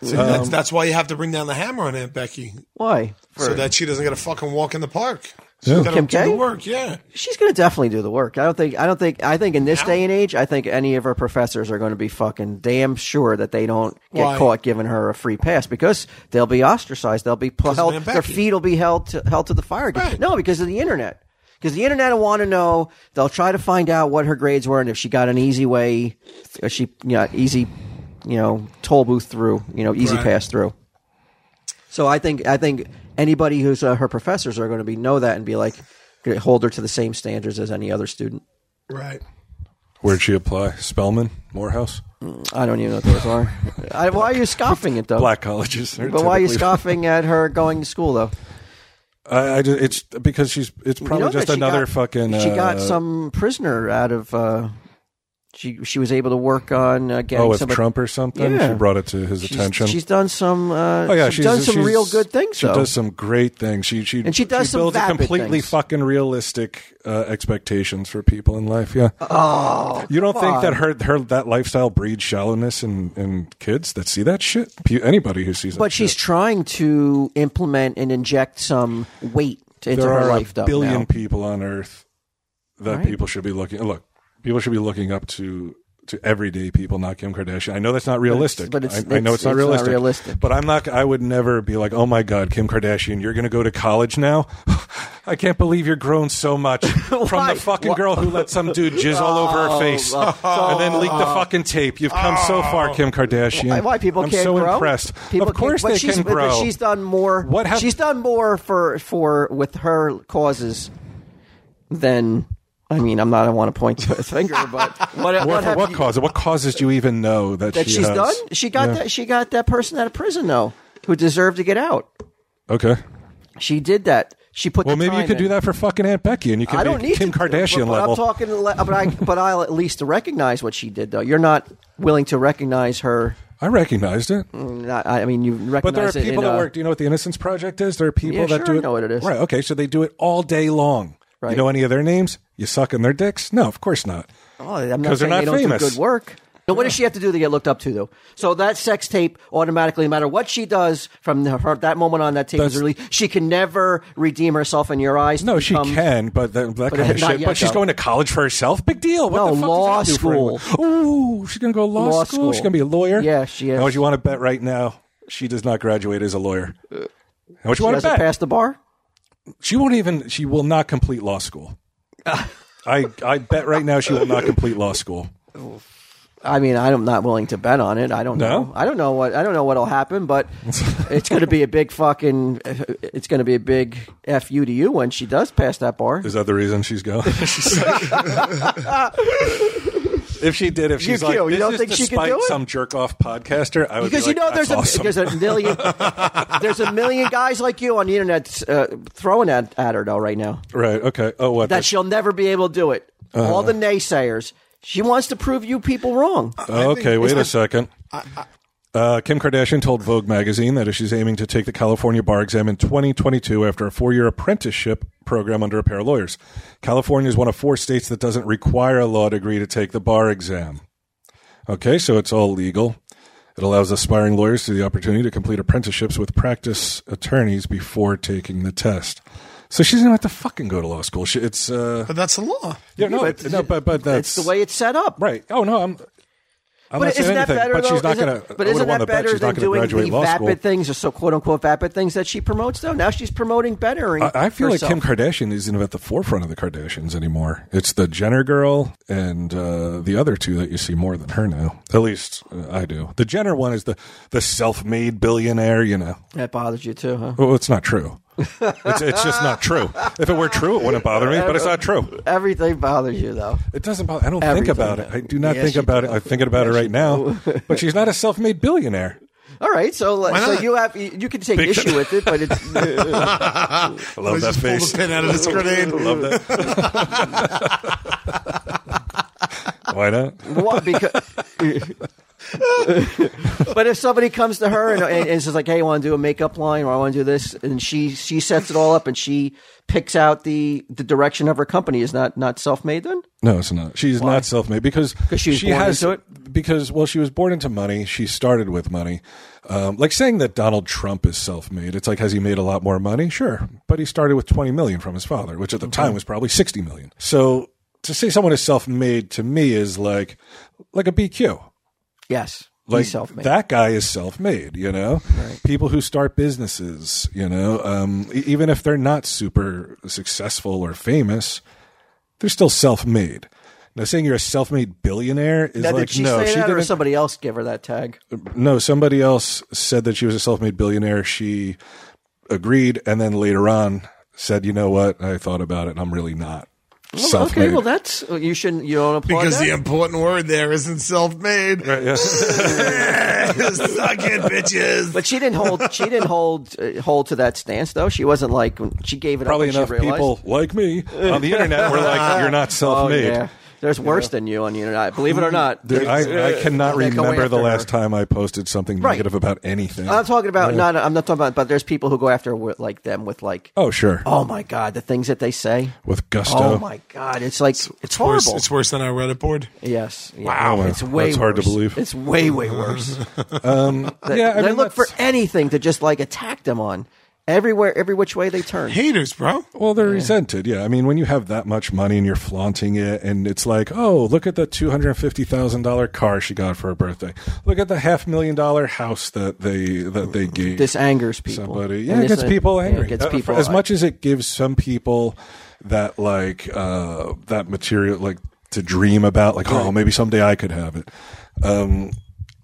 Speaker 2: See, that's,
Speaker 1: Um,
Speaker 2: that's why you have to bring down the hammer on Aunt Becky,
Speaker 3: Why? For-
Speaker 2: so that she doesn't get a fucking walk in the park.
Speaker 1: Yeah.
Speaker 2: That'll
Speaker 3: Kim
Speaker 2: do
Speaker 3: K?
Speaker 2: the work, yeah.
Speaker 3: She's going to definitely do the work. I don't think. I don't think. I think in this day and age, I think any of her professors are going to be fucking damn sure that they don't get
Speaker 2: Why?
Speaker 3: caught giving her a free pass because they'll be ostracized. They'll be pl- held.
Speaker 2: Aunt
Speaker 3: Their
Speaker 2: Becky.
Speaker 3: feet will be held to, held to the fire.
Speaker 2: Right.
Speaker 3: No, because of the internet. Because the internet will want to know. They'll try to find out what her grades were and if she got an easy way, if she you know easy, you know toll booth through, you know easy
Speaker 2: Right.
Speaker 3: pass through. So I think I think anybody who's uh, her professors are going to be know that and be like hold her to the same standards as any other student.
Speaker 2: Right.
Speaker 1: Where'd she apply? Spellman, Morehouse,
Speaker 3: I don't even know what those are. I, why are you scoffing at though?
Speaker 1: black colleges. They're
Speaker 3: But why are you
Speaker 1: typically-
Speaker 3: scoffing at her going to school though?
Speaker 1: [LAUGHS] I, I just, it's because she's. It's
Speaker 3: You
Speaker 1: probably
Speaker 3: know that
Speaker 1: just
Speaker 3: she
Speaker 1: another
Speaker 3: got-
Speaker 1: fucking.
Speaker 3: She got
Speaker 1: uh,
Speaker 3: some prisoner out of. Uh, she she was able to work on uh, getting
Speaker 1: Oh, with
Speaker 3: somebody-
Speaker 1: Trump or something,
Speaker 3: Yeah.
Speaker 1: she brought it to his
Speaker 3: She's,
Speaker 1: attention.
Speaker 3: she's done some. Uh,
Speaker 1: oh yeah,
Speaker 3: she's, done some
Speaker 1: she's-
Speaker 3: real good things
Speaker 1: She
Speaker 3: though.
Speaker 1: does some great things. She she
Speaker 3: And she does some
Speaker 1: builds a
Speaker 3: vapid
Speaker 1: completely
Speaker 3: things.
Speaker 1: fucking realistic uh, expectations for people in life. Yeah. Oh, you don't think that her her that lifestyle breeds shallowness in in kids that see that shit? Pe- Anybody who sees that,
Speaker 3: but she's
Speaker 1: shit.
Speaker 3: trying to implement and inject some weight into
Speaker 1: there
Speaker 3: her
Speaker 1: are
Speaker 3: life
Speaker 1: a
Speaker 3: though.
Speaker 1: billion
Speaker 3: now.
Speaker 1: people on Earth that
Speaker 3: Right.
Speaker 1: people should be looking. Look, people should be looking up to. To everyday people, not Kim Kardashian. I know that's not realistic.
Speaker 3: but it's-
Speaker 1: I, I know it's,
Speaker 3: it's-
Speaker 1: not,
Speaker 3: it's not
Speaker 1: realistic,
Speaker 3: realistic.
Speaker 1: But I'm not. I would never be like, "Oh my God, Kim Kardashian, you're going to go to college now." [LAUGHS] I can't believe you're grown so
Speaker 3: [LAUGHS]
Speaker 1: much from
Speaker 3: Why?
Speaker 1: the fucking
Speaker 3: Wha- Oh,
Speaker 1: girl who let some dude jizz all over her face [LAUGHS] and then leak the fucking tape. You've come so far, Kim Kardashian.
Speaker 3: Oh. Why- Why people
Speaker 1: I'm
Speaker 3: can't
Speaker 1: so
Speaker 3: grow?
Speaker 1: impressed.
Speaker 3: People
Speaker 1: of course
Speaker 3: can't,
Speaker 1: they
Speaker 3: but she's,
Speaker 1: can
Speaker 3: but- but
Speaker 1: grow.
Speaker 3: she's done more.
Speaker 1: What have-
Speaker 3: she's done more for for with her causes than. I mean, I'm not. I want to
Speaker 1: [LAUGHS]
Speaker 3: point a finger, but what, what,
Speaker 1: What,
Speaker 3: have
Speaker 1: what
Speaker 3: you-
Speaker 1: causes? What causes do you even know that,
Speaker 3: that
Speaker 1: she
Speaker 3: she's
Speaker 1: has?
Speaker 3: done? She got
Speaker 1: Yeah.
Speaker 3: that. She got that person out of prison though, who deserved to get out.
Speaker 1: Okay.
Speaker 3: She did that. She put.
Speaker 1: Well,
Speaker 3: the
Speaker 1: maybe you
Speaker 3: time
Speaker 1: could
Speaker 3: in.
Speaker 1: do that for fucking Aunt Becky, and you can
Speaker 3: I
Speaker 1: make
Speaker 3: don't need
Speaker 1: Kim
Speaker 3: to,
Speaker 1: Kardashian
Speaker 3: but, but
Speaker 1: level.
Speaker 3: I'm talking, le- but I, but I'll at least recognize what she did though. You're not willing to recognize her.
Speaker 1: I recognized it.
Speaker 3: Not, Mm, I mean, you recognize
Speaker 1: But there are
Speaker 3: it
Speaker 1: people
Speaker 3: in,
Speaker 1: that
Speaker 3: uh,
Speaker 1: work. Do you know what the Innocence Project is? There are people
Speaker 3: Yeah,
Speaker 1: that
Speaker 3: sure,
Speaker 1: do
Speaker 3: I
Speaker 1: it.
Speaker 3: know what it is.
Speaker 1: Right. Okay. So they do it all day long. You
Speaker 3: Right.
Speaker 1: know any of their names? You suck in their dicks? No, of course not.
Speaker 3: Oh, I'm not
Speaker 1: 'Cause they're
Speaker 3: saying they
Speaker 1: not
Speaker 3: don't
Speaker 1: famous.
Speaker 3: do good work. But what does she have to do to get looked up to, though? So that sex tape automatically, no matter what she does from the, her, that moment on that tape is
Speaker 1: That's-
Speaker 3: released, she can never redeem herself in your eyes. to
Speaker 1: No, she
Speaker 3: become-
Speaker 1: can, but that, that kind of
Speaker 3: not
Speaker 1: shit.
Speaker 3: yet,
Speaker 1: but she's
Speaker 3: though.
Speaker 1: going to college for herself. Big deal. What
Speaker 3: No,
Speaker 1: the fuck
Speaker 3: law
Speaker 1: does that do for anyone? Ooh, she's going to go to law, school?
Speaker 3: Law school.
Speaker 1: She's going to be a lawyer.
Speaker 3: Yeah, she
Speaker 1: How
Speaker 3: is.
Speaker 1: much you want to bet right now? She does not graduate as a lawyer. How much you want to
Speaker 3: Doesn't
Speaker 1: bet?
Speaker 3: pass the bar.
Speaker 1: She won't even. She will not complete law
Speaker 3: [LAUGHS]
Speaker 1: school. I I bet right now she will not complete law school.
Speaker 3: I mean, I'm not willing to bet on it. I don't
Speaker 1: No?
Speaker 3: know. I don't know what I don't know what'll
Speaker 1: [LAUGHS]
Speaker 3: happen, but it's going to be a big fucking. It's going to be a big fu to you when she does pass that bar.
Speaker 1: Is that the reason she's
Speaker 3: [LAUGHS]
Speaker 1: going? She's like- [LAUGHS] if she did, if she's like,
Speaker 3: kill. You
Speaker 1: this
Speaker 3: don't
Speaker 1: is
Speaker 3: think she could
Speaker 1: despite
Speaker 3: do it?
Speaker 1: some jerk off podcaster, I would
Speaker 3: because
Speaker 1: be
Speaker 3: you
Speaker 1: like,
Speaker 3: know there's
Speaker 1: "That's
Speaker 3: a
Speaker 1: awesome."
Speaker 3: there's a
Speaker 1: [LAUGHS]
Speaker 3: million there's a million guys like you on the internet uh, throwing at, at her though right now
Speaker 1: right. Uh-huh. Okay. Oh, what?
Speaker 3: that
Speaker 1: That's
Speaker 3: she'll never be able to do it. All the naysayers. She wants to prove you people wrong.
Speaker 1: okay. Wait a second. uh, Kim Kardashian told Vogue magazine that if she's aiming to take the California bar exam in 2022 after a four year apprenticeship program under a pair of lawyers. California is one of four states that doesn't require a law degree to take the bar exam. Okay, so it's all legal. It allows aspiring lawyers the opportunity to complete apprenticeships with practice attorneys before taking the test. So she doesn't have to fucking go to law school. She, it's uh,
Speaker 2: But that's the law.
Speaker 1: yeah, no,
Speaker 3: but-
Speaker 1: no, but but
Speaker 3: It's
Speaker 1: that's
Speaker 3: the way it's set up.
Speaker 1: right. Oh no, I'm. I'm not
Speaker 3: But
Speaker 1: saying
Speaker 3: isn't that
Speaker 1: anything,
Speaker 3: better
Speaker 1: but
Speaker 3: though?
Speaker 1: she's not
Speaker 3: Isn't-
Speaker 1: going to.
Speaker 3: but isn't that better than doing the
Speaker 1: law
Speaker 3: vapid
Speaker 1: school.
Speaker 3: things or so quote unquote vapid things that she promotes though? Now she's promoting bettering.
Speaker 1: I, I feel
Speaker 3: herself.
Speaker 1: like Kim Kardashian isn't at the forefront of the Kardashians anymore. It's the Jenner girl and uh, the other two that you see more than her now. At least uh, I do. The Jenner one is the the self made billionaire. You know,
Speaker 3: that bothers you too, huh?
Speaker 1: well, it's not true. it's, it's just not true. If it were true, it wouldn't bother me. But it's not true.
Speaker 3: [LAUGHS] Everything bothers you though.
Speaker 1: It doesn't bother. I don't
Speaker 3: Everything.
Speaker 1: think about it. I do not
Speaker 3: Yes,
Speaker 1: think
Speaker 3: you
Speaker 1: about
Speaker 3: do.
Speaker 1: it. I'm thinking about it right now. But she's not a self made billionaire.
Speaker 3: All right, so let- so
Speaker 2: not?
Speaker 3: you have you, you can take
Speaker 1: Big-
Speaker 3: issue with it, but it's uh,
Speaker 1: I love that
Speaker 2: just pulled
Speaker 1: face.
Speaker 2: the pin out of this grenade.
Speaker 1: Love that. [LAUGHS] Why not?
Speaker 3: What? Because. [LAUGHS] but if somebody comes to her and, and, and says like, "Hey, I want to do a makeup line, or I want to do this," and she she sets it all up and she picks out the the direction of her company, is not not self made then?
Speaker 1: No, it's not. She's not self-made because
Speaker 3: she was
Speaker 1: she
Speaker 3: born
Speaker 1: has
Speaker 3: into it?
Speaker 1: because well, she was born into money. She started with money. Um, like saying that Donald Trump is self-made. It's like has he made a lot more money? Sure, but he started with 20 million from his father, which at the time was probably 60 million. So to say someone is self-made to me is like like a BQ.
Speaker 3: Yes.
Speaker 1: Like
Speaker 3: He's self-made.
Speaker 1: that guy is self-made, you know. People who start businesses, you know, um, e- even if they're not super successful or famous, they're still self-made. Now, saying you're a self-made billionaire is
Speaker 3: Now,
Speaker 1: like
Speaker 3: did she
Speaker 1: no,
Speaker 3: say
Speaker 1: she
Speaker 3: that, or
Speaker 1: didn't.
Speaker 3: somebody else give her that tag?
Speaker 1: no, somebody else said that she was a self-made billionaire. She agreed, and then later on said, "You know what? I thought about it, and I'm really not self-made."
Speaker 3: Okay, well, that's
Speaker 1: uh,
Speaker 3: you shouldn't. You don't applaud
Speaker 2: Because
Speaker 3: that.
Speaker 2: the important word there isn't
Speaker 1: [LAUGHS]
Speaker 2: self-made.
Speaker 3: [LAUGHS]
Speaker 1: yeah.
Speaker 2: [LAUGHS] Suck it, bitches.
Speaker 3: but she didn't hold. She didn't hold uh, hold to that stance though. She wasn't like she gave it
Speaker 1: Probably
Speaker 3: up. when
Speaker 1: enough
Speaker 3: she realized-
Speaker 1: people like me on the internet were like, "You're not
Speaker 3: [LAUGHS] Oh
Speaker 1: self-made."
Speaker 3: yeah, there's worse than you on the internet. Believe it or not,
Speaker 1: Dude, I, I cannot
Speaker 3: They go
Speaker 1: remember the
Speaker 3: uh, after
Speaker 1: last
Speaker 3: her.
Speaker 1: time I posted something
Speaker 3: Right.
Speaker 1: negative about anything.
Speaker 3: I'm talking about not. I'm not talking about. But there's people who go after with, like them with like.
Speaker 1: oh, sure.
Speaker 3: Oh my god, the things that they say.
Speaker 1: With gusto.
Speaker 3: Oh my god, it's like it's,
Speaker 2: Worse-
Speaker 3: horrible.
Speaker 2: it's worse than our Reddit board.
Speaker 3: yes. yeah.
Speaker 1: Wow.
Speaker 3: It's way.
Speaker 1: That's hard to
Speaker 3: worse.
Speaker 1: believe.
Speaker 3: It's way way worse. They-
Speaker 1: yeah, I
Speaker 3: they
Speaker 1: mean,
Speaker 3: look for
Speaker 1: that's-
Speaker 3: anything to just like attack them on everywhere, every which way they turn.
Speaker 2: Haters, bro.
Speaker 1: Well, they're resented. Yeah. I mean, when you have that much money and you're flaunting it, and it's like, oh, look at the $250,000 car she got for her birthday. Look at the half million dollar house that they, that they gave.
Speaker 3: This angers people.
Speaker 1: somebody.
Speaker 3: And
Speaker 1: Yeah, it
Speaker 3: this-
Speaker 1: gets people
Speaker 3: yeah,
Speaker 1: angry.
Speaker 3: It gets
Speaker 1: Uh, for-
Speaker 3: people
Speaker 1: as much as it gives some people that like uh, that material like to dream about, like oh maybe someday I could have it. Um,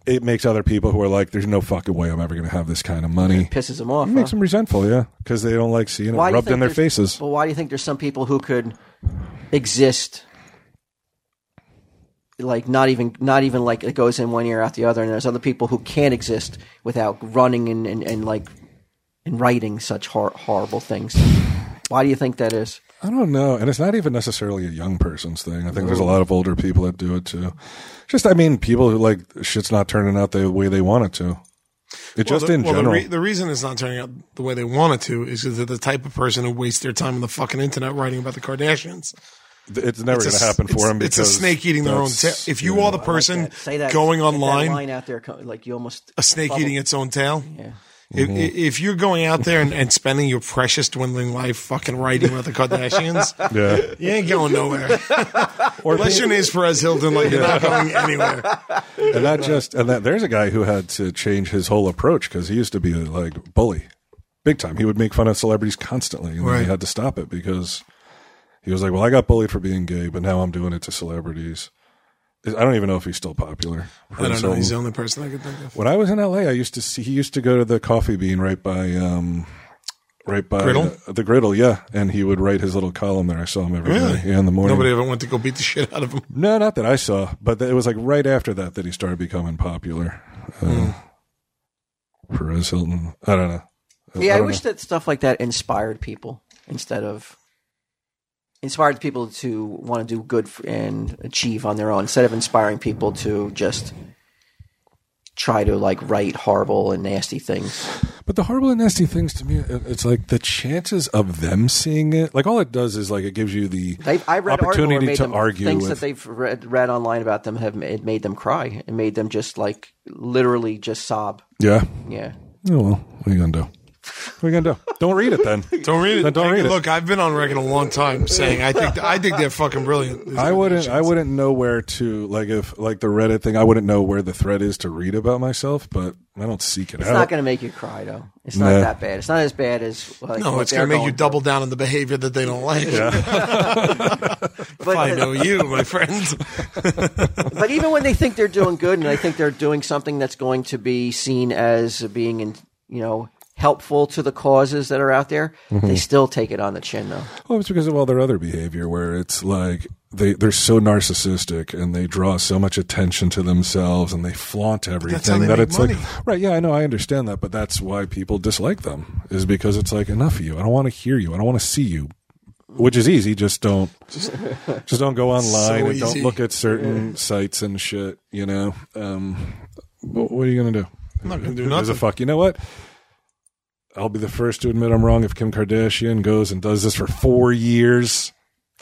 Speaker 1: it makes other people who are like, "There's no fucking way I'm ever going to have this kind of money."
Speaker 3: pisses them off.
Speaker 1: It makes
Speaker 3: huh?
Speaker 1: them resentful, yeah, because they don't like seeing it
Speaker 3: Why do you
Speaker 1: rubbed
Speaker 3: think
Speaker 1: in their
Speaker 3: there's-
Speaker 1: faces.
Speaker 3: Well, why do you think there's some people who could exist? Like not even not even like it goes in one ear out the other, and there's other people who can't exist without running and, and, and like and writing such hor- horrible things. Why do you think that is?
Speaker 1: I don't know, and it's not even necessarily a young person's thing. I think there's a lot of older people that do it too. Just, I mean, people who like shit's not turning out the way they want it to. It just
Speaker 2: Well, the,
Speaker 1: in
Speaker 2: well, the
Speaker 1: general.
Speaker 2: re- the reason it's not turning out the way they want it to is because they're the type of person who wastes their time on the fucking internet writing about the Kardashians.
Speaker 1: it's never going
Speaker 2: It's
Speaker 1: to
Speaker 2: a-
Speaker 1: happen
Speaker 2: it's-
Speaker 1: for him.
Speaker 2: It's a
Speaker 1: because
Speaker 2: snake eating their own tail.
Speaker 1: that's-
Speaker 2: If you are the person
Speaker 3: That- say that
Speaker 2: going
Speaker 3: get that
Speaker 2: online,
Speaker 3: line out there, co- like you almost
Speaker 2: a snake
Speaker 3: bubble-
Speaker 2: eating its own tail. If,
Speaker 1: Mm-hmm.
Speaker 2: if- if you're going out there and, and spending your precious dwindling life fucking writing about the
Speaker 3: [LAUGHS]
Speaker 2: Kardashians,
Speaker 1: yeah,
Speaker 2: you ain't going nowhere.
Speaker 1: or
Speaker 2: Unless your name's Perez Hilton, like you're not going
Speaker 1: [LAUGHS]
Speaker 2: anywhere.
Speaker 1: and not just and that there's a guy who had to change his whole approach because he used to be like bully, big time. He would make fun of celebrities constantly, and then
Speaker 2: Right.
Speaker 1: he had to stop it because he was like, "Well, I got bullied for being gay, but now I'm doing it to celebrities." I don't even know if he's still popular.
Speaker 2: I don't know.
Speaker 1: So-
Speaker 2: He's the only person I could think of.
Speaker 1: When I was in LA, I used to see he used to go to the coffee bean right by um right by
Speaker 2: Griddle?
Speaker 1: The, the griddle, yeah, and he would write his little column there. I saw him every day
Speaker 2: Really?
Speaker 1: yeah, in the morning.
Speaker 2: Nobody ever went to go beat the shit out of him.
Speaker 1: No, not that I saw, but it was like right after that that he started becoming popular. Uh,
Speaker 2: Hmm.
Speaker 1: Perez Hilton, I don't know.
Speaker 3: Yeah, I,
Speaker 1: don't
Speaker 3: wish
Speaker 1: know.
Speaker 3: that stuff like that inspired people instead of inspired people to want to do good f- and achieve on their own instead of inspiring people to just try to like write horrible and nasty things.
Speaker 1: But the horrible and nasty things to me, it- it's like the chances of them seeing it. Like all it does is like it gives you the
Speaker 3: They, I read articles where it
Speaker 1: opportunity
Speaker 3: made
Speaker 1: to
Speaker 3: them,
Speaker 1: argue
Speaker 3: things
Speaker 1: with.
Speaker 3: that they've read, read online about them have it made them cry. It made them just like literally just sob.
Speaker 1: yeah.
Speaker 3: Yeah.
Speaker 1: Oh well, what are you gonna do? What are you gonna do? Don't read it then.
Speaker 2: [LAUGHS] Don't read it.
Speaker 1: Then don't
Speaker 2: Hey,
Speaker 1: read it.
Speaker 2: Look, I've been on record a long time saying I think I think they're fucking brilliant.
Speaker 1: I wouldn't. I wouldn't know where to like if like the Reddit thing. I wouldn't know where the thread is to read about myself, but I don't seek it
Speaker 3: It's
Speaker 1: out.
Speaker 3: not going to make you cry though. It's
Speaker 1: Nah.
Speaker 3: not that bad. It's not as bad as like,
Speaker 2: No,
Speaker 3: what
Speaker 2: it's gonna make
Speaker 3: they're
Speaker 2: you
Speaker 3: going
Speaker 2: double down on the behavior that they don't like.
Speaker 3: through.
Speaker 2: [LAUGHS]
Speaker 3: But-
Speaker 2: I know you, my friend.
Speaker 3: but even when they think they're doing good and I think they're doing something that's going to be seen as being in, you know helpful to the causes that are out there,
Speaker 1: Mm-hmm.
Speaker 3: they still take it on the chin though.
Speaker 1: Well, it's because of all their other behavior, where it's like they they're so narcissistic and they draw so much attention to themselves and they flaunt everything
Speaker 2: how they
Speaker 1: that
Speaker 2: make
Speaker 1: it's
Speaker 2: money.
Speaker 1: like right. Yeah, I know. I understand that, but that's why people dislike them is because it's like enough of you. I don't want to hear you. I don't want to see you. Which is easy. Just
Speaker 2: [LAUGHS]
Speaker 1: don't. Just, don't go online and don't
Speaker 2: easy.
Speaker 1: look at certain sites and shit. You know. Um, what, what are you gonna do?
Speaker 2: I'm not gonna do
Speaker 1: Who gives a
Speaker 2: nothing.
Speaker 1: fuck? You know what? I'll be the first to admit I'm wrong if Kim Kardashian goes and does this for four years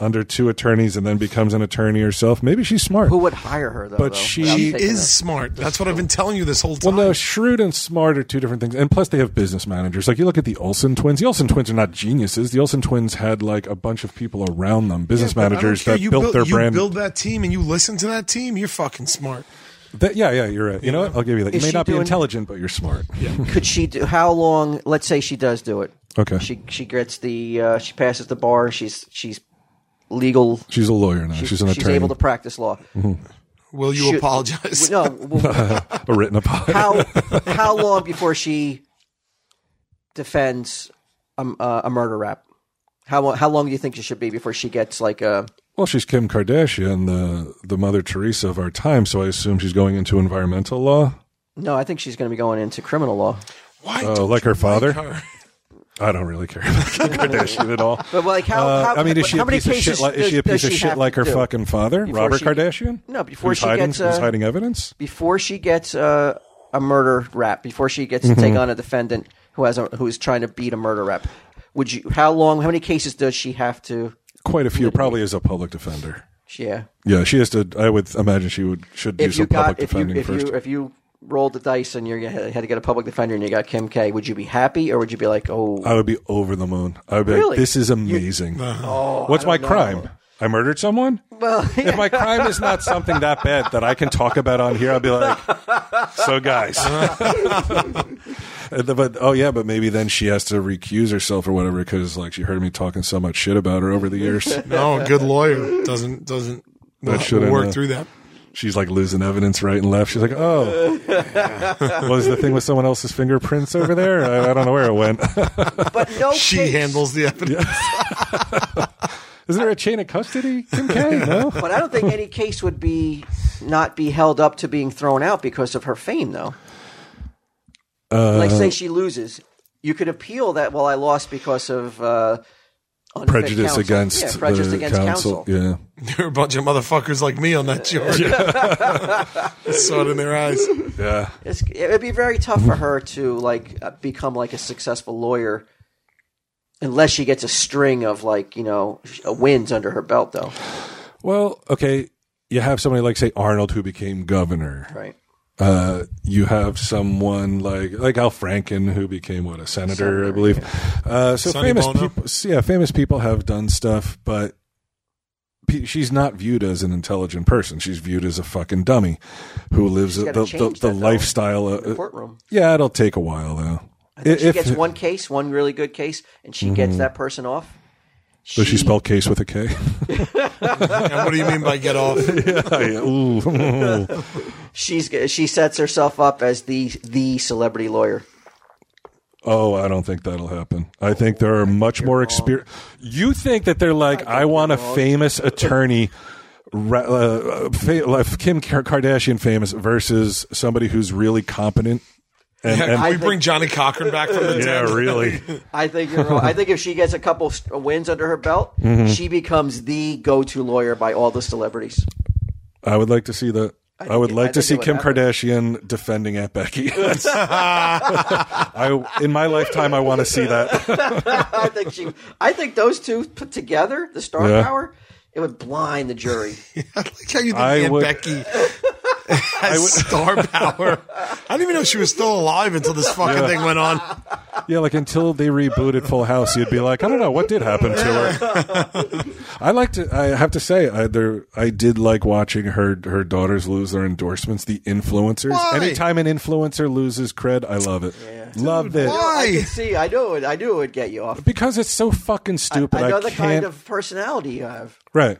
Speaker 1: under two attorneys and then becomes an attorney herself. Maybe she's smart.
Speaker 3: Who would hire her though?
Speaker 1: But
Speaker 3: though,
Speaker 1: she
Speaker 3: without
Speaker 2: She
Speaker 3: taking
Speaker 2: is
Speaker 3: her?
Speaker 2: smart. That's what I've been telling you this whole
Speaker 1: well,
Speaker 2: time.
Speaker 1: no, shrewd and smart are two different things. And plus, they have business managers. Like, you look at the Olsen twins. The Olsen twins are not geniuses. The Olsen twins had, like, a bunch of people around them, business
Speaker 2: But I don't
Speaker 1: managers
Speaker 2: care.
Speaker 1: that
Speaker 2: you
Speaker 1: built
Speaker 2: build,
Speaker 1: their
Speaker 2: you
Speaker 1: brand.
Speaker 2: build that team and you listen to that team, you're fucking smart.
Speaker 1: That- yeah, yeah, you're right. You know what? I'll give you that. You
Speaker 3: Is
Speaker 1: may
Speaker 3: she
Speaker 1: not be
Speaker 3: doing-
Speaker 1: intelligent, but you're smart. Yeah.
Speaker 3: Could she do? How long? Let's say she does do it.
Speaker 1: Okay.
Speaker 3: She she gets the uh, she passes the bar. She's she's legal.
Speaker 1: she's a lawyer now. She's, an attorney. Mm-hmm.
Speaker 3: She's able to practice law.
Speaker 2: Will you
Speaker 3: Should-
Speaker 2: apologize?
Speaker 3: No.
Speaker 1: [LAUGHS]
Speaker 3: well,
Speaker 1: a written apology. [LAUGHS]
Speaker 3: how how long before she defends a, uh, a murder rap? How how long do you think she should be before she gets like a?
Speaker 1: Well, she's Kim Kardashian, the the Mother Teresa of our time, so I assume she's going into environmental law.
Speaker 3: No, I think she's going to be going into criminal law.
Speaker 2: [LAUGHS] Why?
Speaker 1: Oh,
Speaker 2: don't
Speaker 1: like
Speaker 2: you
Speaker 1: her father?
Speaker 2: her?
Speaker 1: I don't really care about Kim Kardashian at all.
Speaker 3: [LAUGHS] But like how?
Speaker 1: Uh,
Speaker 3: how
Speaker 1: I mean, is she
Speaker 3: how
Speaker 1: a
Speaker 3: many
Speaker 1: piece of shit?
Speaker 3: cases
Speaker 1: Like, is
Speaker 3: does-
Speaker 1: she a
Speaker 3: does
Speaker 1: piece of
Speaker 3: she
Speaker 1: shit
Speaker 3: have
Speaker 1: like
Speaker 3: to
Speaker 1: her
Speaker 3: do?
Speaker 1: fucking father,
Speaker 3: Before
Speaker 1: Robert
Speaker 3: she-
Speaker 1: Kardashian?
Speaker 3: No, before
Speaker 1: who's
Speaker 3: she
Speaker 1: hiding,
Speaker 3: gets,
Speaker 1: who's
Speaker 3: uh,
Speaker 1: hiding evidence.
Speaker 3: before she gets a a murder rap, before she gets to
Speaker 1: Mm-hmm.
Speaker 3: take on a defendant who has a, who's trying to beat a murder rap, would you? How long? How many cases does she have to?
Speaker 1: Quite a few, probably as a public defender.
Speaker 3: Yeah,
Speaker 1: Yeah, she has to. I would imagine she would should do
Speaker 3: if you
Speaker 1: some public
Speaker 3: got if you
Speaker 1: defending
Speaker 3: if
Speaker 1: first.
Speaker 3: you if you rolled the dice and you had to get a public defender and you got Kim K, would you be happy or would you be like, oh,
Speaker 2: Uh,
Speaker 1: I would be over the moon. I would be
Speaker 3: Really? Oh,
Speaker 1: like, "This is amazing." What's my crime? I murdered someone.
Speaker 3: well,
Speaker 1: [LAUGHS] if my crime is not something that bad that I can talk about on here, I'll be like, so
Speaker 3: [LAUGHS]
Speaker 1: guys. And the- but oh yeah, but maybe then she has to recuse herself or whatever because like she heard me talking so much shit about her over the
Speaker 3: [LAUGHS]
Speaker 1: years.
Speaker 2: No, a good lawyer doesn't doesn't will
Speaker 1: shouldn't,
Speaker 2: work
Speaker 1: uh,
Speaker 2: through that.
Speaker 1: She's like losing evidence right and left. She's like,
Speaker 3: [LAUGHS]
Speaker 1: oh, was the thing with someone else's fingerprints over there? I, I don't know where it went. [LAUGHS]
Speaker 3: but no,
Speaker 2: [LAUGHS] She
Speaker 3: case.
Speaker 2: handles the evidence.
Speaker 1: is there a chain of custody, Kim K? No.
Speaker 3: [LAUGHS] But I don't think any case would be not be held up to being thrown out because of her fame, though. like, say she loses, you could appeal that. Well, I lost because of uh, unfit
Speaker 1: Prejudice
Speaker 3: counsel."
Speaker 1: against
Speaker 3: yeah, prejudice
Speaker 1: the
Speaker 3: against counsel.
Speaker 1: counsel. Yeah.
Speaker 2: There are a bunch of motherfuckers like me on
Speaker 3: [LAUGHS]
Speaker 2: that show. [LAUGHS] Saw it in their eyes.
Speaker 1: Yeah.
Speaker 3: It's, it would be very tough
Speaker 1: Mm-hmm.
Speaker 3: for her to like uh, become like a successful lawyer. Unless she gets a string of like you know sh- uh, wins under her belt, though,
Speaker 1: Well, okay. You have somebody like say Arnold who became governor.
Speaker 3: right?
Speaker 1: uh, you have someone like like Al Franken, who became what a senator, I believe. Uh, so
Speaker 2: Sonny
Speaker 1: famous
Speaker 2: Bono.
Speaker 1: people, yeah, famous people have done stuff, but pe- she's not viewed as an intelligent person. She's viewed as a fucking dummy who lives the
Speaker 3: gotta
Speaker 1: the, the,
Speaker 3: change that, though,
Speaker 1: lifestyle.
Speaker 3: In the
Speaker 1: Of,
Speaker 3: courtroom,
Speaker 1: yeah, it'll take a while though.
Speaker 3: if, she
Speaker 1: Uh, If-
Speaker 3: gets one case, one really good case, and she gets that person off.
Speaker 1: Does she spell case with a K?
Speaker 3: [LAUGHS]
Speaker 1: [LAUGHS]
Speaker 2: And what do you mean by get off?
Speaker 1: yeah, yeah. Ooh. [LAUGHS]
Speaker 3: She's g- she sets herself up as the the celebrity lawyer.
Speaker 1: Oh, I don't think that'll happen. I think there are much more experienced. You think that they're like, I, want a famous attorney, ra- uh, fa- like Kim Kar- Kardashian famous versus somebody who's really competent. And,
Speaker 2: Can
Speaker 1: and
Speaker 2: we bring Johnny Cochran back from the
Speaker 1: [LAUGHS] yeah,
Speaker 2: dead?
Speaker 1: really.
Speaker 3: I think you're wrong. I think if she gets a couple s- uh, wins under her belt,
Speaker 1: Mm-hmm.
Speaker 3: she becomes the go to lawyer by all the celebrities.
Speaker 1: I would like to see the. I, would
Speaker 3: it- I
Speaker 1: like to
Speaker 3: think
Speaker 1: see
Speaker 3: it would
Speaker 1: Kim
Speaker 3: happen.
Speaker 1: Kardashian defending Aunt
Speaker 3: [LAUGHS]
Speaker 1: Becky. [LAUGHS] That's- I in my lifetime I want to see that.
Speaker 3: I think she. I think those two put together, the star
Speaker 1: Yeah.
Speaker 3: power, it would blind
Speaker 2: [LAUGHS]
Speaker 3: the jury.
Speaker 2: I like how you think
Speaker 1: I
Speaker 2: Aunt
Speaker 1: would-
Speaker 2: Becky [LAUGHS] has star power. [LAUGHS] I didn't even know she was still alive until this fucking thing went on.
Speaker 1: Yeah, like until they rebooted Full House, you'd be like, I don't know what did happen to her.
Speaker 2: [LAUGHS]
Speaker 1: I like to. I have to say, I there, I did like watching her her daughters lose their endorsements. The influencers.
Speaker 2: Why?
Speaker 1: Anytime an influencer loses cred, I love it. Loved it
Speaker 3: I
Speaker 2: Why?
Speaker 3: can see. I know it. I knew it would get you off.
Speaker 1: because it's so fucking stupid.
Speaker 3: I know the
Speaker 1: can't.
Speaker 3: kind of personality you have.
Speaker 1: right.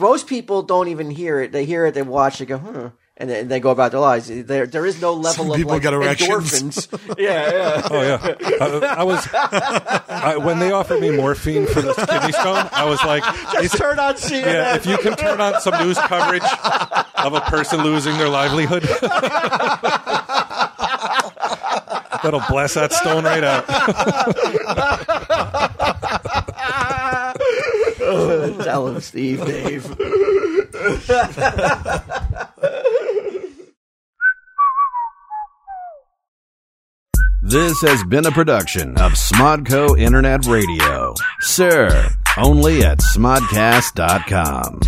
Speaker 3: Most people don't even hear it. They hear it, they watch, they go, hmm. And then they go about their lives. There, there is no level
Speaker 2: Some
Speaker 3: of
Speaker 2: people
Speaker 3: like
Speaker 2: get erections.
Speaker 3: endorphins. [LAUGHS] yeah, yeah.
Speaker 2: [LAUGHS]
Speaker 1: Oh yeah. I, I was I, when they offered me morphine for the kidney stone. I was like,
Speaker 3: [LAUGHS] Just turn on CNN.
Speaker 1: [LAUGHS] yeah, if you can turn on some news coverage of a person losing their livelihood, [LAUGHS] that'll bless that stone right out.
Speaker 3: Tell him, Steve, Dave.
Speaker 6: This has been a production of Smodco Internet Radio. Sir, only at smodcast.com.